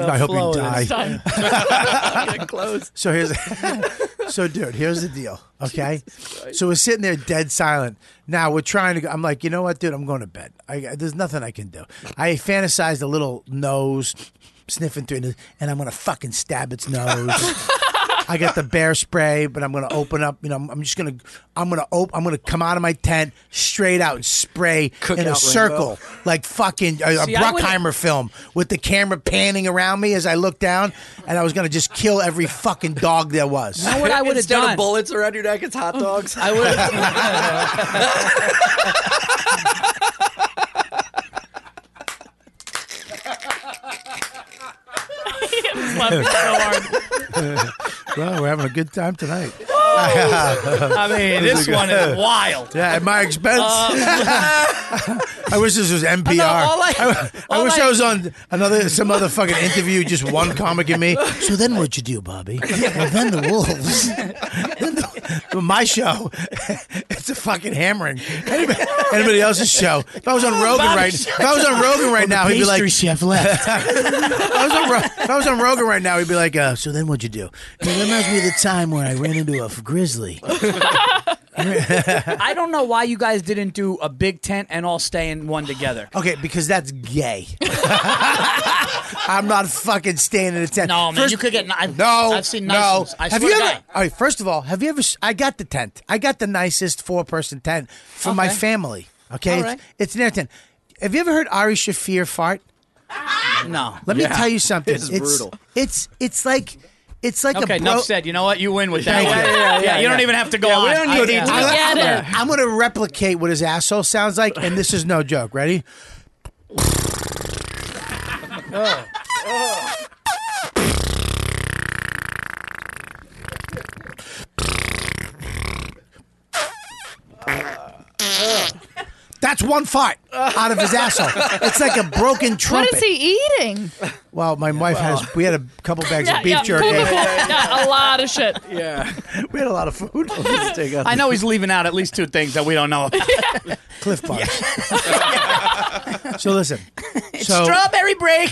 I hope flow you is- die. Close. So here's, so dude, here's the deal. Okay, so we're sitting there dead silent. Now we're trying to. go I'm like, you know what, dude? I'm going to bed. I, there's nothing I can do. I fantasized a little nose sniffing through, it, and I'm gonna fucking stab its nose. I got the bear spray, but I'm gonna open up. You know, I'm, I'm just gonna, I'm gonna open, I'm gonna come out of my tent straight out and spray Cook in a out Rainbow. circle like fucking a, a See, I wouldn't- Bruckheimer film with the camera panning around me as I looked down, and I was gonna just kill every fucking dog there was. Know what I would have Instead done? of bullets around your neck, it's hot dogs. I would have. Well, we're having a good time tonight. I mean, this one is wild. Yeah, at my expense. I wish this was NPR. No, all Um. I- I all wish I- I was on another some other fucking interview, just one comic and me. So then what'd you do, Bobby? well, then the wolves. then the, but my show, it's a fucking hammering. Anybody, anybody else's show? If I was on Rogan Bobby, right, if I was on Rogan right now, he'd be like, chef left. I was on, Ro- if I was on Rogan right now, he'd be like, uh, "So then, what'd you do?" It reminds me of the time where I ran into a f- grizzly. I don't know why you guys didn't do a big tent and all stay in one together. Okay, because that's gay. I'm not fucking staying in a tent. No, man, First- you could get. I've, no, I've seen nice no. ones. I have swear you to ever? God. All right. First of all, have you ever? s- I got the tent. I got the nicest four person tent for my Okay. family. Okay, All it's, right. it's an air tent. Have you ever heard Ari Shafir fart? No. Let me tell you something. It's brutal. It's it's like it's like Okay, a bro- enough said. You know what? You win with that. Thank one. you. Yeah, yeah, You don't even have to go on. we don't I- need yeah. to- I- I'm, Together. gonna, I'm gonna replicate what his asshole sounds like, and this is no joke. Ready? That's one fart out of his asshole. It's like a broken trumpet. What is he eating? Well, my wife has. We had a couple bags of beef jerky. pull the bowl. Yeah, a lot of shit. We had a lot of food. I know he's leaving out at least two things that we don't know. about. Cliff bars. so listen. so Strawberry break.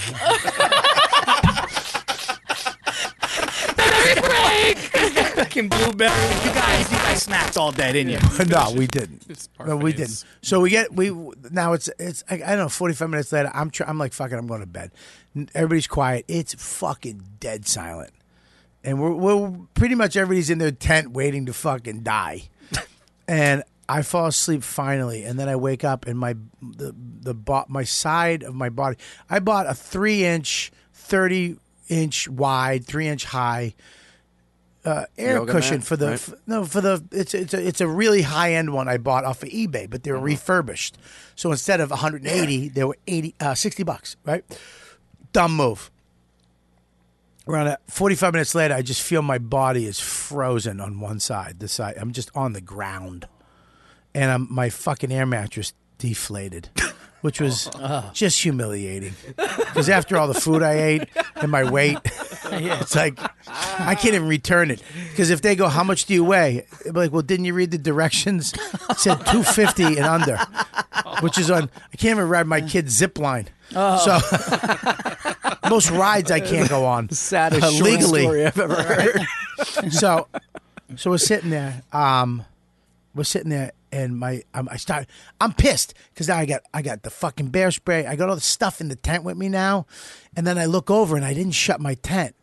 Fucking blueberry. You guys, you guys snacked all day, didn't you? no, we didn't. No, we parfaits. didn't. So we get we now it's it's I, I don't know. Forty five minutes later, I'm tr- I'm like fucking. I'm going to bed. N- Everybody's quiet. It's fucking dead silent, and we're we're pretty much everybody's in their tent waiting to fucking die. and I fall asleep finally, and then I wake up, and my the the bo- my side of my body. I bought a three inch, thirty inch wide, three inch high uh, air Yoga cushion mat, for the right? f- no for the it's it's a, it's a really high end one I bought off of eBay, but they Mm-hmm. were refurbished. So instead of 180, they were 80 uh, 60 bucks, right? Dumb move. Around a, 45 minutes later, I just feel my body is frozen on one side. The side I'm just on the ground, and I'm, my fucking air mattress deflated, which was Oh. Uh-huh. just humiliating. Because after all the food I ate and my weight, it's like I can't even return it. Because if they go, how much do you weigh? I'd be like, well, didn't you read the directions? It said 250 and under, which is on. I can't even ride my kid's zip line. Oh. So most rides I can't go on. Saddest short story I've ever heard. so, so we're sitting there. Um, we're sitting there, and my um, I start. I'm pissed because now I got I got the fucking bear spray. I got all the stuff in the tent with me now, and then I look over and I didn't shut my tent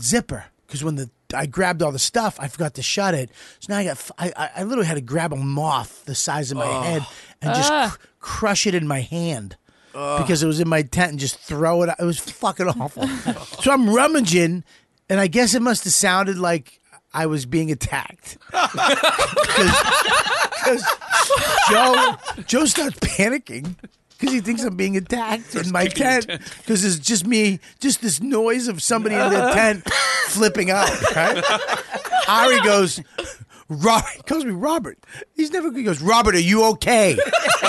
zipper because when the I grabbed all the stuff, I forgot to shut it. So now I got f- I I- I literally had to grab a moth the size of my Oh. head and just Ah. cr- crush it in my hand because it was in my tent and just throw it. out. It was fucking awful. so I'm rummaging, and I guess it must have sounded like I was being attacked. 'Cause- 'cause Joe Joe starts panicking because he thinks I'm being attacked in my tent because it's just me, just this noise of somebody in their tent flipping out. Right? Ari goes. Robert he calls me Robert. He's never. He goes, Robert, are you okay? I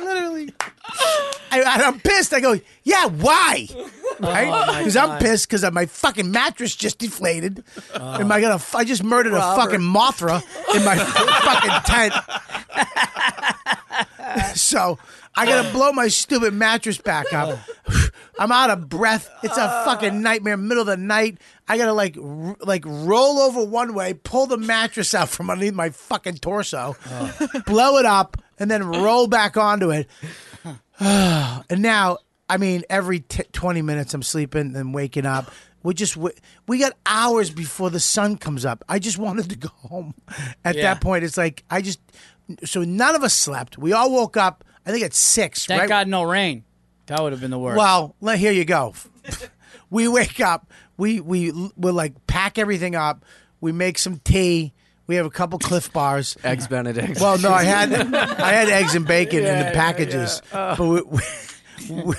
literally. I, and I'm pissed. I go, yeah, why? Right? Oh my Because I'm God. Oh. pissed because my fucking mattress just deflated. Am I gonna? f- I just murdered Robert. a fucking Mothra in my fucking tent. so I gotta blow my stupid mattress back up. I'm out of breath. It's a fucking nightmare. Middle of the night. I gotta like r- like roll over one way, pull the mattress out from underneath my fucking torso, blow it up, and then roll back onto it. and now, I mean, every t- 20 minutes I'm sleeping and waking up. We just w- we got hours before the sun comes up. I just wanted to go home. At Yeah. that point, it's like I just so none of us slept. We all woke up. I think at six. Thank right? God no rain. That would have been the worst. Well, let, here you go. we wake up. We we we like pack everything up. We make some tea. We have a couple Cliff Bars. Eggs Benedict. Well, no, I had I had eggs and bacon in Yeah, Oh. the packages, but we, we, we,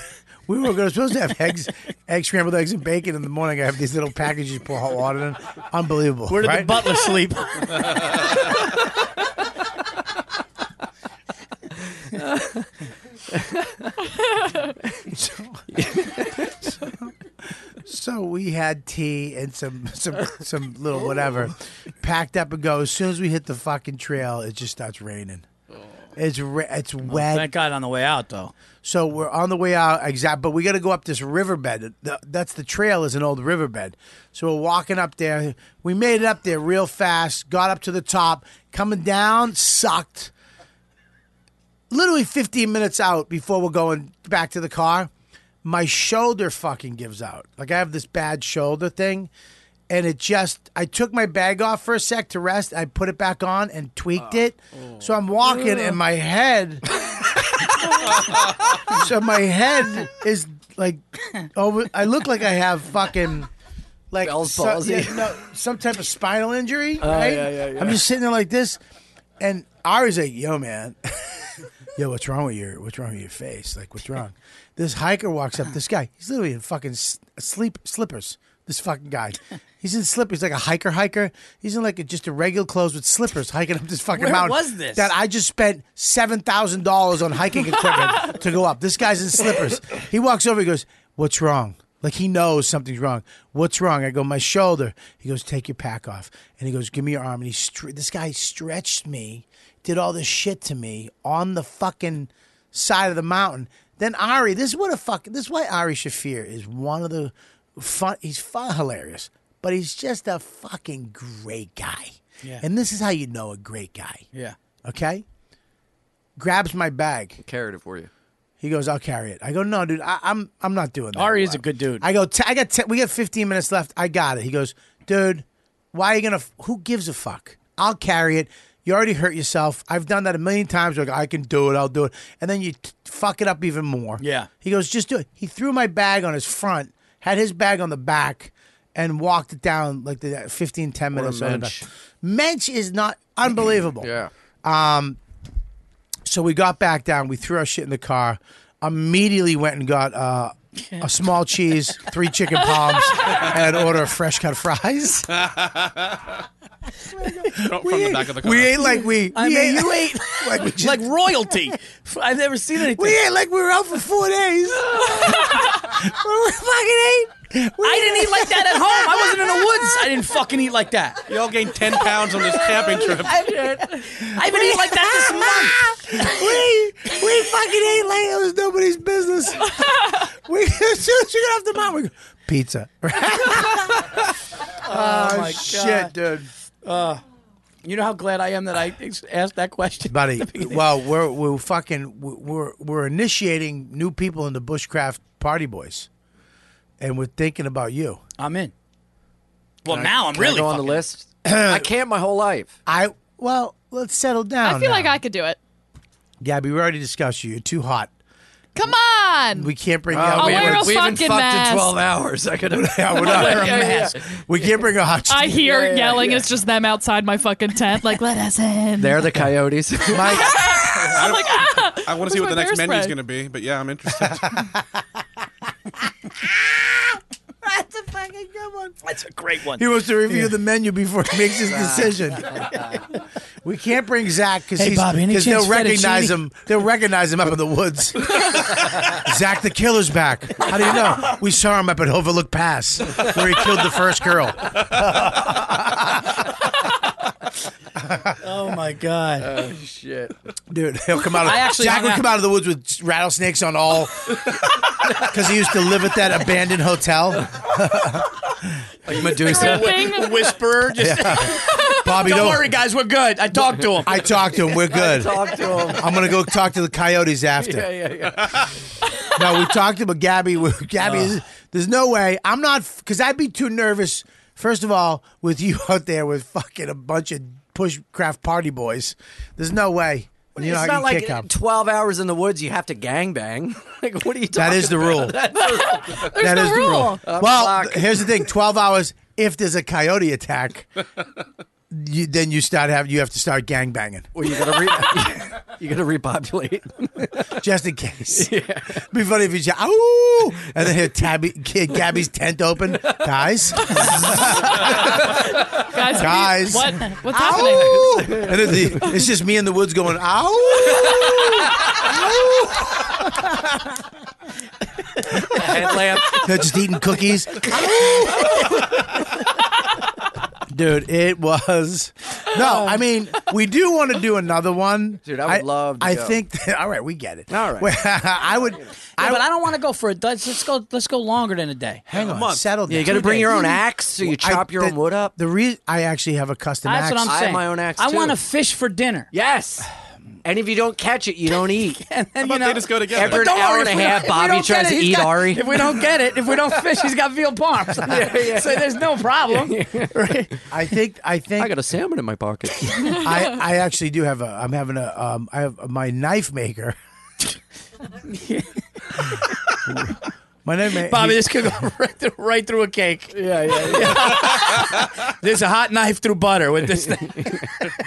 we were gonna- supposed to have eggs, egg scrambled eggs and bacon in the morning. I have these little packages you pour hot water in. Unbelievable. Where did the right? butler sleep? so, so we had tea and some some some little whatever packed up and go. As soon as we hit the fucking trail, it just starts raining. It's ra- it's wet. Thank God on the way out though. So we're on the way out, exact. But we got to go up this riverbed. The- That's the trail is an old riverbed. So we're walking up there. We made it up there real fast. Got up to the top. Coming down sucked. Literally 15 minutes out before we're going back to the car, my shoulder fucking gives out. Like I have this bad shoulder thing, and it just. I took my bag off for a sec to rest. I put it back on and tweaked it. So I'm walking, and my head so my head is like over. I look like I have fucking like Bell's some- palsy. yeah, no, some type of spinal injury. Oh, right? yeah, yeah, yeah. I'm just sitting there like this, and Ari's like, "Yo, man, yo, what's wrong with your what's wrong with your face? Like, what's wrong?" this hiker walks up. This guy, he's literally in fucking s- sleep slippers. This fucking guy, he's in slippers. He's like a hiker, hiker. He's in like a, just a regular clothes with slippers, hiking up this fucking Where mountain. was this? That I just spent seven thousand dollars on hiking equipment to go up. This guy's in slippers. He walks over. He goes, "What's wrong?" Like he knows something's wrong. What's wrong? I go, "My shoulder." He goes, "Take your pack off." And he goes, "Give me your arm." And he stre- this guy stretched me, did all this shit to me on the fucking side of the mountain. Then Ari, this is what a fuck. This is why Ari Shafir is one of the fun. He's fun, hilarious, but he's just a fucking great guy. Yeah. And this is how you know a great guy Yeah. okay? Grabs my bag. Carried it for you. He goes, "I'll carry it." I go, "No, dude, I, I'm I'm not doing that." Ari is a good dude. I go, "T- "I got t- we got 15 minutes left. I got it." He goes, "Dude, why are you gonna? F- who gives a fuck? I'll carry it. You already hurt yourself. I've done that a million times. Like I can do it. I'll do it." And then you t- fuck it up even more. Yeah. He goes, "Just do it." He threw my bag on his front, had his bag on the back. and walked it down like the 15, 10 What a minutes. over mensch. the- Mensch is not unbelievable. Yeah. Um, so we got back down. We threw our shit in the car. Immediately went and got uh, a small cheese, three chicken palms, and an order of fresh cut fries. From We the ate- back of the car. we ate like we. I we mean, you ate like, we just- like royalty. I've never seen anything. We ate like we were out for four days. we fucking ate. I didn't eat like that at home. I wasn't in the woods. I didn't fucking eat like that. Y'all gained 10 pounds on this camping trip. I have been eating like that this month. we we fucking ate like it was nobody's business. we as soon as you get off the mountain, we go, pizza. Oh, my shit, dude. Uh, you know how glad I am that I ex- asked that question, buddy. Well, we're we're fucking we're we're initiating new people into bushcraft party boys, and we're thinking about you. I'm in. Well, Can I- now I'm can I really go on fucking- the list? I camped my whole life. I well, let's settle down. I feel now. like I could do it. Gabby, we already discussed you. You're too hot. Come on. We can't bring Oh, you out. I'll wear a we haven't fucking fucked mask. in 12 hours. I could have. Yeah, we're not- We can't bring a hot. chick. I hear Yeah, yeah, yelling. yeah. It's just them outside my fucking tent. Like, let us in. They're the coyotes. Mike, I'm like, ah, I want to see what Where's my the next bear menu's spray? going to be, but yeah, I'm interested. That's a fucking good one. That's a great one. He wants to review the menu before he makes his Ah. decision. we can't bring Zach because Hey, Bobby, any they'll chance recognize fettuccine? him. They'll recognize him up in the woods. Zach the killer's back. How do you know? We saw him up at Overlook Pass where he killed the first girl. Oh my god. Oh, shit. Dude, he'll come out. Of, I actually Zach hung would out- come out of the woods with rattlesnakes on all because he used to live at that abandoned hotel. Like Medusa. Whi- whisperer. Just Yeah. Bobby, don't, don't- worry, guys. We're good. I talked to him. I talked to him. We're good. Talk to him. I'm gonna go talk to the coyotes after. Yeah, yeah, yeah. No, we talked about Gabby. We- Gabby, Ugh. there's- there's no way. I'm not because I'd be too nervous. First of all, with you out there with fucking a bunch of pushcraft party boys, there's no way. You know it's how not you like kick up. 12 hours in the woods you have to gangbang. Like, what are you talking That is the rule. about? That's the rule. That is Uh, Well, fuck. th- here's the thing: twelve hours. If there's a coyote attack, you, then you start have you have to start gang banging Well, you gotta, re- you gotta repopulate. just in case. Be funny if you shout, "Ow!" and then hear Tabby, kid, Gabby's tent open, guys, Guys, we- guys. What? What's Oh. happening? Ow! And then the, it's just me in the woods going, ow! Headlamp. They're just eating cookies. Dude, it was. No, I mean, we do want to do another one. Dude, I would love to I go. think. That, all right, we get it. All right. Well, I would. Yeah, I, but I don't want to go for a. day. Let's go. Let's go longer than a day. hang on. Settle down. Yeah, you gotta Two bring your days. own axe so you I- chop your the- own wood up. The re- I actually have a custom That's axe. what I'm I saying. have my own axe, I too. want to fish for dinner. Yes. And if you don't catch it, you don't eat. And, How you about know, they just go together? Every- but don't An hour worry, and if a we half, don't- if we Bobby don't tries get to it, he's eat got- Ari. If we don't get it, if we don't fish, he's got veal palms. yeah, so there's no problem. I think. I think. I got a salmon in my pocket. I, I actually do have a. I'm having a. Um, I have my knife maker. my knife maker. Bobby, this could go right through, right through a cake. yeah, yeah, yeah. There's a hot knife through butter with this thing.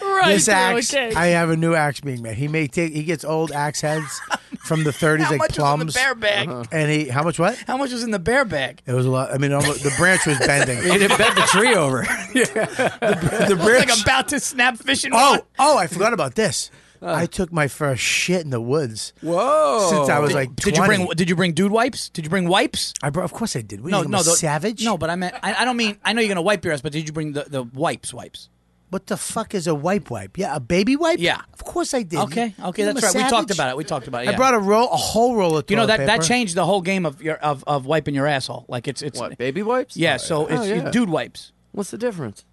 Right this through a axe. cake. I have a new axe being made. He may take. He gets old axe heads from the 30s, How like much was in the plums. Uh-huh. bear bag? and he. How much? What? How much was in the bear bag? It was a lot. I mean, almost, the branch was bending. You didn't bend the tree over. the I was branch. like about to snap fishing. oh, rod. oh! I forgot about this. Uh. I took my first shit in the woods. Whoa. Since I was like 20. Did you bring? Did you bring dude wipes? Did you bring wipes? I brought, of course I did. We No, think I'm no, a the, savage. No, but I meant I, I don't mean I know you're gonna wipe your ass, but did you bring the, the wipes? Wipes. What the fuck is a wipe wipe? Yeah, a baby wipe. Yeah. of course I did. Okay, You- okay, you that's a right. We talked savage? about it. We talked about it. Yeah. I brought a roll, a whole roll of you know that toilet that paper. changed the whole game of your of, of wiping your asshole. Like it's it's What, baby wipes? yeah. So it's Oh, you- yeah. dude wipes. What's the difference?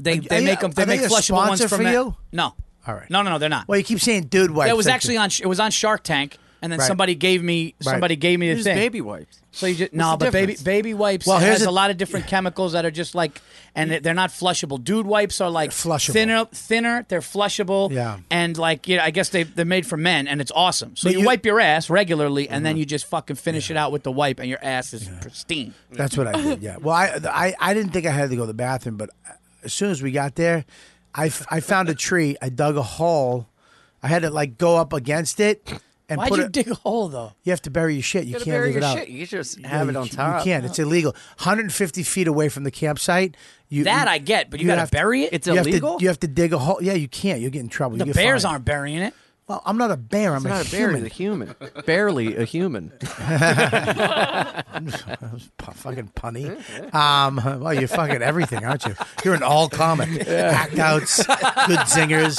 They are they you- make them. They are they make a flushable ones sponsor from for that- you? No. All right. No, no, no. They're not. Well, you keep saying dude wipe. That was Thank actually you. on. It was on Shark Tank, and then Right. somebody gave me Right. somebody gave me the Use thing. baby wipes. So you just What's no, the but baby difference? baby wipes Well, well, here's has the- a lot of different chemicals that are just like and they're not flushable. Dude wipes are like flushable. thinner thinner, they're flushable. Yeah. And like you know, I guess they they're made for men and it's awesome. So But you, you- Uh-huh. wipe your ass regularly and then you just fucking finish it out with the wipe and your ass is pristine. That's what I did. Yeah. Well, I, I I didn't think I had to go to the bathroom, but as soon as we got there, I, f- I found a tree. I dug a hole. I had to like go up against it and Why'd put you it- dig a hole though? You have to bury your shit. You, gotta can't bury leave your it out. shit. You just Yeah, have it you on c- top. You can't. It's illegal. 150 feet away from the campsite. You, That you- I get, but you gotta have bury it? It's you have to- illegal? you have to dig a hole. Yeah, you can't. You'll get in trouble. The you bears aren't burying it. Well, I'm not a bear. I'm It's not a bear, human. he's a human. Barely a human. Pu- fucking punny. Um, well, you're fucking everything, aren't you? You're an all comic. Act outs, good zingers,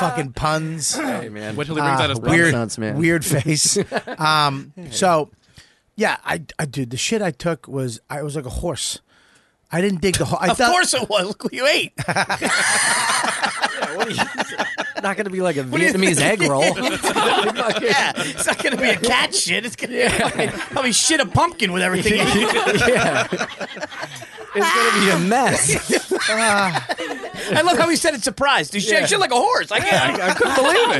fucking puns. Hey, man. Wait till he brings Ah, out his Ah, weird, Renaissance man. weird face. Um, so, yeah, I, I, dude, the shit I took was I was like a horse. I didn't dig the hole. I of thought, course it was. Look what you ate. not going to be like a What do you Vietnamese egg think? roll. yeah, it's not gonna be a cat shit. It's gonna be fucking, probably shit a pumpkin with everything. in it. yeah. It's going to be a mess. I love how he said it surprised. He shit, Yeah. shit like a horse. I can't. I couldn't believe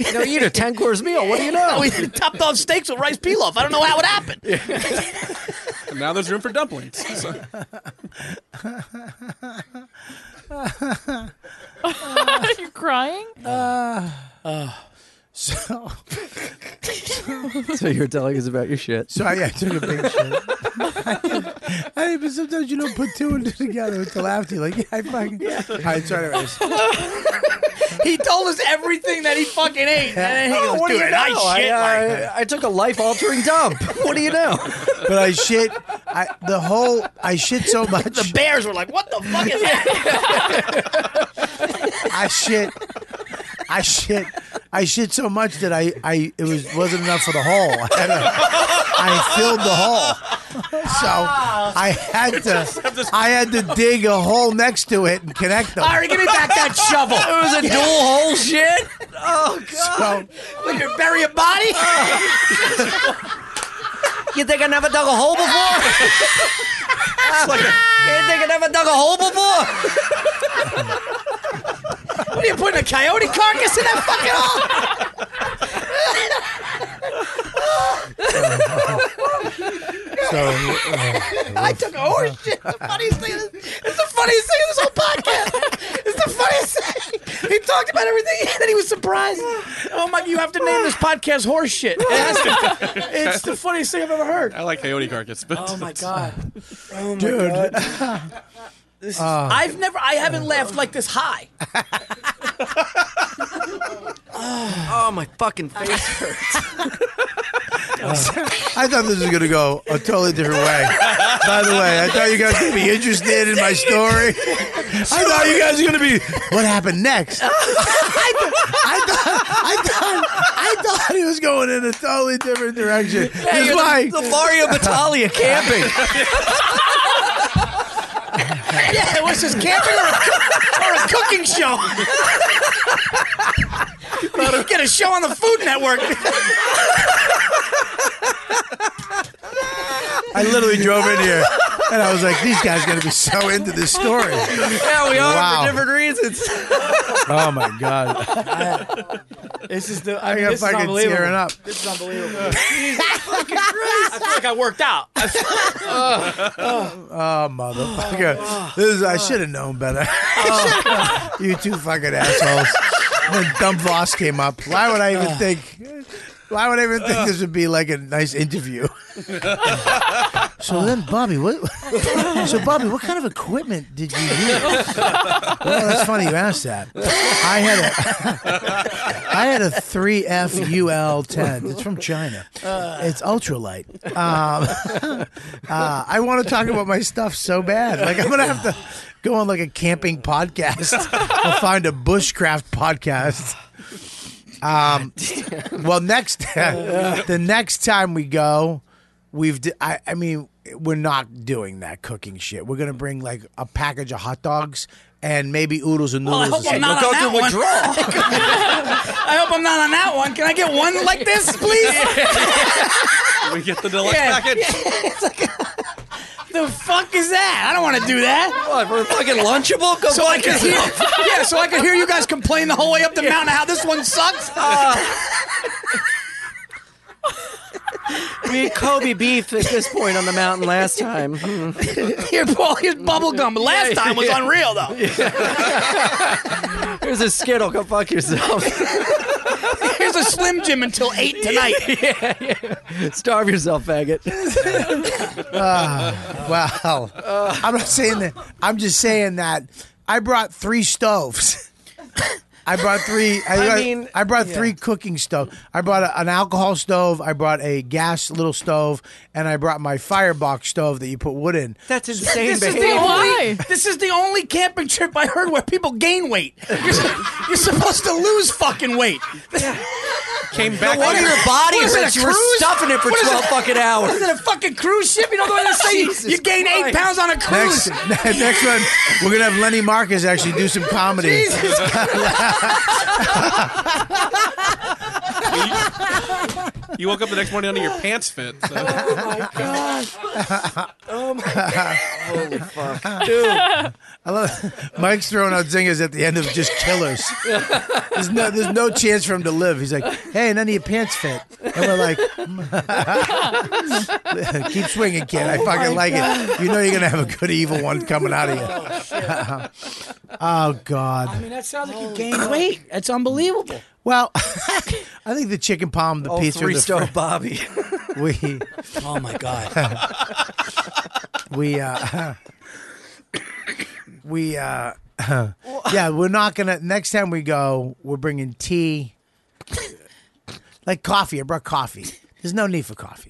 it. You know, you eat a 10 course meal. What do you know? we topped off steaks with rice pilaf. I don't know how it happened. And now there's room for dumplings. So- Are you crying? So, So you're telling us about your shit. so I, I took a big shit. I mean, but sometimes you don't put two and two together until after. You're Like, yeah, I fucking. All right, sorry. anyways. He told us everything that he fucking ate, and then he Oh, goes, what do "Dude, you know? I shit I, like." I, I took a life altering dump. What do you know? but I shit. I the whole I shit so much. The bears were like, "What the fuck is that?" I shit. I shit. I shit so much that I, I it was wasn't enough for the hole. I, had a, I filled the hole, so I had to I had to dig a hole next to it and connect them. All right, give me back that shovel. It was a dual hole shit. Oh So, Would you bury a body? You think I never dug a hole before? you think I never dug a hole before? What are you putting a coyote carcass in that fucking hole? so I took a horse shit. The funniest thing. Is, it's the funniest thing in this whole podcast. It's the funniest thing. He talked about everything, and then he was surprised. Oh my! You have to name this podcast horse shit. It has to- it's the funniest thing I've ever heard. I like coyote carcass, but Oh my god! Oh my dude, god! This is, I've never, I haven't laughed like this high. Oh, my fucking face hurts. I thought this was gonna go a totally different way. By the way, I thought you guys would be interested in my story. I thought you guys were gonna be what happened next. I, thought, I thought I thought I thought he was going in a totally different direction. That's you're why the, the Mario Battaglia camping. Yeah, it was just camping or a, or a cooking show. You get a show on the Food Network. I literally drove in here and I was like, these guys are gonna be so into this story. yeah, we are Wow. for different reasons. Oh my god. This is the. I got fucking tearing up. This is unbelievable. I feel like I worked out. Oh Oh. motherfucker! This is, I should have known better. you two fucking assholes. When Dumb Voss came up, why would I even think? Why would I even think this would be like a nice interview? so then, Bobby, what? So Bobby, what kind of equipment did you use? Well, that's funny you asked that. I had a, I had a 3FUL10. It's from China. It's ultralight. Um, uh, I want to talk about my stuff so bad. Like I'm gonna have to go on like a camping podcast. I'll find a bushcraft podcast. Um, well, next the next time we go, we've d I I I mean we're not doing that cooking shit. We're gonna bring like a package of hot dogs and maybe oodles and Well, I noodles. hope or I'm something. not on that one. I hope hope I'm not on that one. Can I get one like this, please? we get the deluxe Yeah. package. It's like, the fuck is that? I don't want to do that. What, for fucking Lunchable? Go so I fuck can hear, yourself. yeah, so I can hear you guys complain the whole way up the mountain how this one sucks. We had Kobe beef at this point on the mountain last time. Here, Paul, here's bubble gum. Last time was unreal, though. Here's a Skittle. Go fuck yourself. Here's a Slim Jim until eight tonight. yeah, yeah. Starve yourself, faggot. Ah, well, Uh. I'm not saying that. I'm just saying that I brought three stoves. I brought three. I, I brought- mean, I brought yeah. three cooking stoves. I brought a, an alcohol stove. I brought a gas little stove, and I brought my firebox stove that you put wood in. That's This is, the only, this is the only camping trip I heard where people gain weight. You're, su- you're supposed to lose fucking weight. Came No wonder your body What is it, hurts. a You were cruise? stuffing it for What is 12 fucking hours. What is it, a fucking cruise ship? You know the way they say you- Jesus you gain eight Christ. pounds on a cruise? Next, next one, we're gonna have Lenny Marcus actually do some comedy. Jesus. You woke up the next morning under your pants fit. So. Oh my gosh. Oh my god. Holy fuck. Dude. I love Mike's throwing out zingers at the end of just killers. There's no, there's no chance for him to live. He's like, hey, none of your pants fit. And we're like, keep swinging, kid. I Oh fucking my like it. God. You know you're gonna have a good evil one coming out of you. oh I God. mean, that sounds like you gained weight. That's unbelievable. Well, I think the chicken palm, the Oh, pizza, three the star fr- Bobby. We, Oh my god. we, uh, we, uh, yeah, we're not gonna. Next time we go, we're bringing tea, like coffee. I brought coffee. There's no need for coffee.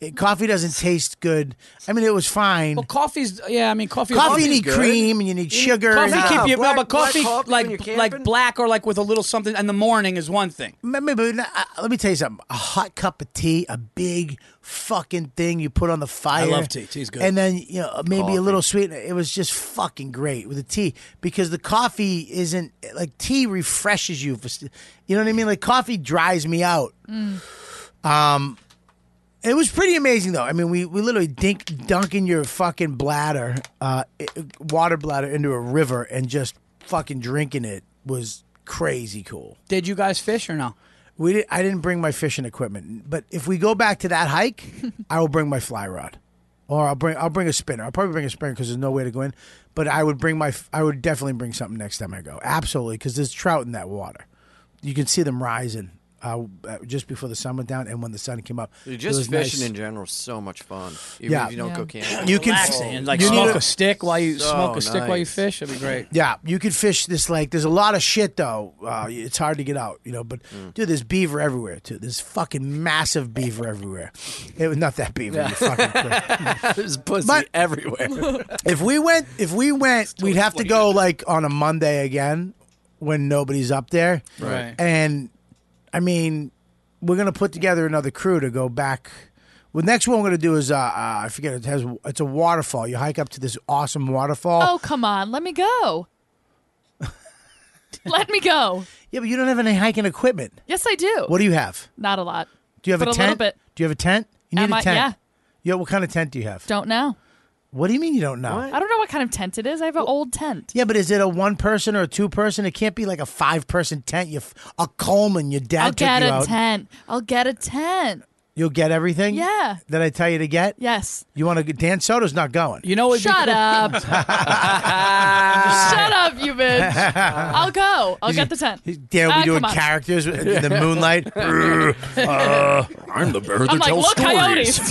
It, coffee doesn't taste good. I mean, it was fine. Well, coffee's yeah. I mean, coffee coffee. you coffee's need good. cream and you need sugar. Coffee and- keep you black- no, but black coffee, coffee when like you're like camping? black or like with a little something in the morning is one thing. Ma- ma- but not- uh, let me tell you something. A hot cup of tea, a big fucking thing you put on the fire. love tea. Tea's good. And then you know maybe Coffee. a little sweet. It was just fucking great with the tea because the coffee isn't like tea refreshes you. For, st- you know what I mean? Like coffee dries me out. Mm. Um, it was pretty amazing though. I mean, we we literally dink dunking your fucking bladder, uh, it- water bladder into a river and just fucking drinking it was crazy cool. Did you guys fish or no? We did, I didn't bring my fishing equipment, but if we go back to that hike, I will bring my fly rod, or I'll bring I'll bring a spinner. I'll probably bring a spinner because there's no way to go in. But I would bring my f- I would definitely bring something next time I go. Absolutely, because there's trout in that water. You can see them rising uh, uh, just before the sun went down and when the sun came up. Dude, It Just was fishing nice. in general is so much fun. Even Yeah. if you don't Yeah. go camping. You can- Relaxing and like You need smoke a- a stick while you So smoke a stick while you nice. fish. That'd be great. Yeah, you could fish this lake. There's a lot of shit though. Uh, it's hard to get out, you know. But dude, there's beaver everywhere too. There's fucking massive beaver everywhere. It was not that beaver. You fucking prick. There's pussy But- everywhere. If we went, if we went, we'd have to go like on a Monday again when nobody's up there. Right. And I mean, we're gonna put together another crew to go back. Well, next one we're gonna do is uh, uh I forget it has it's a waterfall. You hike up to this awesome waterfall. Oh, come on. Let me go. let me go. Yeah, but you don't have any hiking equipment. Yes, I do. What do you have? Not a lot. Do you have But a a tent? little bit. Do you have a tent? You need Am a I- tent. yeah. Yeah. What kind of tent do you have? Don't know. What do you mean you don't know? I don't know what kind of tent it is. I have an old tent. Yeah, but is it a one person or a two person? It can't be like a five person tent. You, f- a Coleman, your dad I'll took get you a out. tent. I'll get a tent. You'll get everything. Yeah. That I tell you to get. Yes. You want to? Dan Soto's not going. You know what? Shut up. Shut up, you bitch. I'll go. I'll get the tent. Dan will be Ah, doing come on. characters in the moonlight. Uh, I'm the bird I'm like, look, coyotes.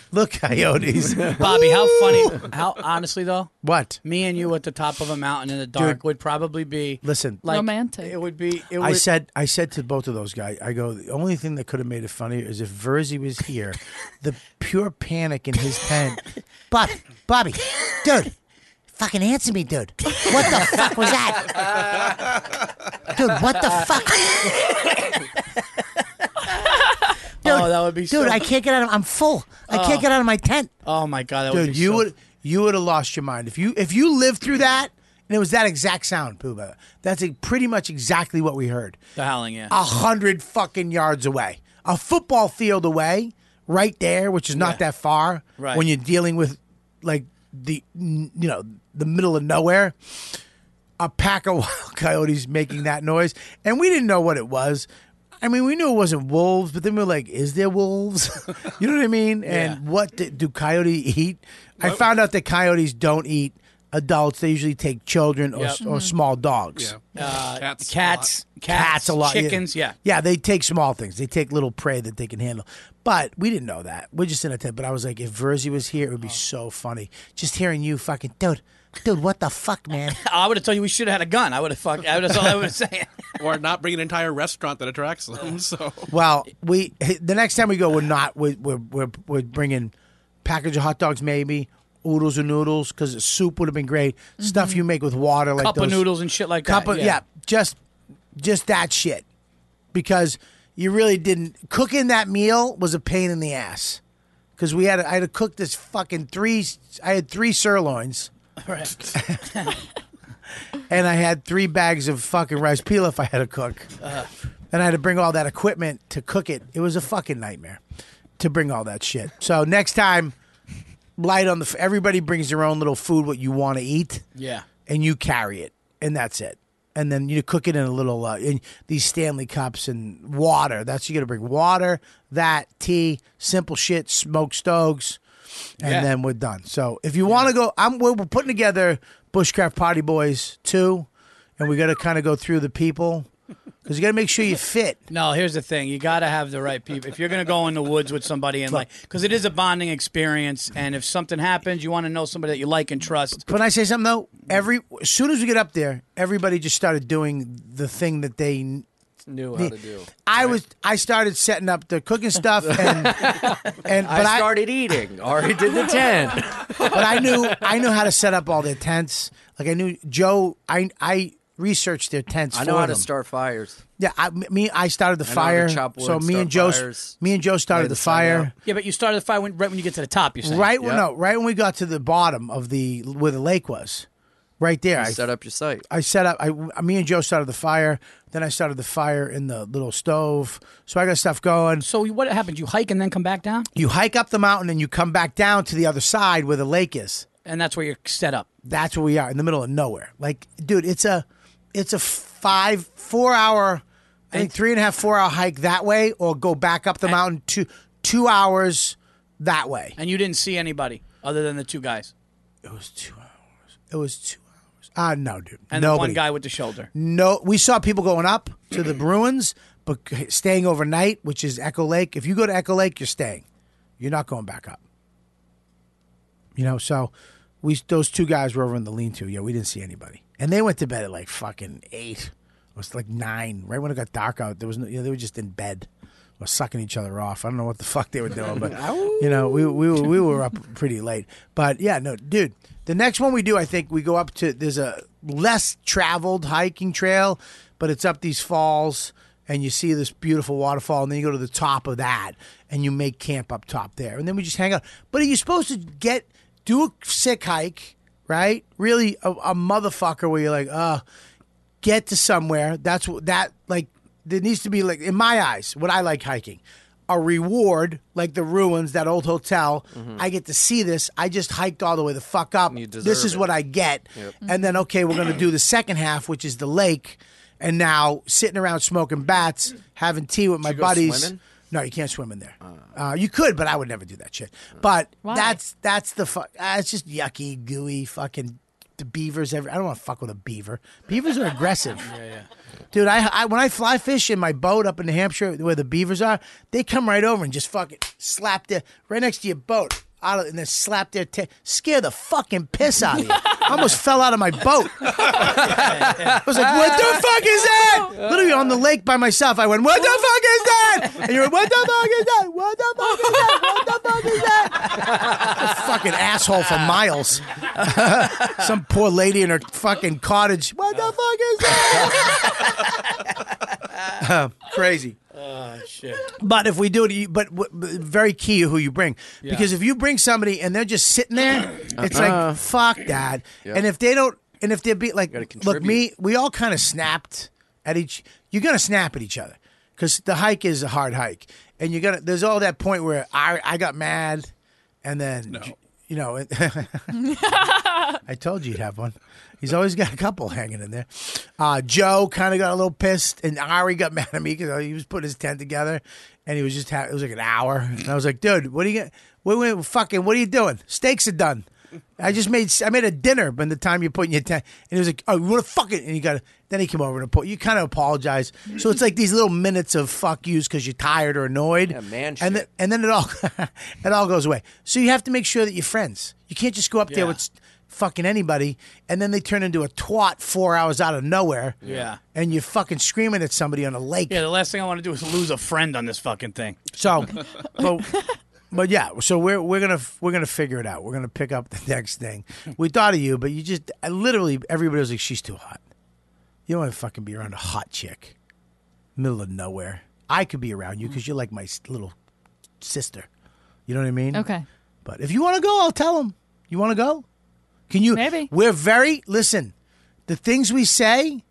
look, coyotes. Bobby, how funny! How honestly though, What? me and you at the top of a mountain in the dark Dude. would probably be Listen. like Romantic. It would be. It would, I said, I said to both of those guys, I go, the only thing that could have made it funnier is if Verzi was here, the pure panic in his pen. Bobby, Bobby, dude, fucking answer me, dude. What the fuck was that? Dude, what the fuck? oh, that would be. so, Dude, I can't get out of. I'm full. I can't get out of my tent. Oh my god, that would Dude, be you so- would you would have lost your mind if you if you lived through that. And it was that exact sound, Pooh Bah. That's like, pretty much exactly what we heard. The howling, yeah. A hundred fucking yards away, a football field away, right there, which is not that far. Right. When you're dealing with like the n- you know the middle of nowhere, a pack of wild coyotes making that noise, and we didn't know what it was. I mean, we knew it wasn't wolves, but then we were like, "Is there wolves?" you know what I mean? And what do, do coyote eat? I found out that coyotes don't eat adults; they usually take children or, Yep. s or Mhm. small dogs. Uh, cats, cats, cats, Cats a lot. chickens. Yeah. Yeah, they take small things. They take little prey that they can handle. But we didn't know that. We're just in a tent. But I was like, if Verzi was here, it Oh. would be so funny. Just hearing you fucking, dude, dude, what the fuck, man? I would have told you we should have had a gun. I would have fucked. That's all I would say. or not bring an entire restaurant that attracts them. So well, we the next time we go, we're not. We're we're we're, we're bringing package of hot dogs, maybe oodles and noodles, because soup would have been great. Stuff you make with water, like Mm-hmm. Cup of those- noodles and shit like cup that, Of, yeah. yeah, just just that shit, because you really didn't cooking that meal was a pain in the ass, because we had I had to cook this fucking three. I had three sirloins. and I had three bags of fucking rice pilaf I had to cook. Uh. And I had to bring all that equipment to cook it. It was a fucking nightmare to bring all that shit. So next time, light on the. f- Everybody brings their own little food, what you want to eat, Yeah. and you carry it, and that's it. And then you cook it in a little uh, in these Stanley cups and water. That's you got to bring water, that tea, simple shit, smoke stoves, and Yeah. then we're done. So if you want to go, I'm we're, we're putting together Bushcraft Potty Boys two, and we got to kind of go through the people because you got to make sure you fit. No, here's the thing. You got to have the right people. If you're going to go in the woods with somebody and like, because it is a bonding experience, and if something happens, you want to know somebody that you like and trust. Can I say something though? Every as soon as we get up there, everybody just started doing the thing that they Knew how to do. I was I started setting up the cooking stuff and and but I started eating. Ari did the tent. but I knew I knew how to set up all their tents. Like I knew Joe. I I researched their tents. I know for how to them. start fires. Yeah, I, me. I started the I know how to fire. chop wood, so me start and Joe. fires, Me and Joe started lay the the sun fire. out. Yeah, but you started the fight when, right when you get to the top. You're saying Right when no, right when we got to the bottom of the where the lake was, right there. You I set up your site. I set up. I me and Joe started the fire. Then I started the fire in the little stove. So I got stuff going. So what happened? You hike and then come back down, You hike up the mountain and you come back down to the other side where the lake is. and that's where you're set up. That's where we are in the middle of nowhere. Like, dude, it's a, it's a five four hour, I think three and a half four hour hike that way, or go back up the mountain two two hours that way. And you didn't see anybody other than the two guys. It was two hours. It was two hours. Ah, no, dude. And the Nobody. one guy with the shoulder. No, we saw people going up to the Bruins, but staying overnight, which is Echo Lake. If you go to Echo Lake, you're staying. You're not going back up. You know, so we those two guys were over in the lean-to. Yeah, we didn't see anybody, and they went to bed at like fucking eight. It was like nine, right when it got dark out. There was no, you know, they were just in bed, or sucking each other off. I don't know what the fuck they were doing, but you know, we we were, we were up pretty late. But yeah, no, dude. The next one we do, I think we go up to there's a less traveled hiking trail, but it's up these falls and you see this beautiful waterfall and then you go to the top of that and you make camp up top there. And then we just hang out. But are you supposed to get do a sick hike, right? Really a, a motherfucker where you're like, uh, get to somewhere. That's what that like there needs to be like in my eyes, what I like hiking. A reward, like the ruins, that old hotel. Mhm. I get to see this. I just hiked all the way the fuck up. This deserve is it. what I get. Yep. And then okay, we're gonna do the second half, which is the lake. And now sitting around smoking bats, having tea with my you go buddies. swimming? No, you can't swim in there. Uh, you could, but I would never do that shit. But that's that's the fuck. Uh, it's just yucky, gooey, fucking the beavers. Every I don't want to fuck with a beaver. Beavers are aggressive. Dude, I, I when I fly fish in my boat up in New Hampshire where the beavers are, they come right over and just fucking slap their right next to your boat out of, and then slap their tail, scare the fucking piss out of you. I almost fell out of my boat. I was like, "What the fuck is that?" Literally on the lake by myself. I went, "What the fuck is that?" And you're like, "What the fuck is that? What the fuck is that? What the fuck is that?" fucking asshole for miles. Some poor lady in her fucking cottage. What the fuck is Oh. that? Uh, Crazy. Oh shit. But if we do it, but, w- but very key who you bring. Yeah. Because if you bring somebody and they're just sitting there, it's Uh-huh. Uh-uh. like fuck that. Yeah. And if they don't And if they're be like, look, me, we all kind of snapped at each. You're gonna snap at each other because the hike is a hard hike, and you're gonna. There's all that point where I I got mad, and then you know. It, I told you you'd have one. He's always got a couple hanging in there. Uh, Joe kind of got a little pissed, and Ari got mad at me because he was putting his tent together, and he was just ha- it was like an hour, and I was like, dude, what are you? get- What, what fucking? What are you doing? Steaks are done. I just made I made a dinner by the time you're putting your tent, and he was like, oh, you want to fuck it? And he got then he came over and apo- you kind of apologize. So it's like these little minutes of fuck yous because you're tired or annoyed, man and then and then it all it all goes away. So you have to make sure that you're friends. You can't just go up there Yeah. with s- fucking anybody, and then they turn into a twat four hours out of nowhere. Yeah. And you're fucking screaming at somebody on a lake. Yeah, the last thing I want to do is lose a friend on this fucking thing. So, but, but yeah. So we're we're gonna we're gonna figure it out. We're gonna pick up the next thing. We thought of you, but you just I literally everybody was like, she's too hot. You don't want to fucking be around a hot chick, middle of nowhere. I could be around you because you're like my s- little sister. You know what I mean? Okay. But if you want to go, I'll tell them. You want to go? Can you? Maybe. We're very listen. The things we say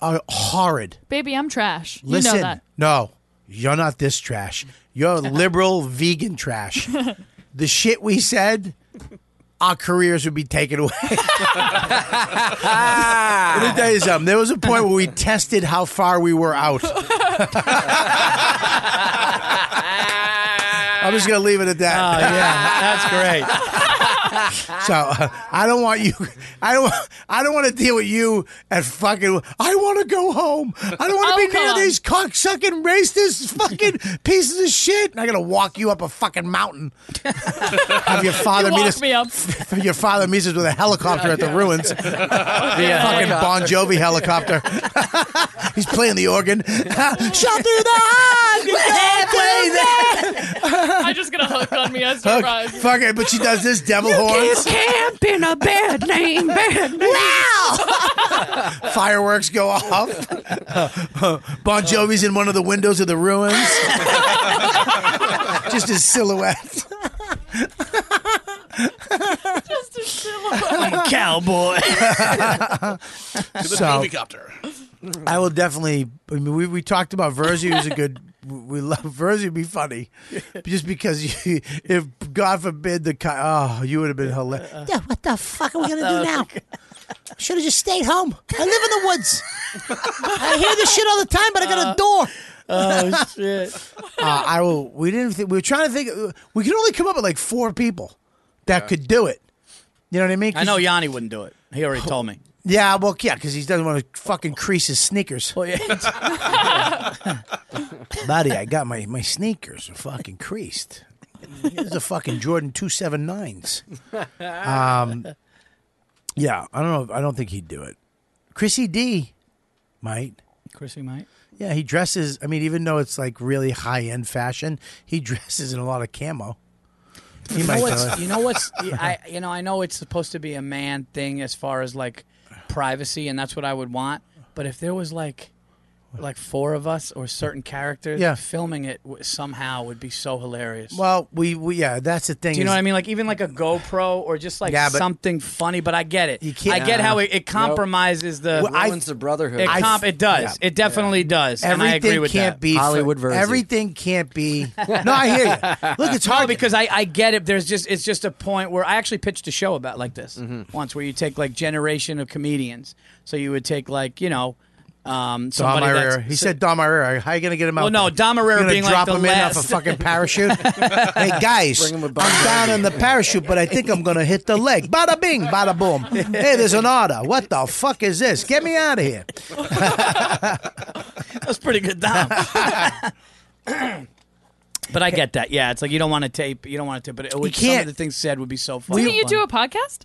are horrid. Baby, I'm trash. Listen, you know that. no, you're not this trash. You're liberal vegan trash. the shit we said, our careers would be taken away. Let me tell you something. There was a point where we tested how far we were out. I'm just gonna leave it at that. Oh yeah, that's great. So uh, I don't want you. I don't. I don't want to deal with you and fucking. I want to go home. I don't want to Oh, be come near on. these cocksucking racist fucking pieces of shit. And I gotta walk you up a fucking mountain. Have your father You meet walk us. me up. Your father meets us with a helicopter at the ruins. Yeah. Fucking Bon Jovi helicopter. He's playing the organ. Shout through the heart. We're halfway there. I just gonna hook on me as Fuck- surprise. Fuck it, but she does this devil horns. camp in a bad name, bad name. Fireworks go off. bon Jovi's in one of the windows of the ruins. Just a silhouette. Just a silhouette. I'm a cowboy. To the So- copter. I will definitely. I mean, we, we talked about Verzi was a good. We love Verzi would be funny, just because you, if God forbid the co- oh you would have been hilarious. Uh, Yeah, what the fuck are we Oh gonna do now? Should have just stayed home. I live in the woods. I hear this shit all the time, but I Uh. got a door. Oh shit! uh, I will. We didn't. Think, we were trying to think. We could only come up with like four people that could do it. You know what I mean? 'Cause- I know Yanni wouldn't do it. He already told me. Yeah, well, yeah, because he doesn't want to fucking crease his Oh, sneakers. Well, yeah. Buddy, I got my my sneakers are fucking creased. Here's a fucking Jordan two seven nines. Um, yeah, I don't know. I don't think he'd do it. Chrissy D might. Chrissy might. Yeah, he dresses. I mean, even though it's like really high end fashion, he dresses in a lot of camo. He You know might. do what's, it. you know what's I you know I know it's supposed to be a man thing as far as like privacy and that's what I would want. But if there was like like four of us or certain characters, Yeah. filming it w- somehow would be so hilarious. Well, we, we yeah, that's the thing. Do you know is- what I mean? Like even like a GoPro or just like Yeah, but- something funny. But I get it. You can't- I get how it, Nah. it compromises the Well, I- Ruins the brotherhood. It, I- comp- it does. Yeah. It definitely does. Everything and I agree with can't that. be for, Everything can't be. No, I hear you. Look, it's No, hard because I, I get it. There's just it's just a point where I actually pitched a show about like this once, where you take like generation of comedians. So you would take like you know, um, Dom somebody Herrera. that's- He said Dom Herrera. How are you going to get him out? Well, no, there? Dom Herrera You're gonna being like drop the him in off last- a fucking parachute. hey guys, I'm down in the parachute, but I think I'm going to hit the leg. Bada bing, bada boom. Hey, there's an order. What the fuck is this? Get me out of here. That's pretty good, Dom. but I get that. Yeah, it's like you don't want to tape. You don't want to tape. But it would, some of can't. the things said would be so funny. Didn't you do a podcast?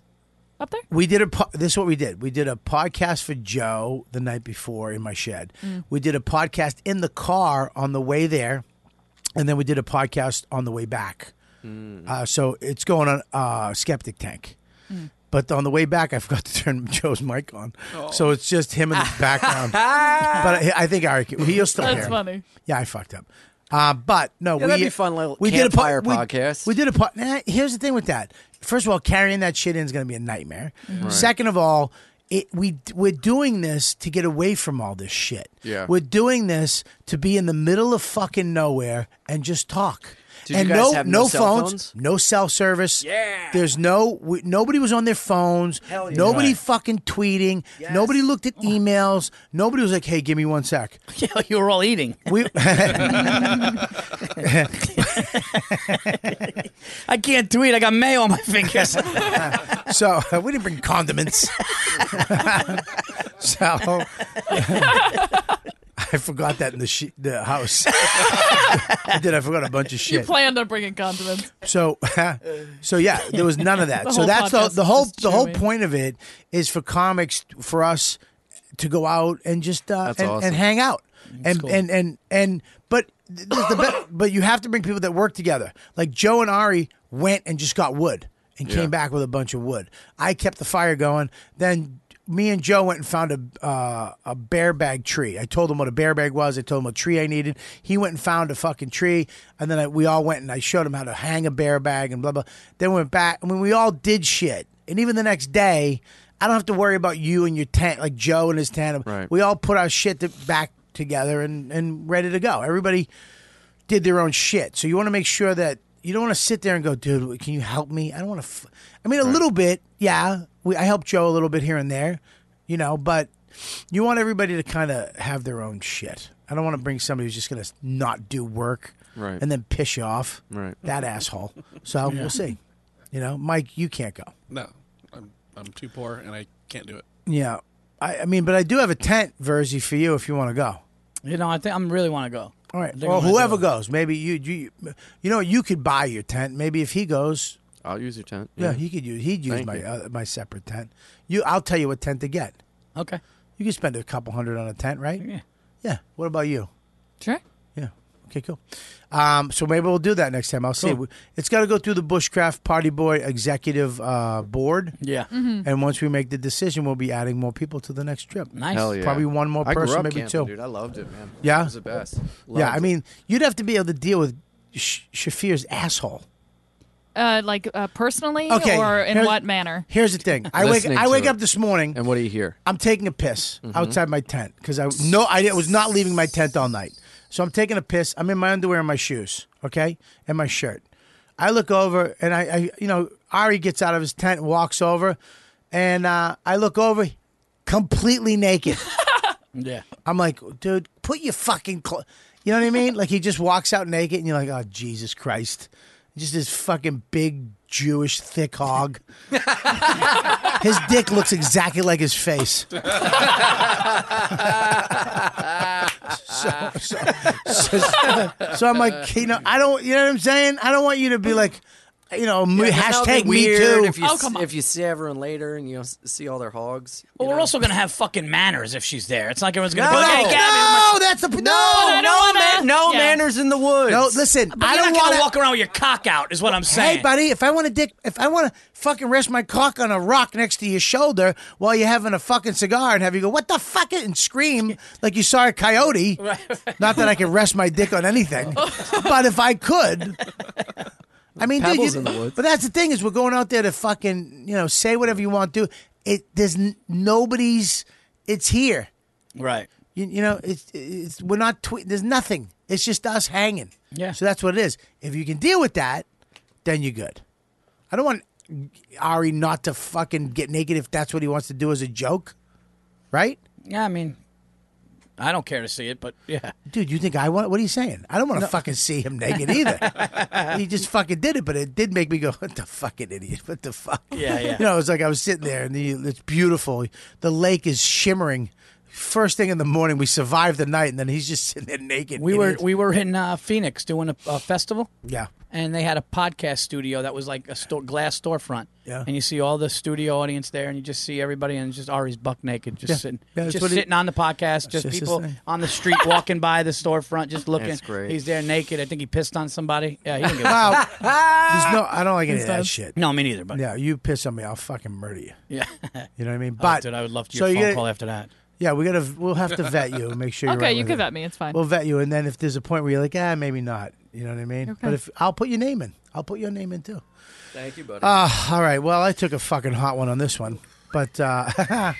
Up there? We did a. Po- this is what we did. We did a podcast for Joe the night before in my shed. Mm. We did a podcast in the car on the way there, and then we did a podcast on the way back. Uh, so it's going on uh, Skeptic Tank. Mm. But on the way back, I forgot to turn Joe's mic on, Oh. so it's just him in the background. but I, I think Ari, can- he'll still That's hear. him. funny. Yeah, I fucked up. Uh, but no, Yeah, we, that'd be fun little we did a po- campfire we- podcast. We did a po- nah, Here's the thing with that. First of all, carrying that shit in is going to be a nightmare. Mhm. Right. Second of all, it we we're doing this to get away from all this shit. Yeah. We're doing this to be in the middle of fucking nowhere and just talk. Did you and guys no, have no, no cell phones, phones? no cell service. Yeah. There's no we, nobody was on their phones. Hell yeah. Nobody Right. fucking tweeting. Nobody looked at emails. Nobody was like, "Hey, give me one sec." Yeah, you were all eating. We I can't tweet. I got mayo on my fingers. so we didn't bring condiments. so I forgot that in the sh- the house. I did. I forgot a bunch of You shit. planned on bringing condiments. So, so yeah, there was none of that. The so whole that's the podcast the whole is just the whole chewy. point of it is for comics for us to go out and just uh, That's and, awesome. and hang out and, cool. and and and but th- this is the be- but you have to bring people that work together. Like Joe and Ari went and just got wood and Yeah. came back with a bunch of wood. I kept the fire going. Then me and Joe went and found a uh, a bear bag tree. I told him what a bear bag was. I told him what tree I needed. He went and found a fucking tree, and then I, we all went and I showed him how to hang a bear bag and blah blah. Then we went back. I mean, we all did shit. And even the next day, I don't have to worry about you and your tent, like Joe and his tent. We all put our shit to, back together and and ready to go. Everybody did their own shit. So you want to make sure that you don't want to sit there and go, dude, can you help me? I don't want to. F-. I mean, a little bit, yeah. We, I helped Joe a little bit here and there, you know, but you want everybody to kind of have their own shit. I don't want to bring somebody who's just going to not do work Right. and then piss you off. Right. That asshole. So Yeah. we'll see. You know, Mike, you can't go. No, I'm I'm too poor and I can't do it. Yeah. I, I mean, but I do have a tent, Verzi, for you if you want to go. You know, I think I am really want to go. All right. I think Well, I'm gonna whoever do goes, maybe you, you, you know, you could buy your tent. Maybe if he goes, I'll use your tent. Yeah, he could use. He'd use Thank my you. uh, my separate tent. You, I'll tell you what tent to get. Okay. You can spend a couple hundred on a tent, right? Yeah. Yeah. What about you? Sure. Yeah. Okay. Cool. Um, so maybe we'll do that next time. I'll Cool. see. It's got to go through the Bushcraft Party Boy Executive uh, Board. Yeah. Mhm. And once we make the decision, we'll be adding more people to the next trip. Nice. Hell yeah. Probably one more I grew person, up maybe camping, two. Dude, I loved it, man. Yeah. It was the best. yeah. Loved I it. mean, you'd have to be able to deal with Sh- Shafir's asshole. Uh, like uh, personally, Okay, or in here's- what manner? Here's the thing. I wake Listening I to wake it. up this morning. And Mm-hmm. what do you hear? I'm taking a piss outside my tent because I no I didn't- was not leaving my tent all night. So I'm taking a piss. I'm in my underwear and my shoes, okay, and my shirt. I look over and I, I you know Ari gets out of his tent and walks over, and uh, I look over, completely naked. Yeah. I'm like, dude, put your fucking clothes. You know what I mean? Like he just walks out naked, and you're like, oh Jesus Christ, just this fucking big Jewish thick hog. his dick looks exactly like his face. so, so, so, so I'm like, you know, I don't, you know what I'm saying? I don't want you to be like, you know, me- Yeah, 'cause that'll be hashtag me weird too. If you, if you see everyone later and you know, s- see all their hogs, Well, we're also gonna have fucking manners if she's there. It's not like everyone's gonna No, be like, "Hey, no. Gabby, no, that's the no, no, wanna- man, no Yeah. manners in the woods. No, listen, But I you're don't not want gonna to walk around with your cock out, is what I'm saying. Hey, buddy, if I want to dick, if I want to fucking rest my cock on a rock next to your shoulder while you're having a fucking cigar and have you go, what the fuck, it," and scream like you saw a coyote. Not that I can rest my dick on anything, but if I could. I mean, dude, Pebbles you- in the woods. but that's the thing is we're going out there to fucking you know say whatever you want to. It there's n- nobody's. It's here. Right. You, you know, it's it's we're not tweeting. There's nothing. It's just us hanging. Yeah. So that's what it is. If you can deal with that, then you're good. I don't want Ari not to fucking get naked if that's what he wants to do as a joke, right? Yeah, I mean, I don't care to see it, but yeah. Dude, you think I want? What are you saying? I don't want to fucking see him naked either. he just fucking did it, but it did make me go, "What the fucking idiot? What the fuck?" Yeah, yeah. You know, it's like I was sitting there, and the, it's beautiful. The lake is shimmering. First thing in the morning, we survived the night, and then he's just sitting there naked. We were idiot. we were in uh, Phoenix doing a, a festival. Yeah. And they had a podcast studio that was like a sto- glass storefront. Yeah. And you see all the studio audience there, and you just see everybody, and it's just Ari's buck naked, just Yeah. sitting, Yeah, that's just what he- sitting on the podcast, just, just his people thing. on the street walking by the storefront, just looking. That's great. He's there naked. I think he pissed on somebody. Yeah, he didn't give a Wow. fuck. There's no, I don't like any of that Instead. shit. No, me neither. But Yeah, you piss on me, I'll fucking murder you. yeah. You know what I mean? Oh, But dude, I would love to so your you phone gotta- call after that. Yeah, we gotta. We'll have to vet you. and Make sure. You're Okay, right you with can it. vet me, it's fine. We'll vet you, and then if there's a point where you're like, ah, maybe not. You know what I mean? But Okay. if I'll put your name in, I'll put your name in too. Thank you, buddy. Ah, all right. Well, I took a fucking hot one on this one, but uh,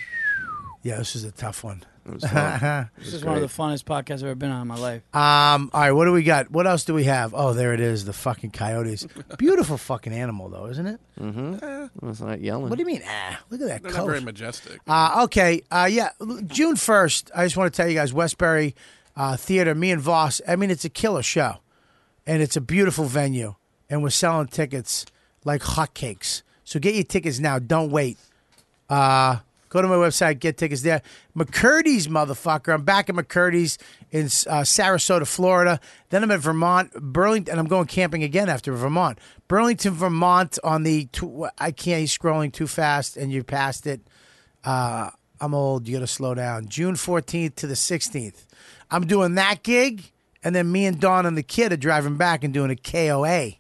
Yeah, this is a tough one. This is one of the funnest podcasts I've ever been on in my life. Um, all right, what do we got? What else do we have? Oh, there it is, the fucking coyotes. Beautiful fucking animal, though, isn't it? Eh. Mm-hmm. It's not yelling. What do you mean? Ah, look at that They're coat. not very majestic. Uh, okay, uh, yeah, l- June first. I just want to tell you guys, Westbury uh, Theater. Me and Voss. I mean, it's a killer show, and it's a beautiful venue, and we're selling tickets like hotcakes. So get your tickets now. Don't wait. Uh, go to my website, get tickets there. McCurdy's, motherfucker. I'm back at McCurdy's in uh, Sarasota, Florida. Then I'm at Vermont, Burlington, and I'm going camping again after Vermont. Burlington, Vermont on the. Tw- I can't, he's scrolling too fast, and you passed it. Uh, I'm old. You got to slow down. June 14th to the 16th. I'm doing that gig, and then me and Don and the kid are driving back and doing a KOA.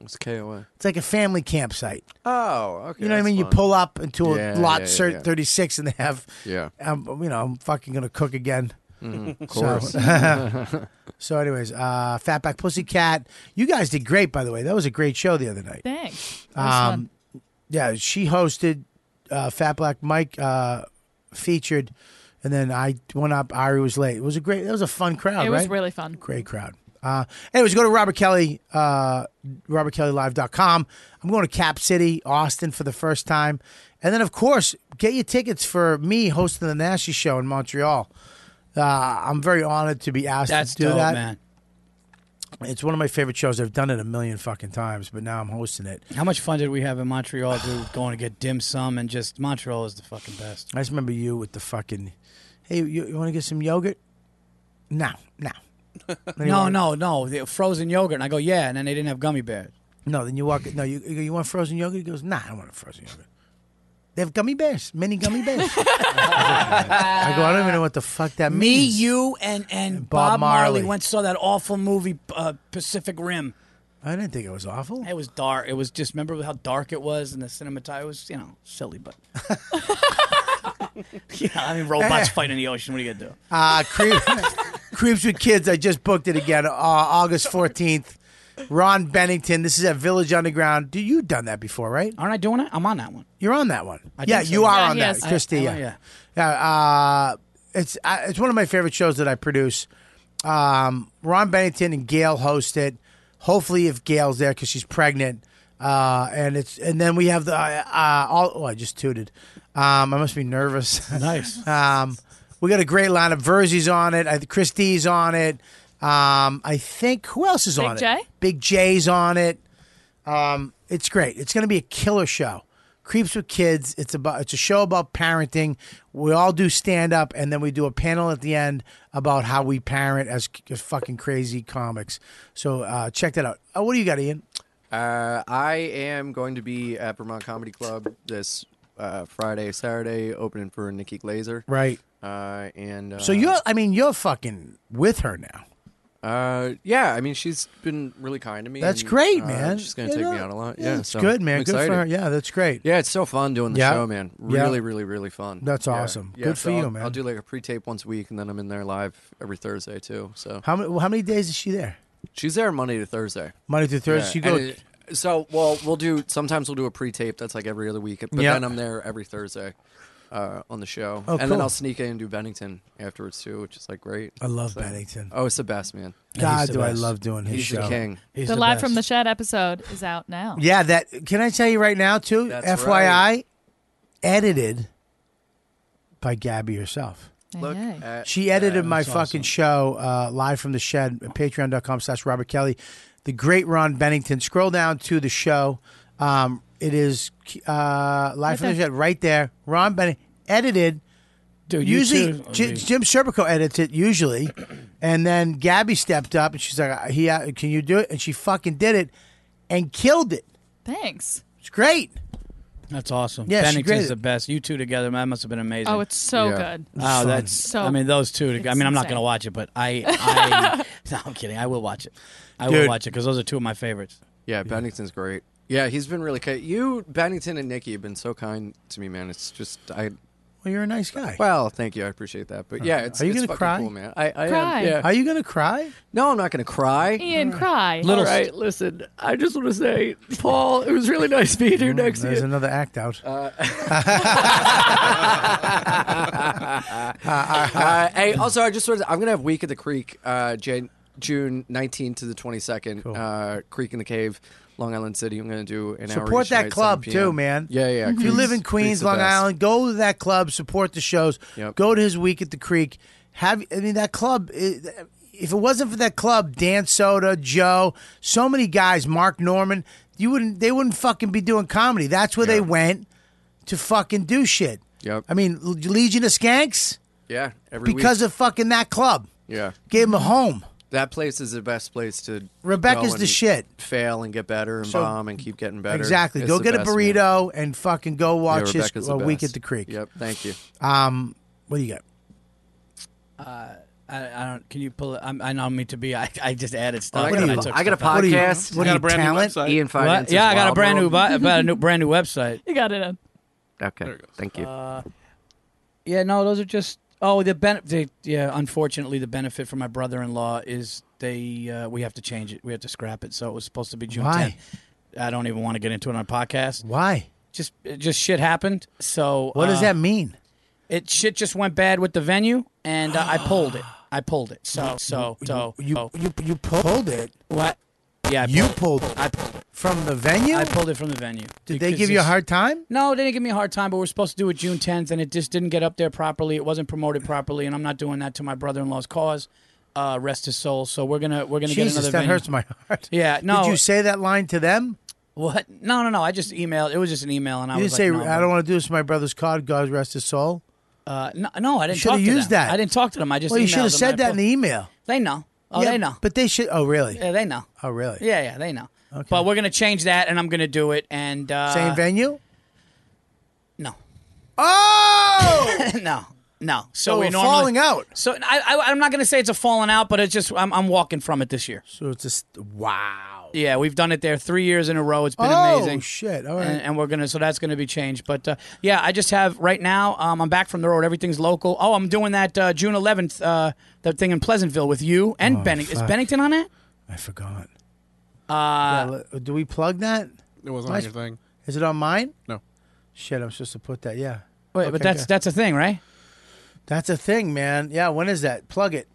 It's KOA. It's like a family campsite. Oh, okay. You know what I that's mean? You fun. pull up into a Yeah, lot yeah, cert yeah. 36 and they have, Yeah. um, you know, I'm fucking going to cook again. Mhm, of So, course. so anyways, uh, Fatback Pussycat. You guys did great, by the way. That was a great show the other night. Thanks. That was Um, yeah, she hosted uh, Fat Black Mike uh, featured, and then I went up. Ari was late. It was a great. That was a fun fun. crowd. it was right? really fun. Great crowd. Uh, anyways, go to Robert Kelly, uh, robertkellylive.com. I'm going to Cap City, Austin for the first time. And then, of course, get your tickets for me hosting the Nasty Show in Montreal. Uh, I'm very honored to be asked That's to do dope, that. man. It's one of my favorite shows. I've done it a million fucking times, but now I'm hosting it. How much fun did we have in Montreal, dude? Going to get dim sum and just Montreal is the fucking best. I just remember you with the fucking, hey, you, you want to get some yogurt? No, no. Then you No, walk- no, no. The frozen yogurt, and I go, yeah, and then they didn't have gummy bears. No, then you walk. No, you you, go, "You want frozen yogurt? He goes, nah, I don't want a frozen yogurt. They have gummy bears, mini gummy bears. I go, I don't even know what the fuck that Me, means. you, and and Bob Bob, Marley. Marley. went and saw that awful movie, uh, Pacific Rim. I didn't think it was awful. It was dark. It was just remember how dark it was, and the cinematography it was you know silly, but yeah, I mean robots fight in the ocean. What are you gonna do? Uh, creep, Creeps with Kids, I just booked it again, uh, August 14th. Ron Bennington, this is at Village Underground. Do you done that before, right? Aren't I doing it? I'm on that one. You're on that one. I yeah, think so. you are Yeah, on he that, is. Christy. I- I- yeah, yeah. Yeah, Uh, it's I it's one of my favorite shows that I produce. Um, Ron Bennington and Gail host it. Hopefully, if Gail's there because she's pregnant, uh, and it's and then we have the uh, uh, all. Oh, I just tooted. Um, I must be nervous. Nice. um, we got a great lineup. Verzi's on it. I, Christie's on it. Um, I think who else is Big on J? it? Big J's on it. Um, it's great. It's going to be a killer show. Creeps with kids. It's about. It's a show about parenting. We all do stand up, and then we do a panel at the end about how we parent as c- fucking crazy comics. So uh, check that out. Oh, what do you got, Ian? Uh, I am going to be at Vermont Comedy Club this uh, Friday, Saturday, opening for Nikki Glazer. Right. Uh, and uh, so you're. I mean, you're fucking with her now. Uh, yeah. I mean, she's been really kind to me. That's and, great, uh, man. She's gonna Yeah, take me no, out a lot. yeah, Yeah, it's so good, man. I'm Good for excited. her. Yeah, that's great. Yeah, it's so fun doing the Yeah. show, man. Yeah. Really, really, really fun. That's Yeah. awesome. Yeah, Good so for you, I'll- man. I'll do like a pre-tape once a week, and then I'm in there live every Thursday too. So How many? How many days is she there? She's there Monday to Thursday. Monday through Thursday. You go- and it- so well, we'll do. Sometimes we'll do a pre-tape. That's like every other week. But Yeah. then I'm there every Thursday uh, on the show, Oh, and then cool. I'll sneak in and do Bennington afterwards too, which is like great. I love So- Bennington. Oh, it's the best, man. God, do I love doing his He's show. the king. the, live from the shed episode is out now. Yeah, that can I tell you right now too? That's FYI, right. edited by Gabby herself. Look at She edited that. my fucking show uh, live from the shed at patreon.com slash Robert Kelly. The great Ron Bennington. Scroll down to the show. Um, it is uh, live from the there. shed right there. Ron Bennington edited. Dude, you usually too. J- Jim Serpico edits it usually, and then Gabby stepped up and she's like, "He, uh, can you do it?" And she fucking did it, and killed it. Thanks. It's great. That's awesome. Yeah, she Bennington's graded- the best. You two together, man, must have been amazing. Oh, it's so Yeah. good. Oh, Fun. that's So- I mean, those two. together. I it's mean, I'm not gonna insane. watch it, but I, I no, I'm kidding. I will watch it. I Dude. will watch it because those are two of my favorites. Yeah, Bennington's great. Yeah, he's been really kind. You, Bennington, and Nikki have been so kind to me, man. It's just I. Well, you're a nice guy. Well, thank you. I appreciate that. But yeah, it's Are you it's gonna fucking cry? cool, man. I, I am, Cry. yeah. Are you gonna cry? No, I'm not gonna cry. Ian, cry. All right, listen. I just want to say, Paul, it was really nice being here next to There's you. another act out. uh, hey, also, I just wanted to- I'm gonna have Week at the Creek, uh, Jan- June 19th to the 22nd. Uh, Creek in the Cave, Long Island City. I'm gonna do an hour Support each that night, club 7 p.m. too, man. Yeah, yeah. If you Creek's- live in Creek's Queens, the Long best. Island, go to that club. Support the shows. Go to his week at the Creek. Have I mean that club? i- If it wasn't for that club, Dan Soda, Joe, so many guys, Mark Norman, you wouldn't. They wouldn't fucking be doing comedy. That's where they went to fucking do shit. Yep. I mean, L- Legion of Skanks Yeah, every because week. of fucking that club yeah. gave them a home. That place is the best place to. Rebecca's go the and shit. Fail and get better and So- bomb and keep getting better. Exactly. It's go the get a best, man. burrito and fucking go watch yeah, his Rebecca's uh, the week at best. the Creek. Yep. Thank you. Um, what do you got? Uh, I, I don't. Can you pull it? I'm, I know me to be. I, I just added stuff. I got that a- took I got a stuff. What do you- podcast. what do you- talent? Ian What? Finance's Yeah, I got a Wild brand new, World. bu- about a new, brand new website. You got it in. Okay. Thank you. Uh, yeah, no, those are just. Oh, the benefit. Yeah, unfortunately, the benefit for my brother-in-law is they. Uh, we have to change it. We have to scrap it. So it was supposed to be June Why? 10th. I don't even want to get into it on a podcast. Why? Just, it just shit happened. So What does uh, that mean? It shit just went bad with the venue, and uh, I pulled it. I pulled it. So, so, so you you you pulled it. What? Yeah, I You pulled it. I pulled it from the venue. I pulled it from the venue. Did they Because give you a it's- hard time? No, they didn't give me a hard time, but we're supposed to do it June 10th, and it just didn't get up there properly. It wasn't promoted properly, and I'm not doing that to my brother-in-law's cause. Uh, rest his soul. So we're gonna we're gonna Jesus, get another. that venue. hurts my heart. Yeah, no. Did you say that line to them? What? No, no, no. I just emailed. It was just an email, and I you didn't was say, like, no, "I don't want to do this for my brother's card. God rest his soul." Uh, no, no, I You didn't. should talk have to used them. that. I didn't talk to them. I just. well, you emailed should have them, said and I that in the email. put- They know. Oh, Yeah, they know. But they should. Oh, really? Yeah, they know. Oh, really? Yeah, yeah, they know. But we're gonna change that, and I'm gonna do it. And uh, Same venue. No. Oh no, no. So So, we Oh, we're normally- falling out. So I, I, I'm not going to say it's a falling out, but it's just I'm, I'm walking from it this year. So it's just wow. Yeah, we've done it there three years in a row. It's been Oh, amazing. shit. All right. And, and we're gonna so that's gonna be changed. But uh, yeah, I just have right now. Um, I'm back from the road. Everything's local. Oh, I'm doing that uh, June 11th. Uh, that thing in Pleasantville with you and Oh, Bennington. Is fuck. Bennington on it? I forgot. Uh, Yeah, le- do we plug that? It wasn't Am I on your sp- thing. Is it on mine? No. Shit, I'm supposed to put that. Yeah. Wait, Okay, but that's good. that's a thing, right? that's a thing, man. Yeah. When is that? Plug it.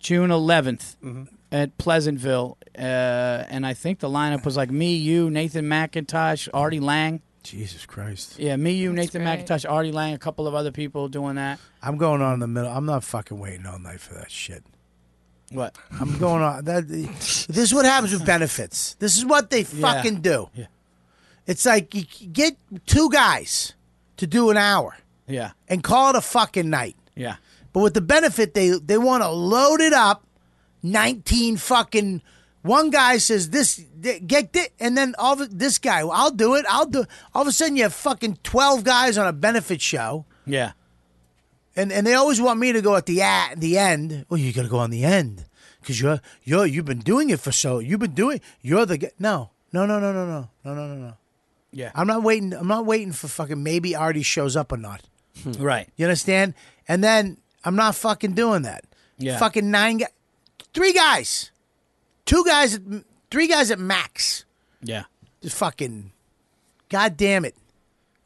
June 11th Mm-hmm. at Pleasantville. Uh, and I think the lineup was like me, you, Nathan McIntosh, Artie Lang. Jesus Christ. Yeah, me, you, Nathan great. McIntosh, Artie Lang, a couple of other people doing that. I'm going on in the middle. I'm not fucking waiting all night for that shit. What? I'm going on. That, this is what happens with benefits. This is what they fucking do. Yeah. It's like you c- get two guys to do an hour Yeah. and call it a fucking night. Yeah. But with the benefit, they they want to load it up. Nineteen fucking. One guy says this, th- get this, and then all of, this guy, "Well, I'll do it. I'll do. All of a sudden, you have fucking twelve guys on a benefit show, Yeah. and and they always want me to go at the at the end. Well, you got to go on the end because you're you're you've been doing it for so you've been doing. You're the g- no no no no no no no no no no. Yeah. I'm not waiting. I'm not waiting for fucking maybe Artie shows up or not. Right. You understand? And then I'm not fucking doing that. Yeah. Fucking nine guys, three guys, two guys, at, three guys at max. Yeah. Just fucking, god damn it,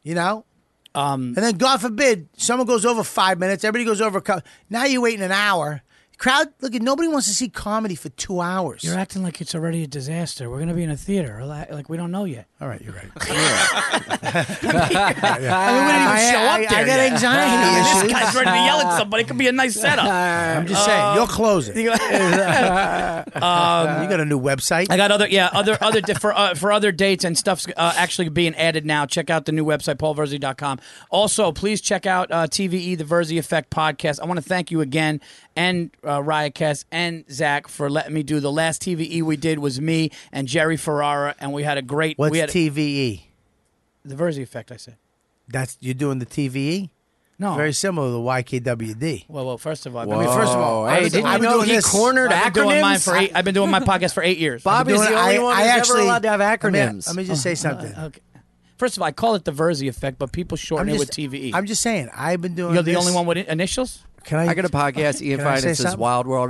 you know. Um. And then God forbid someone goes over five minutes. Everybody goes over. a cou- Now you're waiting an hour. Crowd, look at nobody wants to see comedy for two hours. You're acting like it's already a disaster. We're going to be in a theater. Relax. Like, we don't know yet. All right, you're right. I mean, we didn't even I- show I- up there. I got yet. anxiety I mean, issues. This guy's ready to yell at somebody. It could be a nice setup. I'm just saying, you'll close it. Um, you Uh, got a new website? I got other yeah other other di- for, uh, for other dates and stuff's uh, actually being added now. Check out the new website paulverzi.com. Also, please check out uh, TVE the Verzi Effect podcast. I want to thank you again and uh, Riotcast and Zach for letting me do the last TVE we did was me and Jerry Ferrara, and we had a great. What's we had TVE? the Verzi Effect? I said. That's you're doing the TVE. No. very similar to YKWd. Well, well, first of all, I mean, first of Oh, all, I was- I've been doing this- I've been doing mine for eight. I've been doing my podcast for eight years. I've been doing it- I- I actually- allowed to have let me- acronyms. Let me, just say something. Oh, okay. First of all, I call it the Verzi effect, but people shorten I'm it just- with TVE. I'm just saying, I've been doing. You're the this- only one with i- initials. Can I? I got a podcast. Ian Can I say Finance's something? Wild World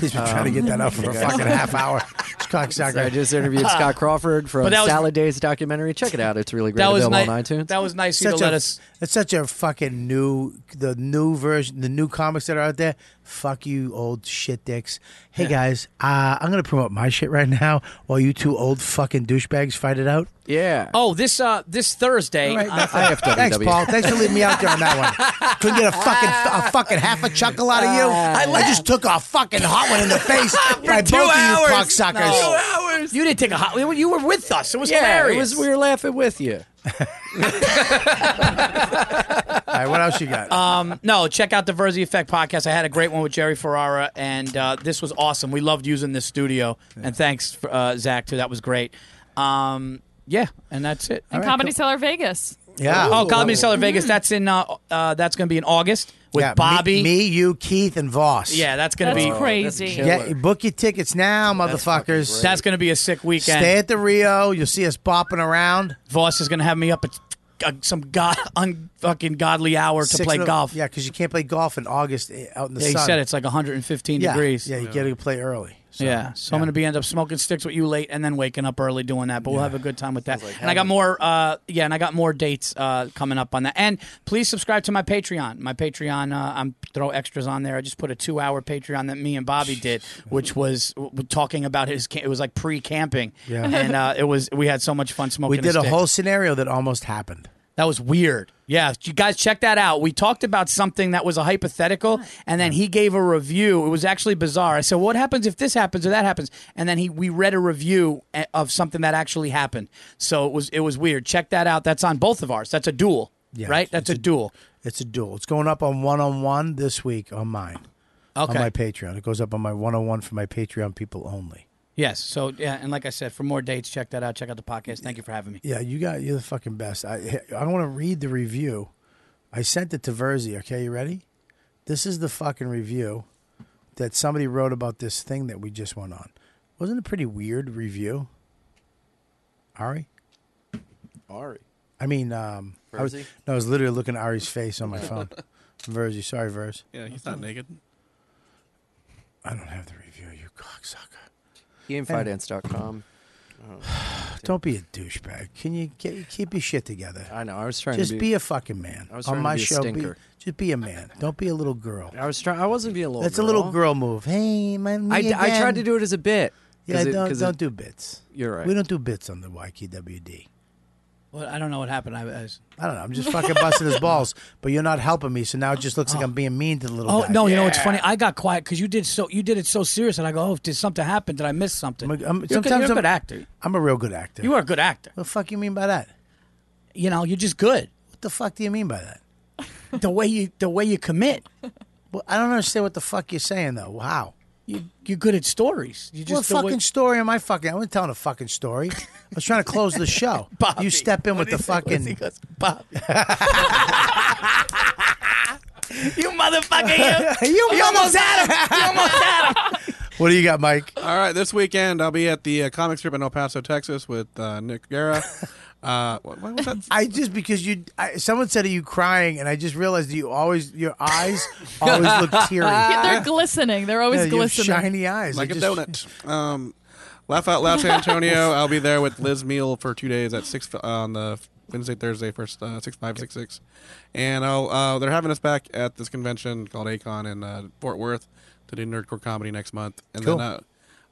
He's been trying to get Um, that up for a fucking half hour. It's cocksucker. I just interviewed Scott Crawford from But that was- Salad Days documentary. Check it out; it's really great. That was Available on ni- iTunes. That was nice of you Such to let a- us. It's such a fucking new, the new version, the new comics that are out there. Fuck you, old shit dicks. Hey guys, uh, I'm gonna promote my shit right now while you two old fucking douchebags fight it out. Yeah. Oh, this uh, this Thursday. uh, I have to. Thanks, E. Paul. Thanks for leaving me out there on that one. Couldn't get a fucking a fucking half a chuckle out of you. I, just took a fucking hot one in the face by both Uh, two of you hours. cocksuckers. No. You didn't take a hot. You were with us. It was Yeah, it hilarious. was- we were laughing with you. All right, what else you got? Um, no, check out the Verzi Effect podcast. I had a great one with Jerry Ferrara, and uh, this was awesome. We loved using this studio, and thanks, for, uh, Zach, too. That was great. Um, yeah, and that's it. And Comedy Cellar Vegas. Yeah. Oh, Comedy Cellar Vegas. That's in. Uh, uh, that's going to be in August with Mm-hmm. Yeah, me- Bobby. me, you, Keith, and Voss. Yeah, that's going to be Yeah, book your tickets now, motherfuckers. That's going to be a sick weekend. Stay at the Rio. You'll see us bopping around. Voss is going to have me up at uh, some god un- fucking godly hour to Six play in the- golf. Yeah, because you can't play golf in August eh, out in the Yeah, he sun. said it's like 115 Yeah, degrees. Yeah, you got to play early. So, yeah, so I'm going to be end up smoking sticks with you late, and then waking up early doing that. But we'll Yeah. have a good time with that. and I got more, uh, yeah, and I got more dates uh, coming up on that. And please subscribe to my Patreon. My Patreon, uh, I'm throw extras on there. I just put a two hour Patreon that me and Bobby did, which was w- w- talking about his. Ca- it was like pre camping, Yeah. and uh, it was we had so much fun smoking. We did a stick. whole scenario that almost happened. That was weird. Yeah, you guys check that out. We talked about something that was a hypothetical, and then he gave a review. It was actually bizarre. I said, "What happens if this happens or that happens?" And then he we read a review a- of something that actually happened. So it was it was weird. Check that out. That's on both of ours. That's a duel, Yeah, right? That's a, duel. It's a duel. It's going up on one on one this week on mine. Okay. On my Patreon. It goes up on my one on one for my Patreon people only. Yes. So yeah, and like I said, for more dates, check that out. Check out the podcast. Thank you for having me. Yeah, you got you're the fucking best. I I want to read the review. I sent it to Verzi. Okay, you ready? This is the fucking review that somebody wrote about this thing that we just went on. Wasn't it a pretty weird review? Ari, Ari. I mean, um, I was, Verzi? no, I was literally looking at Ari's face on my phone. Verzi, sorry, Verz. Yeah, he's not naked. I don't have the review, you cocksucker. IanFinance.com. Don't be a douchebag. Can you get, keep your shit together? I know. I was trying. Just to be, be, a fucking man. I was on trying to my be a show, stinker. just be a man. Don't be a little girl. I was trying. I wasn't being a little. That's girl. a little girl move. Hey, my me I, I again. tried to do it as a bit. 'cause Yeah, it- don't 'cause it- don't do bits. You're right. We don't do bits on the YKWd. Well, I don't know what happened. I, I was, I don't know. I'm just fucking busting his balls, but you're not helping me. So now it just looks like I'm being mean to the little Oh guy. no! You know what's funny? I got quiet because you did so. You did it so serious, and I go, "Oh, did something happen? Did I miss something?" I'm- I'm- You're a good- sometimes you're a I'm- good actor. I'm a real good actor. You are a good actor. What the fuck you mean by that? You know, you're just good. What the fuck do you mean by that? The way you the way you commit. Well, I don't understand what the fuck you're saying though. How? You you're good at stories. You what just the way- fucking story am I fucking? I wasn't telling a fucking story. I was trying to close the show. Bobby. you step in with the fucking. Bobby. you motherfucker! You, You you almost had him. You almost had him. What do you got, Mike? All right, this weekend I'll be at the uh, comic strip in El Paso, Texas, with uh, Nick Guerra. uh, what, what was that? I just because you I, someone said are you crying and I just realized you always your eyes always look teary. Yeah, they're glistening. They're always Yeah, you have glistening. shiny eyes. like I a just- donut. Um, Laugh Out Loud San Antonio. I'll be there with Liz Meal for two days at six on the Wednesday, Thursday, first uh, six five six six, and I'll uh, they're having us back at this convention called Acon in uh, Fort Worth to do nerdcore comedy next month, and Cool. then uh,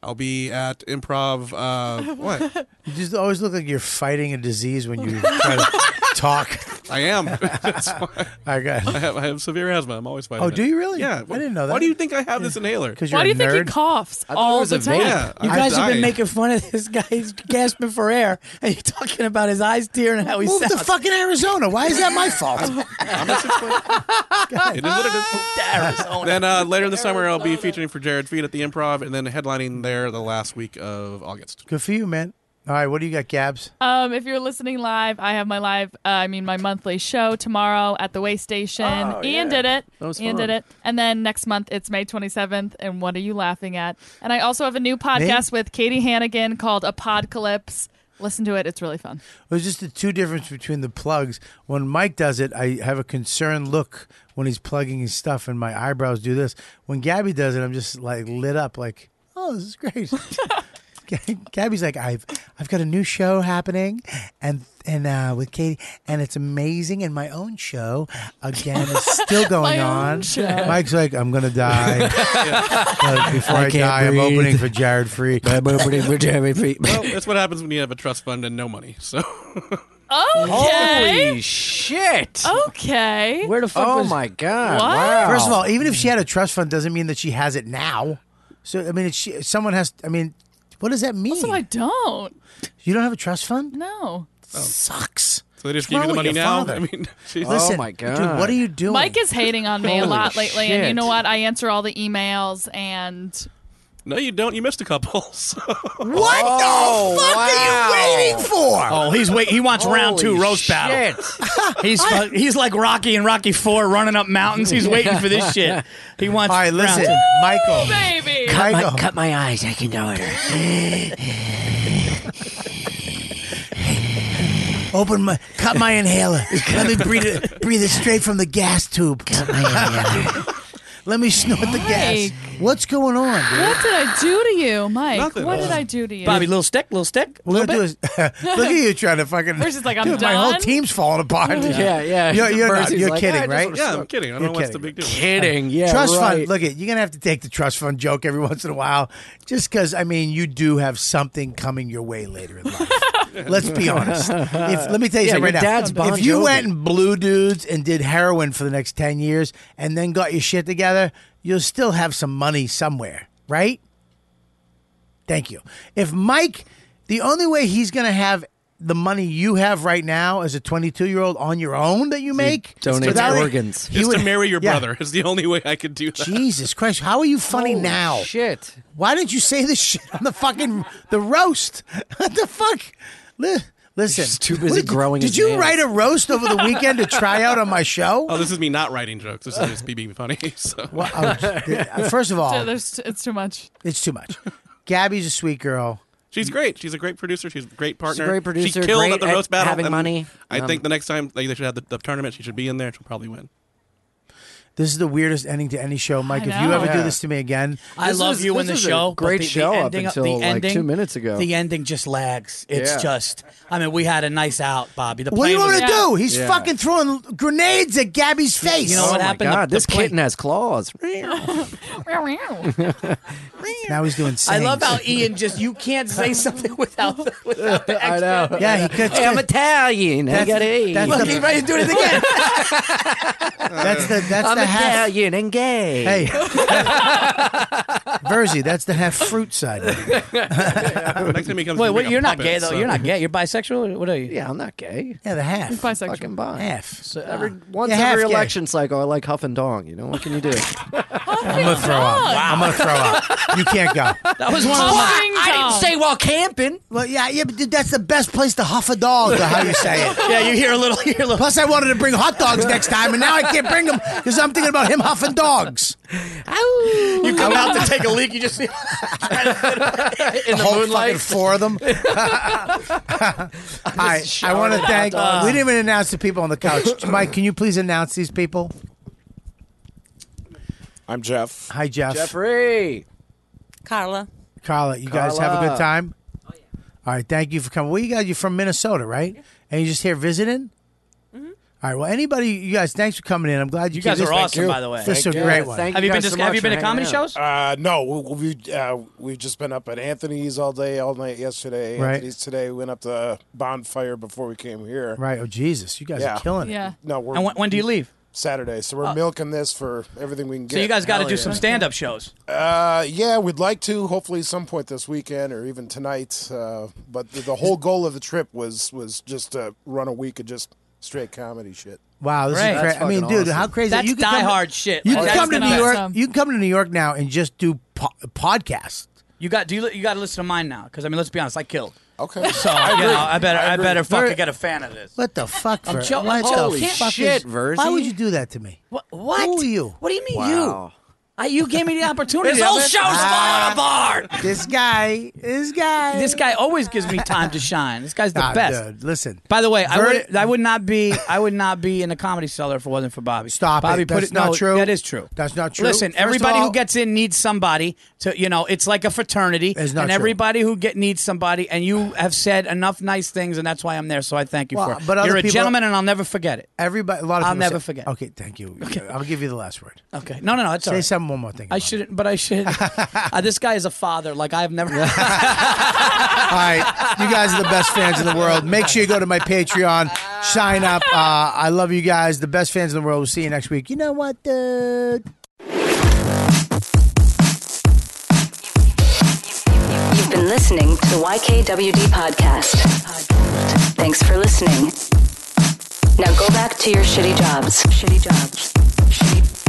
I'll be at Improv. Uh, what You just always look like you're fighting a disease when you try to talk. I am. That's why. I got. I have, I have severe asthma. I'm always fighting. Oh, it. do you really? Yeah. I didn't know that. Why do you think I have this inhaler? 'Cause Why do you're you a think he nerd. coughs I thought it all was the a time? Yeah, You I guys have died. been making fun of this guy. He's gasping for air, and you're talking about his eyes tearing and how he Move sounds. to fucking Arizona. Why is that my fault? I'm just explaining. It is what it is. Then uh, later in the summer, I'll be featuring for Jared Feed at the Improv, and then headlining there the last week of August. Good for you, man. All right, what do you got, Gabs? Um, if you're listening live, I have my live, uh, I mean, my monthly show tomorrow at the Way Station. Oh, Ian yeah. did it. That was Ian fun. did it. And then next month, it's May 27th. And what are you laughing at? And I also have a new podcast with Katie Hannigan called Apodcalypse. Listen to it. It's really fun. It was just the two difference between the plugs. When Mike does it, I have a concerned look when he's plugging his stuff, and my eyebrows do this. When Gabby does it, I'm just like lit up, like, oh, this is great. G- Gabby's like, I've I've got a new show happening, and and uh, with Katie, and it's amazing. And my own show again is still going My own on. show. Mike's like, I'm gonna die. But before I I, can't die, I'm breathe. opening for Jared Free. I'm opening for Jared Free. well, that's what happens when you have a trust fund and no money. So Okay. Holy shit. Oh, Okay. Where the fuck Oh was- my god! What? Wow. First of all, even if she had a trust fund, doesn't mean that she has it now. So I mean, it's, she, someone has. I mean, what does that mean? Also, I Oh. don't. you don't have a trust fund? No. Sucks. So they What's just give you the wrong money with your now. father? I mean, geez. Listen, dude, what are you doing? Oh, Mike is hating on me a Holy lot lately, and you shit. know what? I answer all the emails, and No, you don't. You missed a couple. So. What the fuck Oh, are you waiting for? Oh, he's wait. He wants round two Holy roast battle. he's fu- he's like Rocky and Rocky Four running up mountains. He's waiting for this shit. He wants. All right, listen, round two. Michael. Baby. Cut my, Michael. cut my eyes. I can know it. Open my, cut my inhaler. Let me breathe it, breathe it straight from the gas tube. Cut my inhaler. Let me snort the gas. What's going on, dude? what did I do to you, Mike? Nothing. What did I do to you, Bobby, little stick, little stick. We're gonna do is, look at you trying to fucking. We're just like, I'm dude, My whole done. team's falling apart. Yeah, yeah. You're, you're, not- Mercy's you're like, kidding, "I just right? wanna Yeah, I'm smoke." kidding. I don't You're know what's the big deal. Kidding, All yeah, Trust right. fund. Look, it. You're gonna have to take the trust fund joke every once in a while, just because. I mean, you do have something coming your way later in life. Let's be honest. If, let me tell you Yeah, something right your dad's now. Bon if you Jovi. went and blew dudes and did heroin for the next ten years, and then got your shit together, you'll still have some money somewhere, right? Thank you. If Mike, the only way he's going to have the money you have right now as a 22 year old on your own that you make donate without it- organs. he Is would- to marry your yeah. brother. Is the only way I could do that. Jesus Christ, how are you funny now? Shit. Why didn't you say this shit on the fucking the roast? what the fuck? Li- Listen, too what busy did, growing Did his you nails. write a roast over the weekend to try out on my show? Oh, this is me not writing jokes. This is just me being funny. So. Well, oh, first of all, There's, it's too much. it's too much. Gabby's a sweet girl. She's great. She's a great producer. She's a great partner. great producer, She killed great at the at roast battle. having and money. I Um, think the next time like, they should have the, the tournament, she should be in there. She'll probably win. This is the weirdest ending to any show, Mike. If you know. ever do Yeah. this to me again, I This love was- you in this was the a show. but great the, show the up ending, until, the like, ending, two minutes ago. The ending just lags. It's Yeah. just. I mean, we had a nice out, Bobby. The What do you plane want me to was- do? He's fucking throwing grenades at Gabby's face. You know what happened? Oh God, The- this the plane- kitten has claws. now he's doing. Sayings. I love how Ian just you can't say something without the, without the extra. I know. Yeah, he could. Hey, I'm Italian. I That's- gotta eat. that's Look, the- He's ready to do it again. That's the that's I'm the half. Italian and gay. Hey, Verzi, that's the half fruit side. of it. next time he comes, he's Wait, wait, like a you're not puppet, gay though. so- You're not gay. You're bisexual. What are you? uh, Yeah, I'm not gay. Yeah, the half. He's bisexual. Fucking bi. Half. So every once You're half every gay. election cycle, I like huff and dong. You know what can you do? I'm gonna throw up. I'm gonna throw up. You can't go. That was one of the. I didn't say while camping. Well, yeah, yeah, but dude, that's the best place to huff a dog. or How you say it? Yeah, you hear a little. You hear a little. Plus, I wanted to bring hot dogs next time, and now I can't bring them because I'm thinking about him huffing dogs. You come out to take a leak. You just see. In the Whole fucking moonlight. four of them. All right, I want to thank. we didn't even announce the people on the couch. Mike, can you please announce these people? I'm Jeff. Hi, Jeff. Jeffrey. Carla. Carla, you guys have a good Carla. time? Oh, yeah. All right, thank you for coming. Well, you guys, you're from Minnesota, right? And you're just here visiting? All right, well, anybody, you guys, thanks for coming in. I'm glad you You guys came. are This- awesome, by the way. This is a Thank you. great one. Thank Have you been guys to- so have much you been for to hanging comedy out. shows? Uh, no, we, we uh, we've just been up at Anthony's all day, all night yesterday. Right. Anthony's today. We went up to Bonfire before we came here. Right, oh, Jesus, you guys are killing it. No, we're, And when, when do you leave? Saturday, so we're milking this for everything we can get. So you guys got to do some stand-up shows. Uh, yeah, we'd like to. Hopefully, some point this weekend or even tonight. Uh, but the, the whole goal of the trip was was just to run a week of just straight comedy shit. Wow, this is Right. crazy. That's I mean, fucking dude, how awesome. crazy! That's you can come- diehard shit. You Like, can that's come to gonna New be York. awesome. You can come to New York now and just do po- podcasts. You got do you, you got to listen to mine now because I mean let's be honest, I killed. Okay. So Oh, I you agree. know I better I I, agree. better fucking Very- get a fan of this. What the fuck? I'm Ver- jo- what the Holy fuck shit, is, Verzi. Why would you do that to me? What? What? Who are you? What do you mean I, Uh, you gave me the opportunity. This whole show's falling apart. This guy, this guy, this guy always gives me time to shine. This guy's the Nah, best. dude, listen. By the way, I Verdi- would, I would not be I would not be in a comedy cellar if it wasn't for Bobby. Stop Bobby it. That's not no, true. That is true. That's not true. Listen, First of everybody all- who gets in needs somebody to you know. It's like a fraternity, It's not and true. everybody who get needs somebody. And you have said enough nice things, and that's why I'm there. So I thank you Well, for it. but other You're a people- gentleman, and I'll never forget it. Everybody, a lot of I'll people never say- forget. Okay, thank you. I'll give you the last word. Okay. No, no, no. It's Say all right. some one more thing. I shouldn't, but I should. uh, this guy is a father. Like I've never. All right, you guys are the best fans in the world. Make sure you go to my Patreon, sign up. Uh, I love you guys, the best fans in the world. We'll see you next week. You know what, dude? You've been listening to the YKWD podcast. Thanks for listening. Now go back to your shitty jobs. Shitty jobs. Shitty,